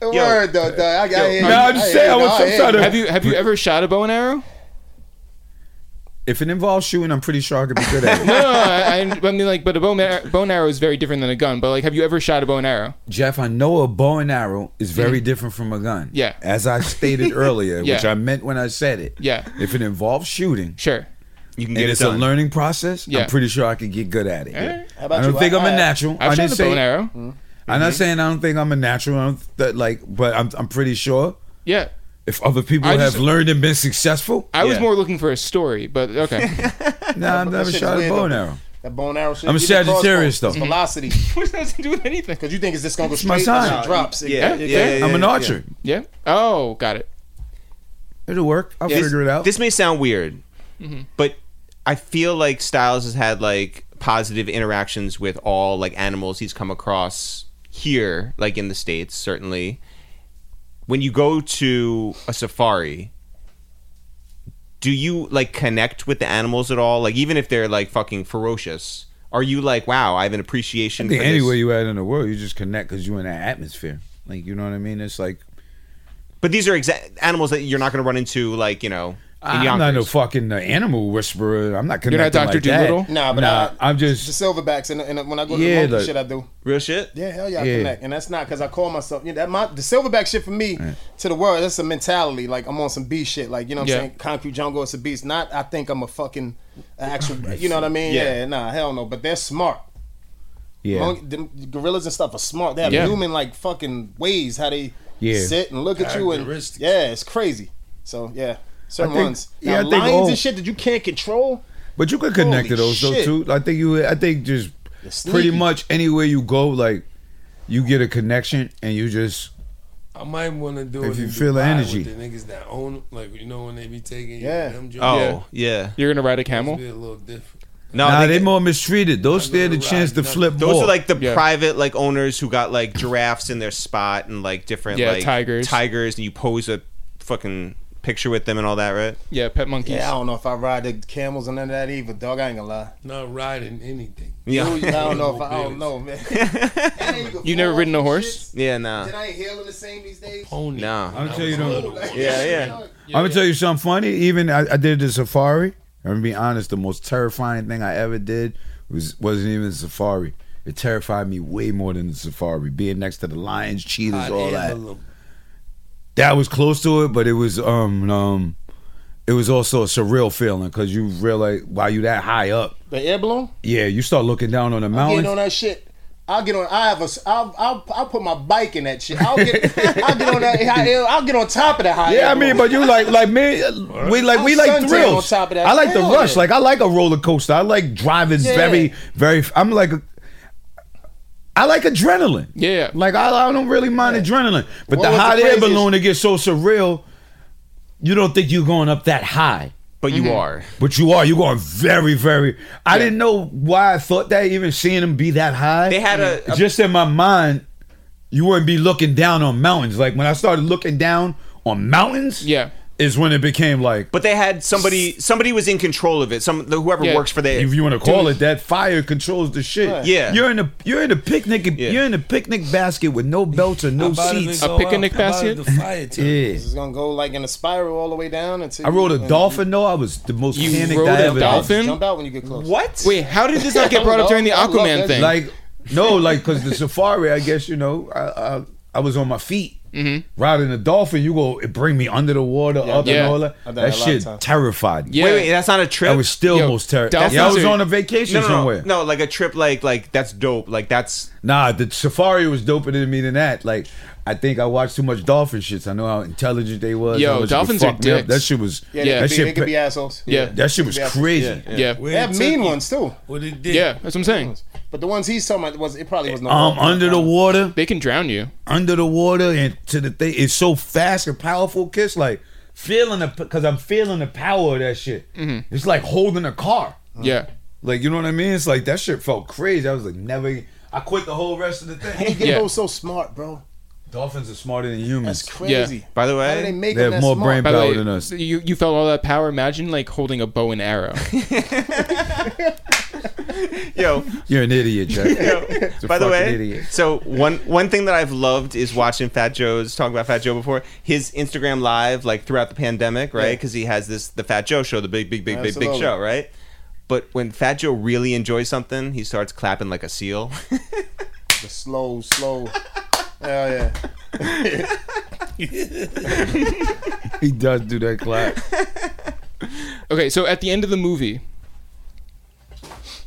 S4: Word though, dog. I, I, I,
S6: No, I'm
S4: I,
S6: just saying, I was
S4: dog,
S6: some
S4: hey,
S6: sort of-
S2: have you have you ever shot a bow and arrow?
S6: If it involves shooting, I'm pretty sure I could be
S2: [laughs]
S6: good at it.
S2: No, no, no I, I I mean like, but a bow and, ar- bow and arrow is very different than a gun. But like, have you ever shot a bow and arrow?
S6: Jeff, I know a bow and arrow is very different from a gun.
S2: Yeah.
S6: As I stated earlier,
S2: Yeah.
S6: which I meant when I said it.
S2: Yeah.
S6: If it involves shooting
S2: Sure.
S1: You can
S6: and
S1: get it
S6: it's a
S1: done.
S6: learning process,
S2: Yeah.
S6: I'm pretty sure I could get good at it.
S2: Alright.
S4: How about
S6: I don't
S4: you?
S6: think I, am
S4: I-
S6: a natural.
S2: I've
S6: I
S2: shot
S6: didn't
S2: a bow
S6: say,
S2: and arrow.
S4: Mm-hmm.
S6: I'm not saying I don't think I'm a natural. I don't th- that like, but I'm I'm pretty sure
S2: Yeah.
S6: if other people
S2: I
S6: have
S2: just-
S6: learned and been successful,
S2: I was
S1: Yeah.
S2: more looking for a story, but okay.
S6: nah, I've never
S4: shit's
S6: shot a
S4: weird,
S6: bow and
S4: though.
S6: arrow.
S4: That bone arrow shit.
S6: I'm a
S4: You did crossbow.
S6: Sagittarius, though.
S4: It's velocity.
S2: Which doesn't do with anything.
S4: Because you think it's just gonna go straight
S6: my
S4: and
S6: sign.
S4: it drops. It-
S1: Yeah,
S4: it-
S1: yeah,
S4: it-
S1: yeah, yeah,
S6: I'm an
S1: yeah.
S6: archer.
S2: Yeah. Oh, got it.
S6: It'll work. I'll
S1: This-
S6: figure it out.
S1: This may sound weird, but I feel like Styles has had like positive interactions with all like animals he's come across here, like in the states, certainly. When you go to a safari, do you like connect with the animals at all? Like even if they're like fucking ferocious, are you like, wow, I have an appreciation
S6: I think
S1: for this?
S6: anywhere you at in the world, you just connect because you're in that atmosphere. Like you know what I mean? It's like
S1: But these are exact animals that you're not going to run into, like you know. In
S6: I'm not no
S1: Yonkers.
S6: fucking uh, animal whisperer. I'm not
S2: You're
S6: connecting
S2: not Doctor
S6: like that.
S2: Doolittle.
S4: Nah, but
S6: Nah,
S4: I,
S6: I'm
S4: the
S6: just
S4: silverbacks and, and when I go to the
S6: Yeah,
S4: local
S6: like-
S4: shit, I do.
S1: real shit.
S4: Yeah, hell yeah, I
S6: Yeah.
S4: connect, and that's not because I call myself. You know, that my the silverback shit for me to the world. That's a mentality. Like I'm on some B shit. Like you know what I'm
S2: Yeah.
S4: saying? Concrete jungle. It's a beast. Not I think I'm a fucking actual.
S6: Oh,
S4: You know what I mean?
S1: Yeah.
S4: Yeah. Nah, hell no. But they're smart.
S6: yeah.
S4: Mon- them gorillas and stuff are smart. They have
S2: Yeah.
S4: human like fucking ways how they
S6: Yeah.
S4: sit and look at you and
S8: Characteristics.
S4: yeah, it's crazy. So yeah, certain
S6: I think-
S4: ones.
S6: yeah,
S4: Now,
S6: I think
S4: lions
S6: all-
S4: and shit that you can't control.
S6: but you could connect to
S4: Holy
S6: those though
S4: shit.
S6: too. I think you. I think just
S4: They're
S6: pretty
S4: sneaky.
S6: much anywhere you go, like you get a connection and you just
S8: I might want to do
S6: If
S8: it
S6: you
S8: in
S6: feel the
S8: Dubai
S6: energy.
S8: with the niggas that own, like you know when they be taking
S4: Yeah.
S8: them
S1: Oh,
S8: drugs.
S1: yeah.
S2: You're gonna ride a
S8: It's
S2: camel.
S8: be a little different.
S1: No,
S6: Nah,
S1: I
S6: they
S1: think
S6: more mistreated. Those
S8: I'm
S6: stand a
S8: gonna
S6: chance
S8: ride
S6: to
S8: nothing.
S6: flip
S1: those
S6: more.
S1: are like the
S2: Yeah.
S1: private like owners who got like giraffes in their spot and like different
S2: Yeah,
S1: like
S2: tigers.
S1: tigers, and you pose a fucking picture with them and all that, right?
S2: Yeah, pet monkeys.
S4: Yeah, I don't know if I ride the camels and none of that either, dog. I ain't gonna lie.
S8: Not riding anything.
S4: I
S1: Yeah,
S4: don't know if I, I don't know, man. [laughs] And can
S2: You never
S4: fall
S2: ridden a
S4: off
S2: horse?
S4: shits.
S1: yeah, nah,
S4: That I ain't hailing the same these days.
S8: Pony.
S1: nah.
S6: I'm gonna tell you, though,
S1: Yeah, yeah.
S6: I'm gonna tell you something funny. Even I, I did the safari. I'm gonna be honest. The most terrifying thing I ever did was wasn't even the safari. It terrified me way more than the safari. Being next to the lions, cheetahs,
S8: I'd
S6: all that.
S8: handle 'em.
S6: That was close to it, but it was um um, it was also a surreal feeling because you realize while you that high up,
S4: The air balloon?
S6: yeah, you start looking down
S1: Oh,
S6: on the
S4: I'll
S6: mountains.
S4: get on that shit. I'll get on. I have a. s- I'll. I'll. I'll put my bike in that shit. I'll get. [laughs] I'll get on that. High, air- I'll get on top of that high.
S6: Yeah,
S4: air
S6: I
S4: balloon.
S6: mean, but you like like me. We like we
S4: I'm
S6: like
S4: suntan
S6: thrills.
S4: on top of that.
S6: I like the
S4: Hell
S6: rush.
S4: yeah.
S6: Like I like a roller coaster. I like driving
S4: Yeah.
S6: very very. I'm like. a- I like adrenaline.
S2: Yeah.
S6: Like I, I don't really mind adrenaline, but
S4: What
S6: the
S4: was the
S6: hot air
S4: craziest-
S6: balloon it gets so surreal. You don't think you're going up that high,
S1: But
S2: Mm-hmm.
S1: you are.
S6: but you are. You're going very very. I didn't know why I thought that. Even seeing them be that high,
S1: They had a, a
S6: just in my mind, you wouldn't be looking down on mountains. Like when I started looking down on mountains,
S2: Yeah.
S6: is when it became like
S1: but they had somebody somebody was in control of it. Some the, whoever
S2: Yeah.
S1: works for the
S6: if you want to call it that. Fire controls the shit.
S1: Yeah.
S6: you're in a you're in a picnic
S1: Yeah.
S6: you're in a picnic basket with no belts or no
S8: How about if
S6: seats.
S8: it go
S2: A picnic
S8: up? How about
S2: basket?
S8: if The fire turns?
S6: Yeah,
S4: It's gonna go like in a spiral all the way down until.
S6: I rode
S4: you-
S6: a
S4: and
S6: dolphin. though. I was the most
S2: You
S6: panicked
S2: rode
S6: I
S2: a
S6: ever.
S2: dolphin?
S4: Jump out when you get close.
S1: what?
S2: Wait, how did this
S4: [laughs]
S2: not
S4: I
S2: get
S4: don't
S2: brought up
S4: know.
S2: during the
S4: I love
S2: Aquaman
S4: that
S2: thing?
S6: Like no, like because the safari. I guess you know I I, I was on my feet.
S2: Mm-hmm.
S6: Riding a dolphin, you go it bring me under the water, up
S2: Yeah.
S6: and all that.
S4: I've done
S6: That
S4: that a lot of
S6: shit
S4: times.
S6: terrified me.
S2: yeah,
S1: wait, wait, that's not a trip.
S6: I was still
S2: Yo,
S6: most terrified.
S2: dolphins
S6: Yeah, I was
S2: are-
S6: on a vacation
S1: no, no, no,
S6: somewhere.
S1: no, like a trip, like like that's dope. Like that's
S6: Nah, the safari was doper than me than that. Like, I think I watched too much dolphin shits. I know how intelligent they was.
S2: Yo,
S6: how much they
S2: dolphins are
S6: fucked me up.
S2: dicks.
S6: That shit was.
S4: Yeah,
S2: Yeah.
S4: they,
S6: that
S4: could be, they
S6: shit.
S4: could be assholes.
S2: yeah,
S6: that shit was
S4: Yeah.
S6: crazy.
S2: yeah, yeah,
S8: Where
S4: They have
S8: it
S4: mean
S8: took you,
S4: ones too.
S8: What it did?
S2: That's what I'm saying.
S4: But the ones he's talking about was it probably was no.
S6: Um, under the water,
S2: They can drown you.
S6: under the water, and to the thing. It's so fast and powerful. Kiss like feeling the because I'm feeling the power of that shit.
S2: Mm-hmm.
S6: It's like holding a car.
S2: Yeah,
S6: Like you know what I mean? It's like that shit felt crazy. I was like never. I quit the whole rest of the thing.
S2: Yeah.
S4: Gibbo was so smart, bro.
S6: Dolphins are smarter than
S4: That's
S6: humans.
S4: crazy.
S1: by the
S4: How do
S1: way.
S4: they make
S6: They
S4: them
S6: have
S4: that
S6: more
S4: smart?
S6: brain
S2: By the
S6: power
S2: way,
S6: than us.
S2: You you felt all that power. Imagine like holding a bow and arrow.
S1: Yo,
S6: You're an
S8: [laughs]
S6: idiot, Jack. a
S1: By the
S6: fucking
S1: way,
S6: idiot.
S1: so one one thing that I've loved is watching Fat Joe's talk about Fat Joe before his Instagram live like throughout the pandemic, right? Because he has this the Fat Joe show, the big big big big big
S4: Absolutely.
S1: show, right? But when Fat Joe really enjoys something, he starts clapping like a seal. [laughs]
S4: The slow, slow. Hell yeah.
S6: He does do that clap.
S2: Okay, so at the end of the movie,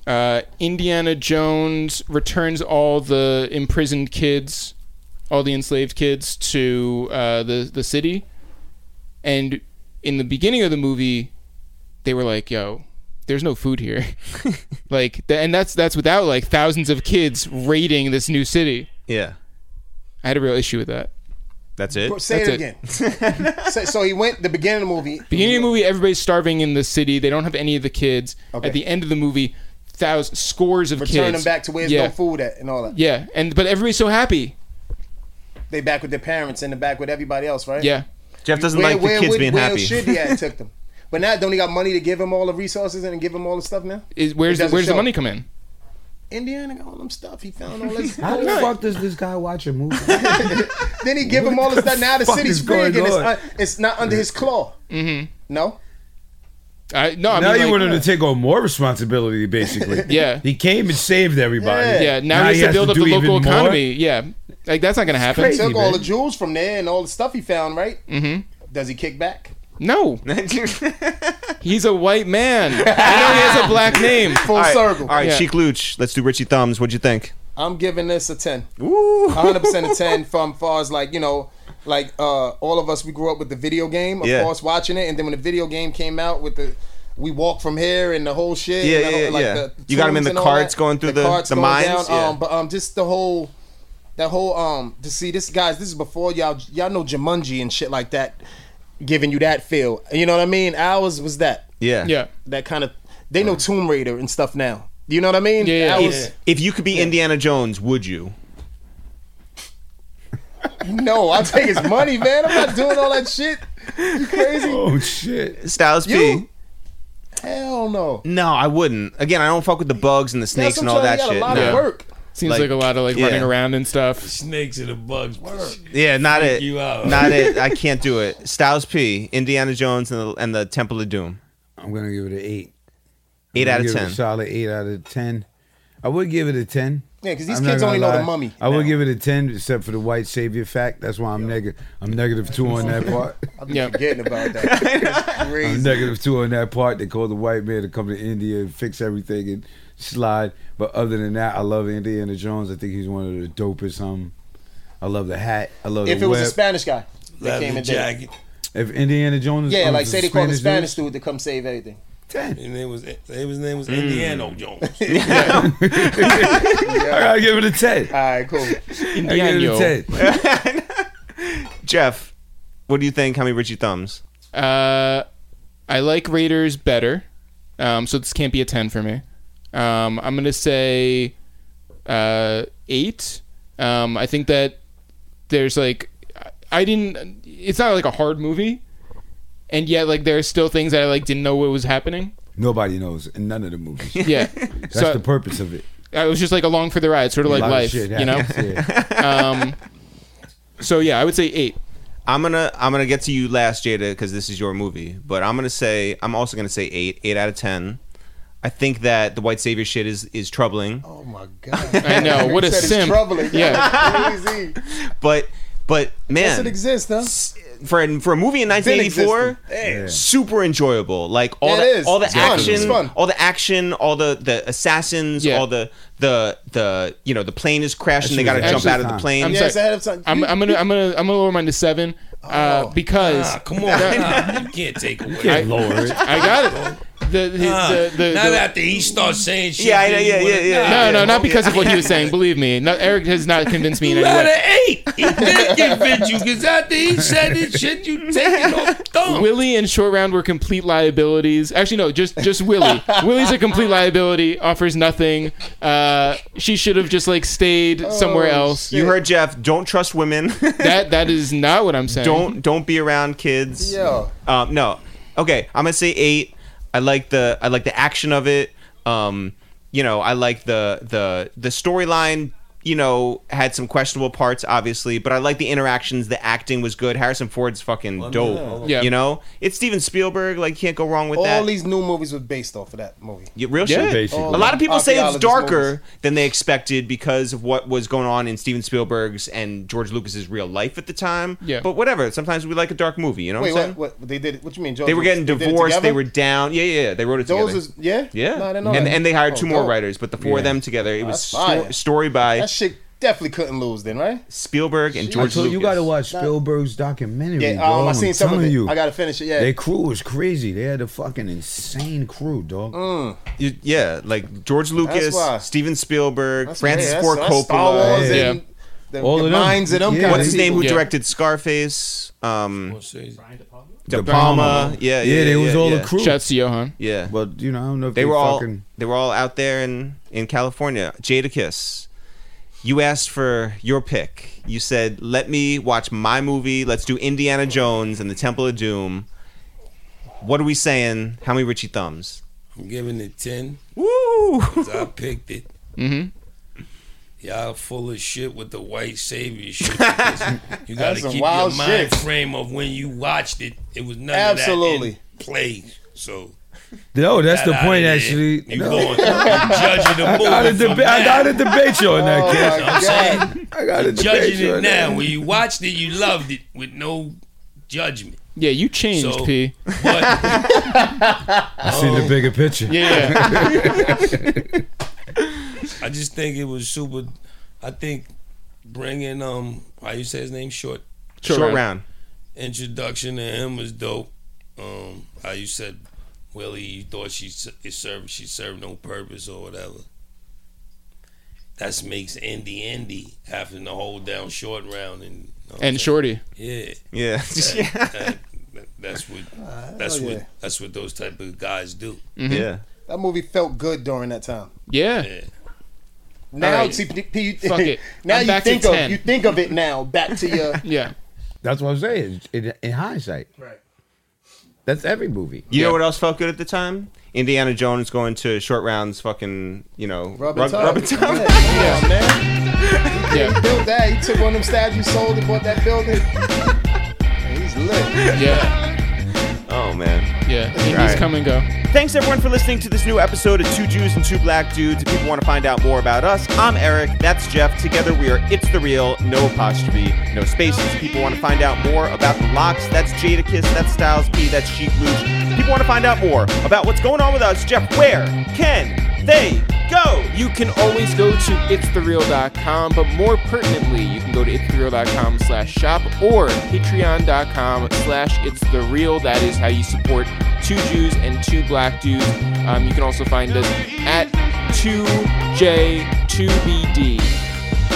S2: uh, Indiana Jones returns all the imprisoned kids, all the enslaved kids to uh, the the city, and in the beginning of the movie, they were like, "Yo, there's no food here," like, th- and that's that's without like thousands of kids raiding this new city.
S1: yeah,
S2: I had a real issue with that.
S1: that's it.
S4: Bro, Say
S2: That's
S4: it again. [laughs] so, so he went the beginning of the movie.
S2: Beginning of the movie, everybody's starving in the city. They don't have any of the kids.
S4: Okay.
S2: At the end of the movie, thousands, scores of kids
S4: Return them back to where's
S2: yeah.
S4: no food at and all that.
S2: Yeah, and but everybody's so happy.
S4: They back with their parents and they back with everybody else, right?
S2: Yeah,
S1: Jeff doesn't like the
S4: where,
S1: kids
S4: would-
S1: being
S4: where
S1: happy. [laughs]
S4: should he
S6: [laughs]
S4: have took them? But now don't he got money to give him all the resources and give him all the stuff now?
S2: is where's
S4: It
S2: the,
S4: doesn't
S2: where's the
S4: show.
S2: money come in?
S4: Indiana got all them stuff. He found all
S6: [laughs]
S4: this.
S6: How the fuck does this guy watch a movie?
S4: then he give him all this stuff. Now the
S6: fuck
S4: city's
S6: is
S4: free
S6: going
S4: again. It's,
S6: on?
S4: un, it's not under his claw. Mm-hmm. No.
S2: I, no, I
S6: now
S2: mean,
S6: you
S2: like,
S6: want him to take on more responsibility, basically.
S2: Yeah.
S6: He came and saved everybody.
S4: Yeah.
S2: yeah. Now, he has to build up
S6: do
S2: the
S6: even
S2: local
S6: more?
S2: economy. Yeah, like that's not gonna happen.
S6: crazy.
S4: Took all
S6: man.
S4: the jewels from there and all the stuff he found. Right. Mm-hmm. Does he kick back?
S2: No, he's a white
S4: [laughs]
S2: man. I know he has a black name.
S4: Full
S1: all right,
S4: circle.
S1: all right,
S2: Yeah.
S1: Chic Luch, let's do Richie Thumbs. What'd you think?
S4: I'm giving this a ten.
S1: Woo!
S4: 100% of 10 from far as like you know like uh all of us we grew up with the video game of
S1: Yeah.
S4: course watching it and then when the video game came out with the we walk from here and the whole shit
S1: Yeah,
S4: and the
S1: yeah,
S4: whole-
S1: yeah. You got 'em in
S4: tunes
S1: the
S4: and all
S1: carts
S4: that,
S1: going through the-
S4: carts
S1: the
S4: going
S1: mines, yeah.
S4: um, but um just the whole That whole um to see this guys, this is before y'all y'all know Jumanji and shit like that, giving you that feel. You know what I mean? Ours was that
S1: Yeah.
S2: Yeah.
S4: that kind of they know Tomb Raider and stuff now. You know what I mean?
S2: Yeah,
S4: Ours-
S2: yeah.
S1: If you could be Indiana Jones, would you?
S4: No, I'll take his money, man. I'm not doing all that shit. You crazy?
S6: Oh shit!
S1: Styles
S4: You?
S1: P.
S4: Hell no.
S1: No, I wouldn't. Again, I don't fuck with the bugs and the snakes
S4: That's
S1: and
S4: what
S1: all
S4: I'm
S1: that
S4: telling
S1: shit.
S4: you, you got
S1: No.
S4: A lot of work.
S2: Seems
S1: Like,
S2: like, a lot of like
S1: yeah.
S2: running around and stuff.
S8: Snakes and the bugs.
S1: Yeah, not it.
S8: you out.
S1: Not it. I can't do it. Styles P, Indiana Jones, and the, and the Temple of Doom.
S6: I'm gonna give it an eight.
S1: Eight
S6: I'm
S1: out of
S6: gonna give it
S1: ten.
S6: A solid eight out of ten. I would give it a ten.
S4: Yeah, 'cause these
S6: I'm not
S4: kids
S6: gonna
S4: only know the
S6: lie.
S4: mummy
S6: I would
S4: now.
S6: give it a ten, except for the white savior fact. That's why I'm negative. I'm negative two on that part.
S2: Yeah.
S4: Forgetting about that.
S6: [laughs]
S4: That's
S6: I'm
S4: crazy.
S6: negative two on that part. They called the white man to come to India and fix everything and slide. But other than that, I love Indiana Jones. I think he's one of the dopest. Um, I love the hat. I love
S4: If
S6: the
S4: it was a
S6: whip.
S4: Spanish guy that came
S8: Leather
S4: and did it.
S8: jacket.
S6: if Indiana Jones,
S4: Yeah,
S6: um,
S4: like
S6: was
S4: say they called the
S6: dude,
S4: Spanish dude to come save everything.
S6: ten.
S8: And it was it was name was Indiana Jones.
S6: I gotta give it a ten.
S4: All right, cool.
S6: I give it a
S2: Indiana.
S6: ten.
S1: [laughs] Jeff, what do you think? How many Richie Thumbs?
S2: Uh, I like Raiders better, um, so this can't be a ten for me. Um, I'm gonna say uh, eight. Um, I think that there's like I- I didn't. It's not like a hard movie, and yet like there are still things that I like didn't know what was happening.
S6: Nobody knows in none of
S2: [laughs]
S6: the movies.
S2: Yeah,
S6: [laughs] That's
S2: so
S6: the purpose of it.
S2: I was just like along for the ride, sort of like
S6: A lot of
S2: life,
S6: [laughs] shit
S2: you know.
S6: happens,
S2: [laughs]
S6: yeah.
S2: um, so yeah, I would say eight.
S1: I'm gonna I'm gonna get to you last, Jada, because this is your movie. But I'm gonna say I'm also gonna say eight, eight out of ten. I think that the white savior shit is is troubling,
S4: Oh my god.
S2: I know what a
S4: Said it's
S2: sim.
S4: troubling.
S2: Yeah,
S4: That's [laughs] crazy.
S1: but but man,
S4: Doesn't exist, huh?
S1: for a, for a movie in
S4: Didn't exist.
S1: 1984,
S4: Damn.
S1: super enjoyable. Like all
S4: Yeah, it
S1: the
S4: is.
S1: all the
S4: It's fun.
S1: action,
S4: It's fun.
S1: all the action, all the the assassins,
S2: Yeah.
S1: all the the the you know the plane is crashing. They got to
S6: Actually,
S1: jump out of the
S6: time.
S1: plane.
S2: I'm
S4: Yeah,
S2: sorry.
S4: it's ahead of time.
S2: I'm, I'm gonna I'm gonna I'm gonna lower mine to seven uh,
S4: Oh.
S2: because
S8: Nah, come on, nah, you can't take away.
S2: I, I got it. The, the,
S8: Nah,
S5: Ah,
S2: the, the,
S8: not
S2: the-
S8: after he starts saying shit.
S1: Yeah,
S8: then
S1: yeah,
S8: you wanna-
S1: yeah, yeah, yeah.
S2: no, no,
S8: Nah,
S2: not because of what he was saying. Believe me, no, Eric has not convinced me in
S8: You
S2: any
S8: out
S2: way.
S8: of eight. He did convince you because after he said it, shit, you taking off thumb.
S2: Willie and Short Round were complete liabilities. Actually, no, just just Willie. Willie's a complete liability. Offers nothing. Uh, she should have just like stayed
S1: Oh,
S2: somewhere else.
S1: You heard Jeff. Don't trust women. [laughs]
S2: That that is not what I'm saying.
S1: don't don't be around kids.
S4: Yo.
S1: Um, no. Okay, I'm gonna say eight. I like the I like the action of it. Um, you know, I like the the the storyline. You know, had some questionable parts, obviously, but I like the interactions. The acting was good. Harrison Ford's fucking dope.
S2: Yeah.
S1: You know, it's Steven Spielberg. Like, can't go wrong with
S4: All
S1: that.
S4: these new movies were based off of that movie.
S1: Yeah, real
S2: Yeah.
S1: shit.
S6: Basically.
S1: A lot of people say it's
S4: Archaeologist
S1: darker
S4: movies.
S1: than they expected because of what was going on in Steven Spielberg's and George Lucas's real life at the time.
S2: Yeah.
S1: But whatever. Sometimes we like a dark movie. You know
S4: Wait,
S1: what I'm saying?
S4: what, what? They did? What you mean? George
S1: They were getting
S4: did it
S1: divorced. They
S4: together?
S1: were down. Yeah, yeah, yeah. They wrote it
S4: Those
S1: together.
S4: is yeah.
S1: yeah,
S4: No, I didn't know
S1: and
S4: that.
S1: and they hired
S4: Oh,
S1: two more
S4: dope.
S1: writers, but the four of them together, it was
S4: That's fire.
S1: sto- story by
S4: That shit definitely couldn't lose then, right?
S1: Spielberg and
S6: I
S1: George
S6: told
S1: Lucas.
S6: you, you gotta watch Spielberg's documentary.
S4: Yeah,
S6: dog.
S4: um, I seen
S6: I'm
S4: some of
S6: telling
S4: it.
S6: you.
S4: I gotta finish it. Yeah,
S6: Their crew was crazy. They had a fucking insane crew, dog.
S4: Mm.
S1: You- yeah, like George Lucas,
S4: why.
S1: Steven Spielberg,
S4: That's-
S1: Francis
S4: yeah, that's-
S1: Ford
S4: that's
S1: Coppola.
S4: Star Wars
S6: Yeah.
S4: and the,
S6: All
S4: the
S6: of them.
S4: minds of them.
S6: Yeah.
S4: kind
S1: What's
S4: of
S1: his name? Who
S2: Yeah.
S1: directed Scarface? Um, De
S6: De
S1: Palma.
S6: Palma.
S1: Yeah, yeah,
S6: Yeah, they was all
S1: yeah.
S6: the crew.
S2: Shouts to Johan.
S1: Yeah,
S6: But you know, I don't know if
S1: they were all
S6: fucking.
S1: they were all out there in in California. Jadakiss, you asked for your pick. You said, "Let me watch my movie. Let's do Indiana Jones and the Temple of Doom." What are we saying? How many Richie thumbs?
S8: I'm giving it ten.
S1: Woo!
S8: 'cause I picked it.
S2: hmm
S8: Y'all full of shit with the white
S2: [laughs]
S8: savior shit. because You gotta
S4: That's some
S8: keep your
S4: wild
S8: mind
S4: shit.
S8: frame of when you watched it. It was none of
S4: Absolutely.
S8: that in play. So
S6: No, that's the
S8: that outta
S6: point.
S8: there.
S6: Actually,
S8: you
S6: no.
S8: going you judging
S6: [laughs]
S8: the movie?
S6: I gotta
S8: from
S6: deba- I
S8: now.
S6: gotta debate you on
S4: Oh
S6: that, kid.
S4: my god!
S6: I gotta debate
S8: judging
S6: you
S8: it
S6: on
S8: now.
S6: that.
S8: When you watched it, you loved it with no judgment.
S2: Yeah, you changed,
S8: So-
S2: P.
S8: But
S6: I seen the bigger picture.
S2: Yeah, yeah.
S8: I just think it was super. I think bringing um, how you say his name, short
S1: Short,
S2: round.
S1: round.
S8: introduction to him was dope. Um, how you said Willie, you thought she s- it served she served no purpose or whatever. That makes Indy Indy having to hold down short round and you know what I'm
S2: And Shorty.
S8: saying? yeah.
S1: Yeah. [laughs] yeah.
S8: that, that- that's what that's
S4: hell
S8: what
S4: yeah.
S8: that's what those type of guys do.
S1: Yeah.
S4: That movie felt good during that time.
S2: Yeah.
S8: Yeah.
S4: Now,
S2: right.
S4: [laughs] TPP,
S2: Fuck it.
S4: now
S2: I'm
S4: you
S2: back to
S4: think of
S2: 10.
S4: you think of it now. Back to
S6: [laughs]
S4: your
S2: Yeah.
S6: That's what I'm saying. In, in hindsight,
S4: right.
S6: that's every movie.
S1: You
S2: Yeah.
S1: know what else felt good at the time? Indiana Jones going to short rounds, fucking, you know,
S4: Rub
S1: rub-
S4: and tug.
S1: rubbing tug.
S4: Yeah, come on, man.
S2: Yeah.
S4: Built that. He took one of them statues, sold it, bought that building.
S6: [laughs]
S4: He's lit.
S2: Yeah.
S1: Oh, man.
S2: Yeah. Indies
S1: Right.
S2: come and go.
S1: Thanks everyone for listening to this new episode of Two Jews and Two Black Dudes. If people want to find out more about us, I'm Eric, that's Jeff. Together we are It's the Real, no apostrophe, no spaces. If people want to find out more about the locks, that's Jadakiss, that's Styles P, that's Chic Luch. If people want to find out more about what's going on with us, Jeff, where can they go?
S2: You can always go to itsthereal.com, but more pertinently, you can go to itsthereal.com slash shop or patreon.com slash itsthereal. That is how you support two Jews and two black dudes. Um, you can also find us at 2J2BD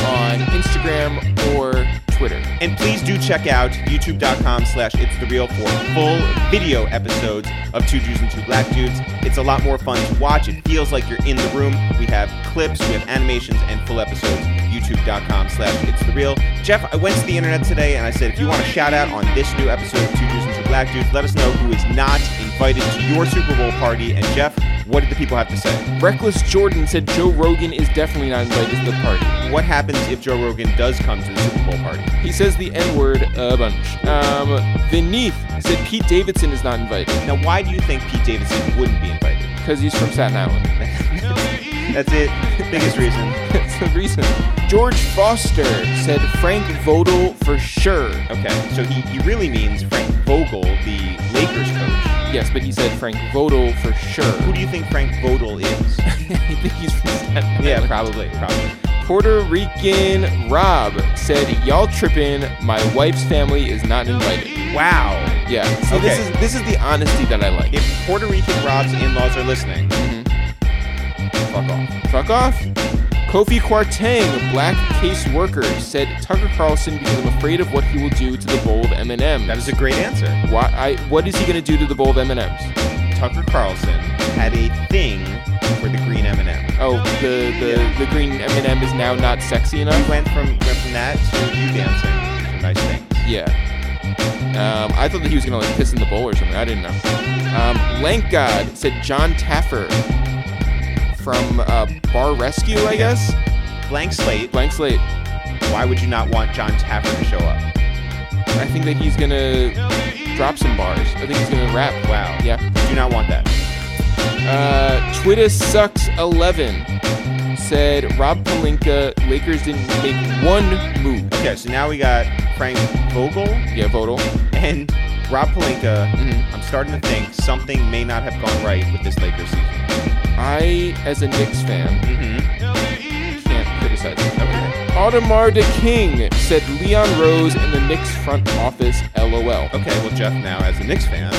S2: on Instagram or Twitter.
S1: And please do check out youtube.com slash it's the real for full video episodes of Two Jews and Two Black Dudes. It's a lot more fun to watch. It feels like you're in the room. We have clips, we have animations, and full episodes. YouTube.com slash it's the real. Jeff, I went to the internet today and I said if you want a shout out on this new episode of Two Jews and Two Black Dudes, let us know who is not invited to your Super Bowl party. And Jeff, what did the people have to say?
S2: Reckless Jordan said Joe Rogan is definitely not invited to the party.
S1: What happens if Joe Rogan does come to the Super Bowl party?
S2: He says the N word a bunch. Um, Vineeth said Pete Davidson is not invited
S1: Now, why do you think Pete Davidson wouldn't be invited?
S2: because he's from Staten Island.
S1: That's it. [laughs] Biggest reason.
S2: That's the reason. George Foster said Frank Vodal for sure.
S1: Okay, so he, he really means Frank Vogel, the Lakers coach.
S2: Yes, but he said Frank Vodal for
S1: Who
S2: sure.
S1: do you think Frank Vogel is?
S2: [laughs] I think he's from Staten Island.
S1: yeah, probably, probably.
S2: Puerto Rican Rob said, "Y'all tripping? My wife's family is not invited."
S1: [laughs] Wow.
S2: Yeah. So this
S1: Okay.
S2: is this is the honesty that I like.
S1: If Puerto Rican Rob's in-laws are listening, fuck off.
S2: Fuck off. Kofi Kwarteng, black case worker, said Tucker Carlson because I'm afraid of what he will do to the bowl of M&M's.
S1: That is a great answer.
S2: Why, I, what is he going to do to the bowl of M&M's?
S1: Tucker Carlson had a thing for the green M&M.
S2: Oh, the the, the green M&M is now not sexy
S1: We
S2: enough.
S1: went from went from that to you dancing. Some nice things.
S2: Yeah. Um, I thought that he was going to like piss in the bowl or something. I didn't know. Um, Lank God said John Taffer from uh, Bar Rescue, I guess.
S1: Blank slate.
S2: Blank slate.
S1: Why would you not want John Taffer to show up?
S2: I think that he's going to drop some bars. I think he's going to rap.
S1: Wow.
S2: Yeah.
S1: Do not want that.
S2: Uh, Twitter sucks 11 said Rob Palinka Lakers didn't make one move.
S1: Okay, so now we got Frank Vogel.
S2: Yeah, Vodal.
S1: And Rob Palinka,
S2: Mhm.
S1: I'm starting to think something may not have gone right with this Lakers season.
S2: I, as a Knicks fan,
S1: Mm-hmm.
S2: can't criticize it. Okay. Audemars de King said Leon Rose in the Knicks front office. LOL.
S1: Okay, well, Jeff, now as a Knicks fan,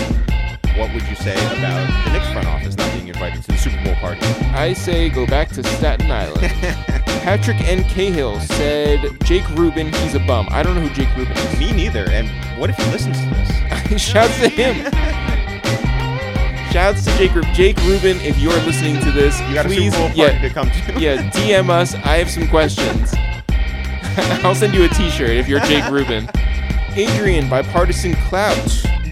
S1: what would you say about the Knicks front office not being invited to the Super Bowl party?
S2: I say go back to Staten
S1: [laughs]
S2: Island. Patrick N. Cahill said Jake Rubin, he's a bum. I don't know who Jake Rubin is. [laughs]
S1: Me neither. And what if he listens to this?
S2: Shouts to
S1: [laughs]
S2: him. Shouts to Jake Rubin. Jake Rubin, if you're listening to this,
S1: You got a
S2: please,
S1: Super Bowl party
S2: yeah,
S1: to come to.
S2: yeah, DM us. I have some questions. [laughs] I'll send you a T-shirt if you're Jake Rubin. Adrian Bipartisan Clout,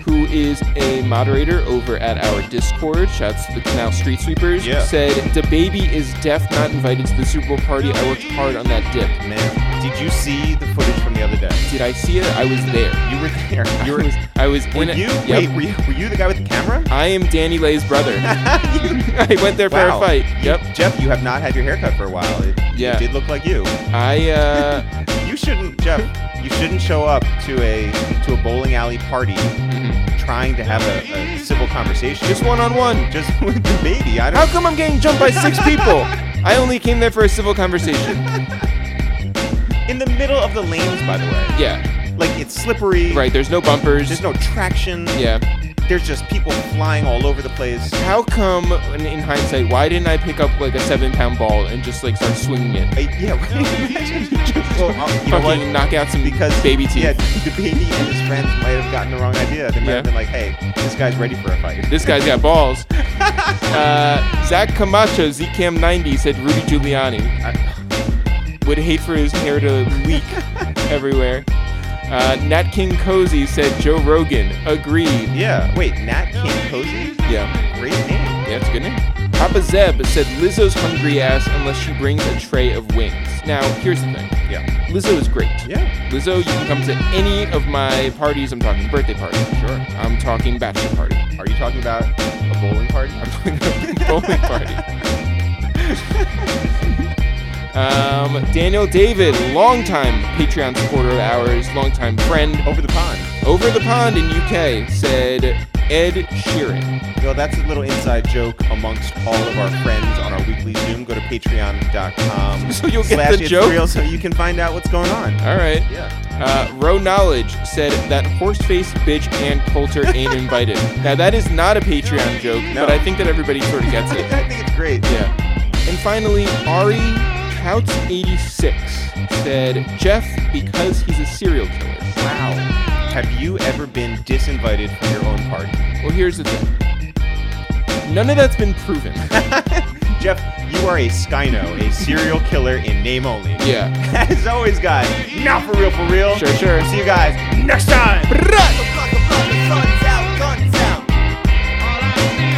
S2: who is a moderator over at our Discord, shouts to the Canal Street Sweepers,
S1: Yeah.
S2: said the baby is deaf, not invited to the Super Bowl party. I worked hard on that dip.
S1: [laughs] Man, did you see the footage from the other day?
S2: Did I see it? I was there.
S1: You were
S2: [laughs]
S1: there. You
S2: I
S1: were.
S2: was, I was
S1: [laughs] Were
S2: in it.
S1: you?
S2: Yep.
S1: Wait, were you, were you the guy with the camera?
S2: I am Danny Lay's
S1: [laughs]
S2: brother. [laughs] I went there for
S1: Wow.
S2: a fight.
S1: You-
S2: Yep.
S1: Jeff, you have not had your haircut for a while. It,
S2: Yeah.
S1: it did look like you. [laughs]
S2: I uh
S1: You shouldn't, Jeff. You shouldn't show up to a to a bowling alley party trying to have a, a civil conversation.
S2: just one on one.
S1: just [laughs] with the baby. I
S2: How
S1: don't.
S2: come I'm getting jumped by six [laughs] people? I only came there for a civil conversation.
S1: In the middle of the lanes, by the way.
S2: Yeah.
S1: Like it's slippery.
S2: Right, there's no bumpers.
S1: There's no traction.
S2: Yeah.
S1: there's just people flying all over the place.
S2: How come, in, in hindsight, why didn't I pick up like a seven pound ball and just like start swinging it?
S1: I- yeah, [laughs] right. well, you know
S2: Fucking
S1: what?
S2: knock out some
S1: Because
S2: baby teeth.
S1: Yeah, the baby and his friends might have gotten the wrong idea. They might
S2: Yeah.
S1: have been like, "Hey, this guy's ready for a fight."
S2: This guy's
S1: [laughs]
S2: got balls. Uh, Zach Camacho, ZCam90, said Rudy Giuliani. Would hate for his hair to leak everywhere. Uh, Nat King Cozy said Joe Rogan. Agreed.
S1: Yeah. Wait, Nat King Posey.
S2: Yeah,
S1: Great name.
S2: yeah, it's a good name. Papa Zeb said Lizzo's hungry ass unless she brings a tray of wings. Now, here's the thing.
S1: Yeah.
S2: Lizzo is great.
S1: Yeah.
S2: Lizzo, you can come to any of my parties. I'm talking birthday party.
S1: Sure.
S2: I'm talking bachelor party.
S1: Are you talking about a bowling party?
S2: I'm talking [laughs] bowling
S1: [laughs]
S2: party. um, Daniel David, longtime Patreon supporter of ours, longtime friend
S1: Over the pond.
S2: over the pond in UK, said Ed Sheeran.
S1: Yo, that's a little inside joke amongst all of our friends on our weekly Zoom. Go to patreon.com.
S2: [laughs] So you'll get
S1: slash
S2: the
S1: it's
S2: joke?
S1: real so you can find out what's going on.
S2: All right.
S1: Yeah.
S2: Uh, Row Knowledge said that horse-faced bitch Ann Coulter ain't invited. Now that is not a Patreon joke,
S1: No.
S2: but I think that everybody sort of gets it.
S1: I think it's great.
S2: Yeah. And finally, Ari Couch86 said, Jeff, because he's a serial killer.
S1: Wow. Have you ever been disinvited from your own party? [laughs]
S2: Well, here's the thing. None of that's been proven.
S1: Jeff, you are a Skyno, a serial killer in name only.
S2: Yeah.
S1: As always, guys, not for real, for real.
S2: Sure, sure.
S1: See you guys next time.
S2: Brrrah!
S5: All I need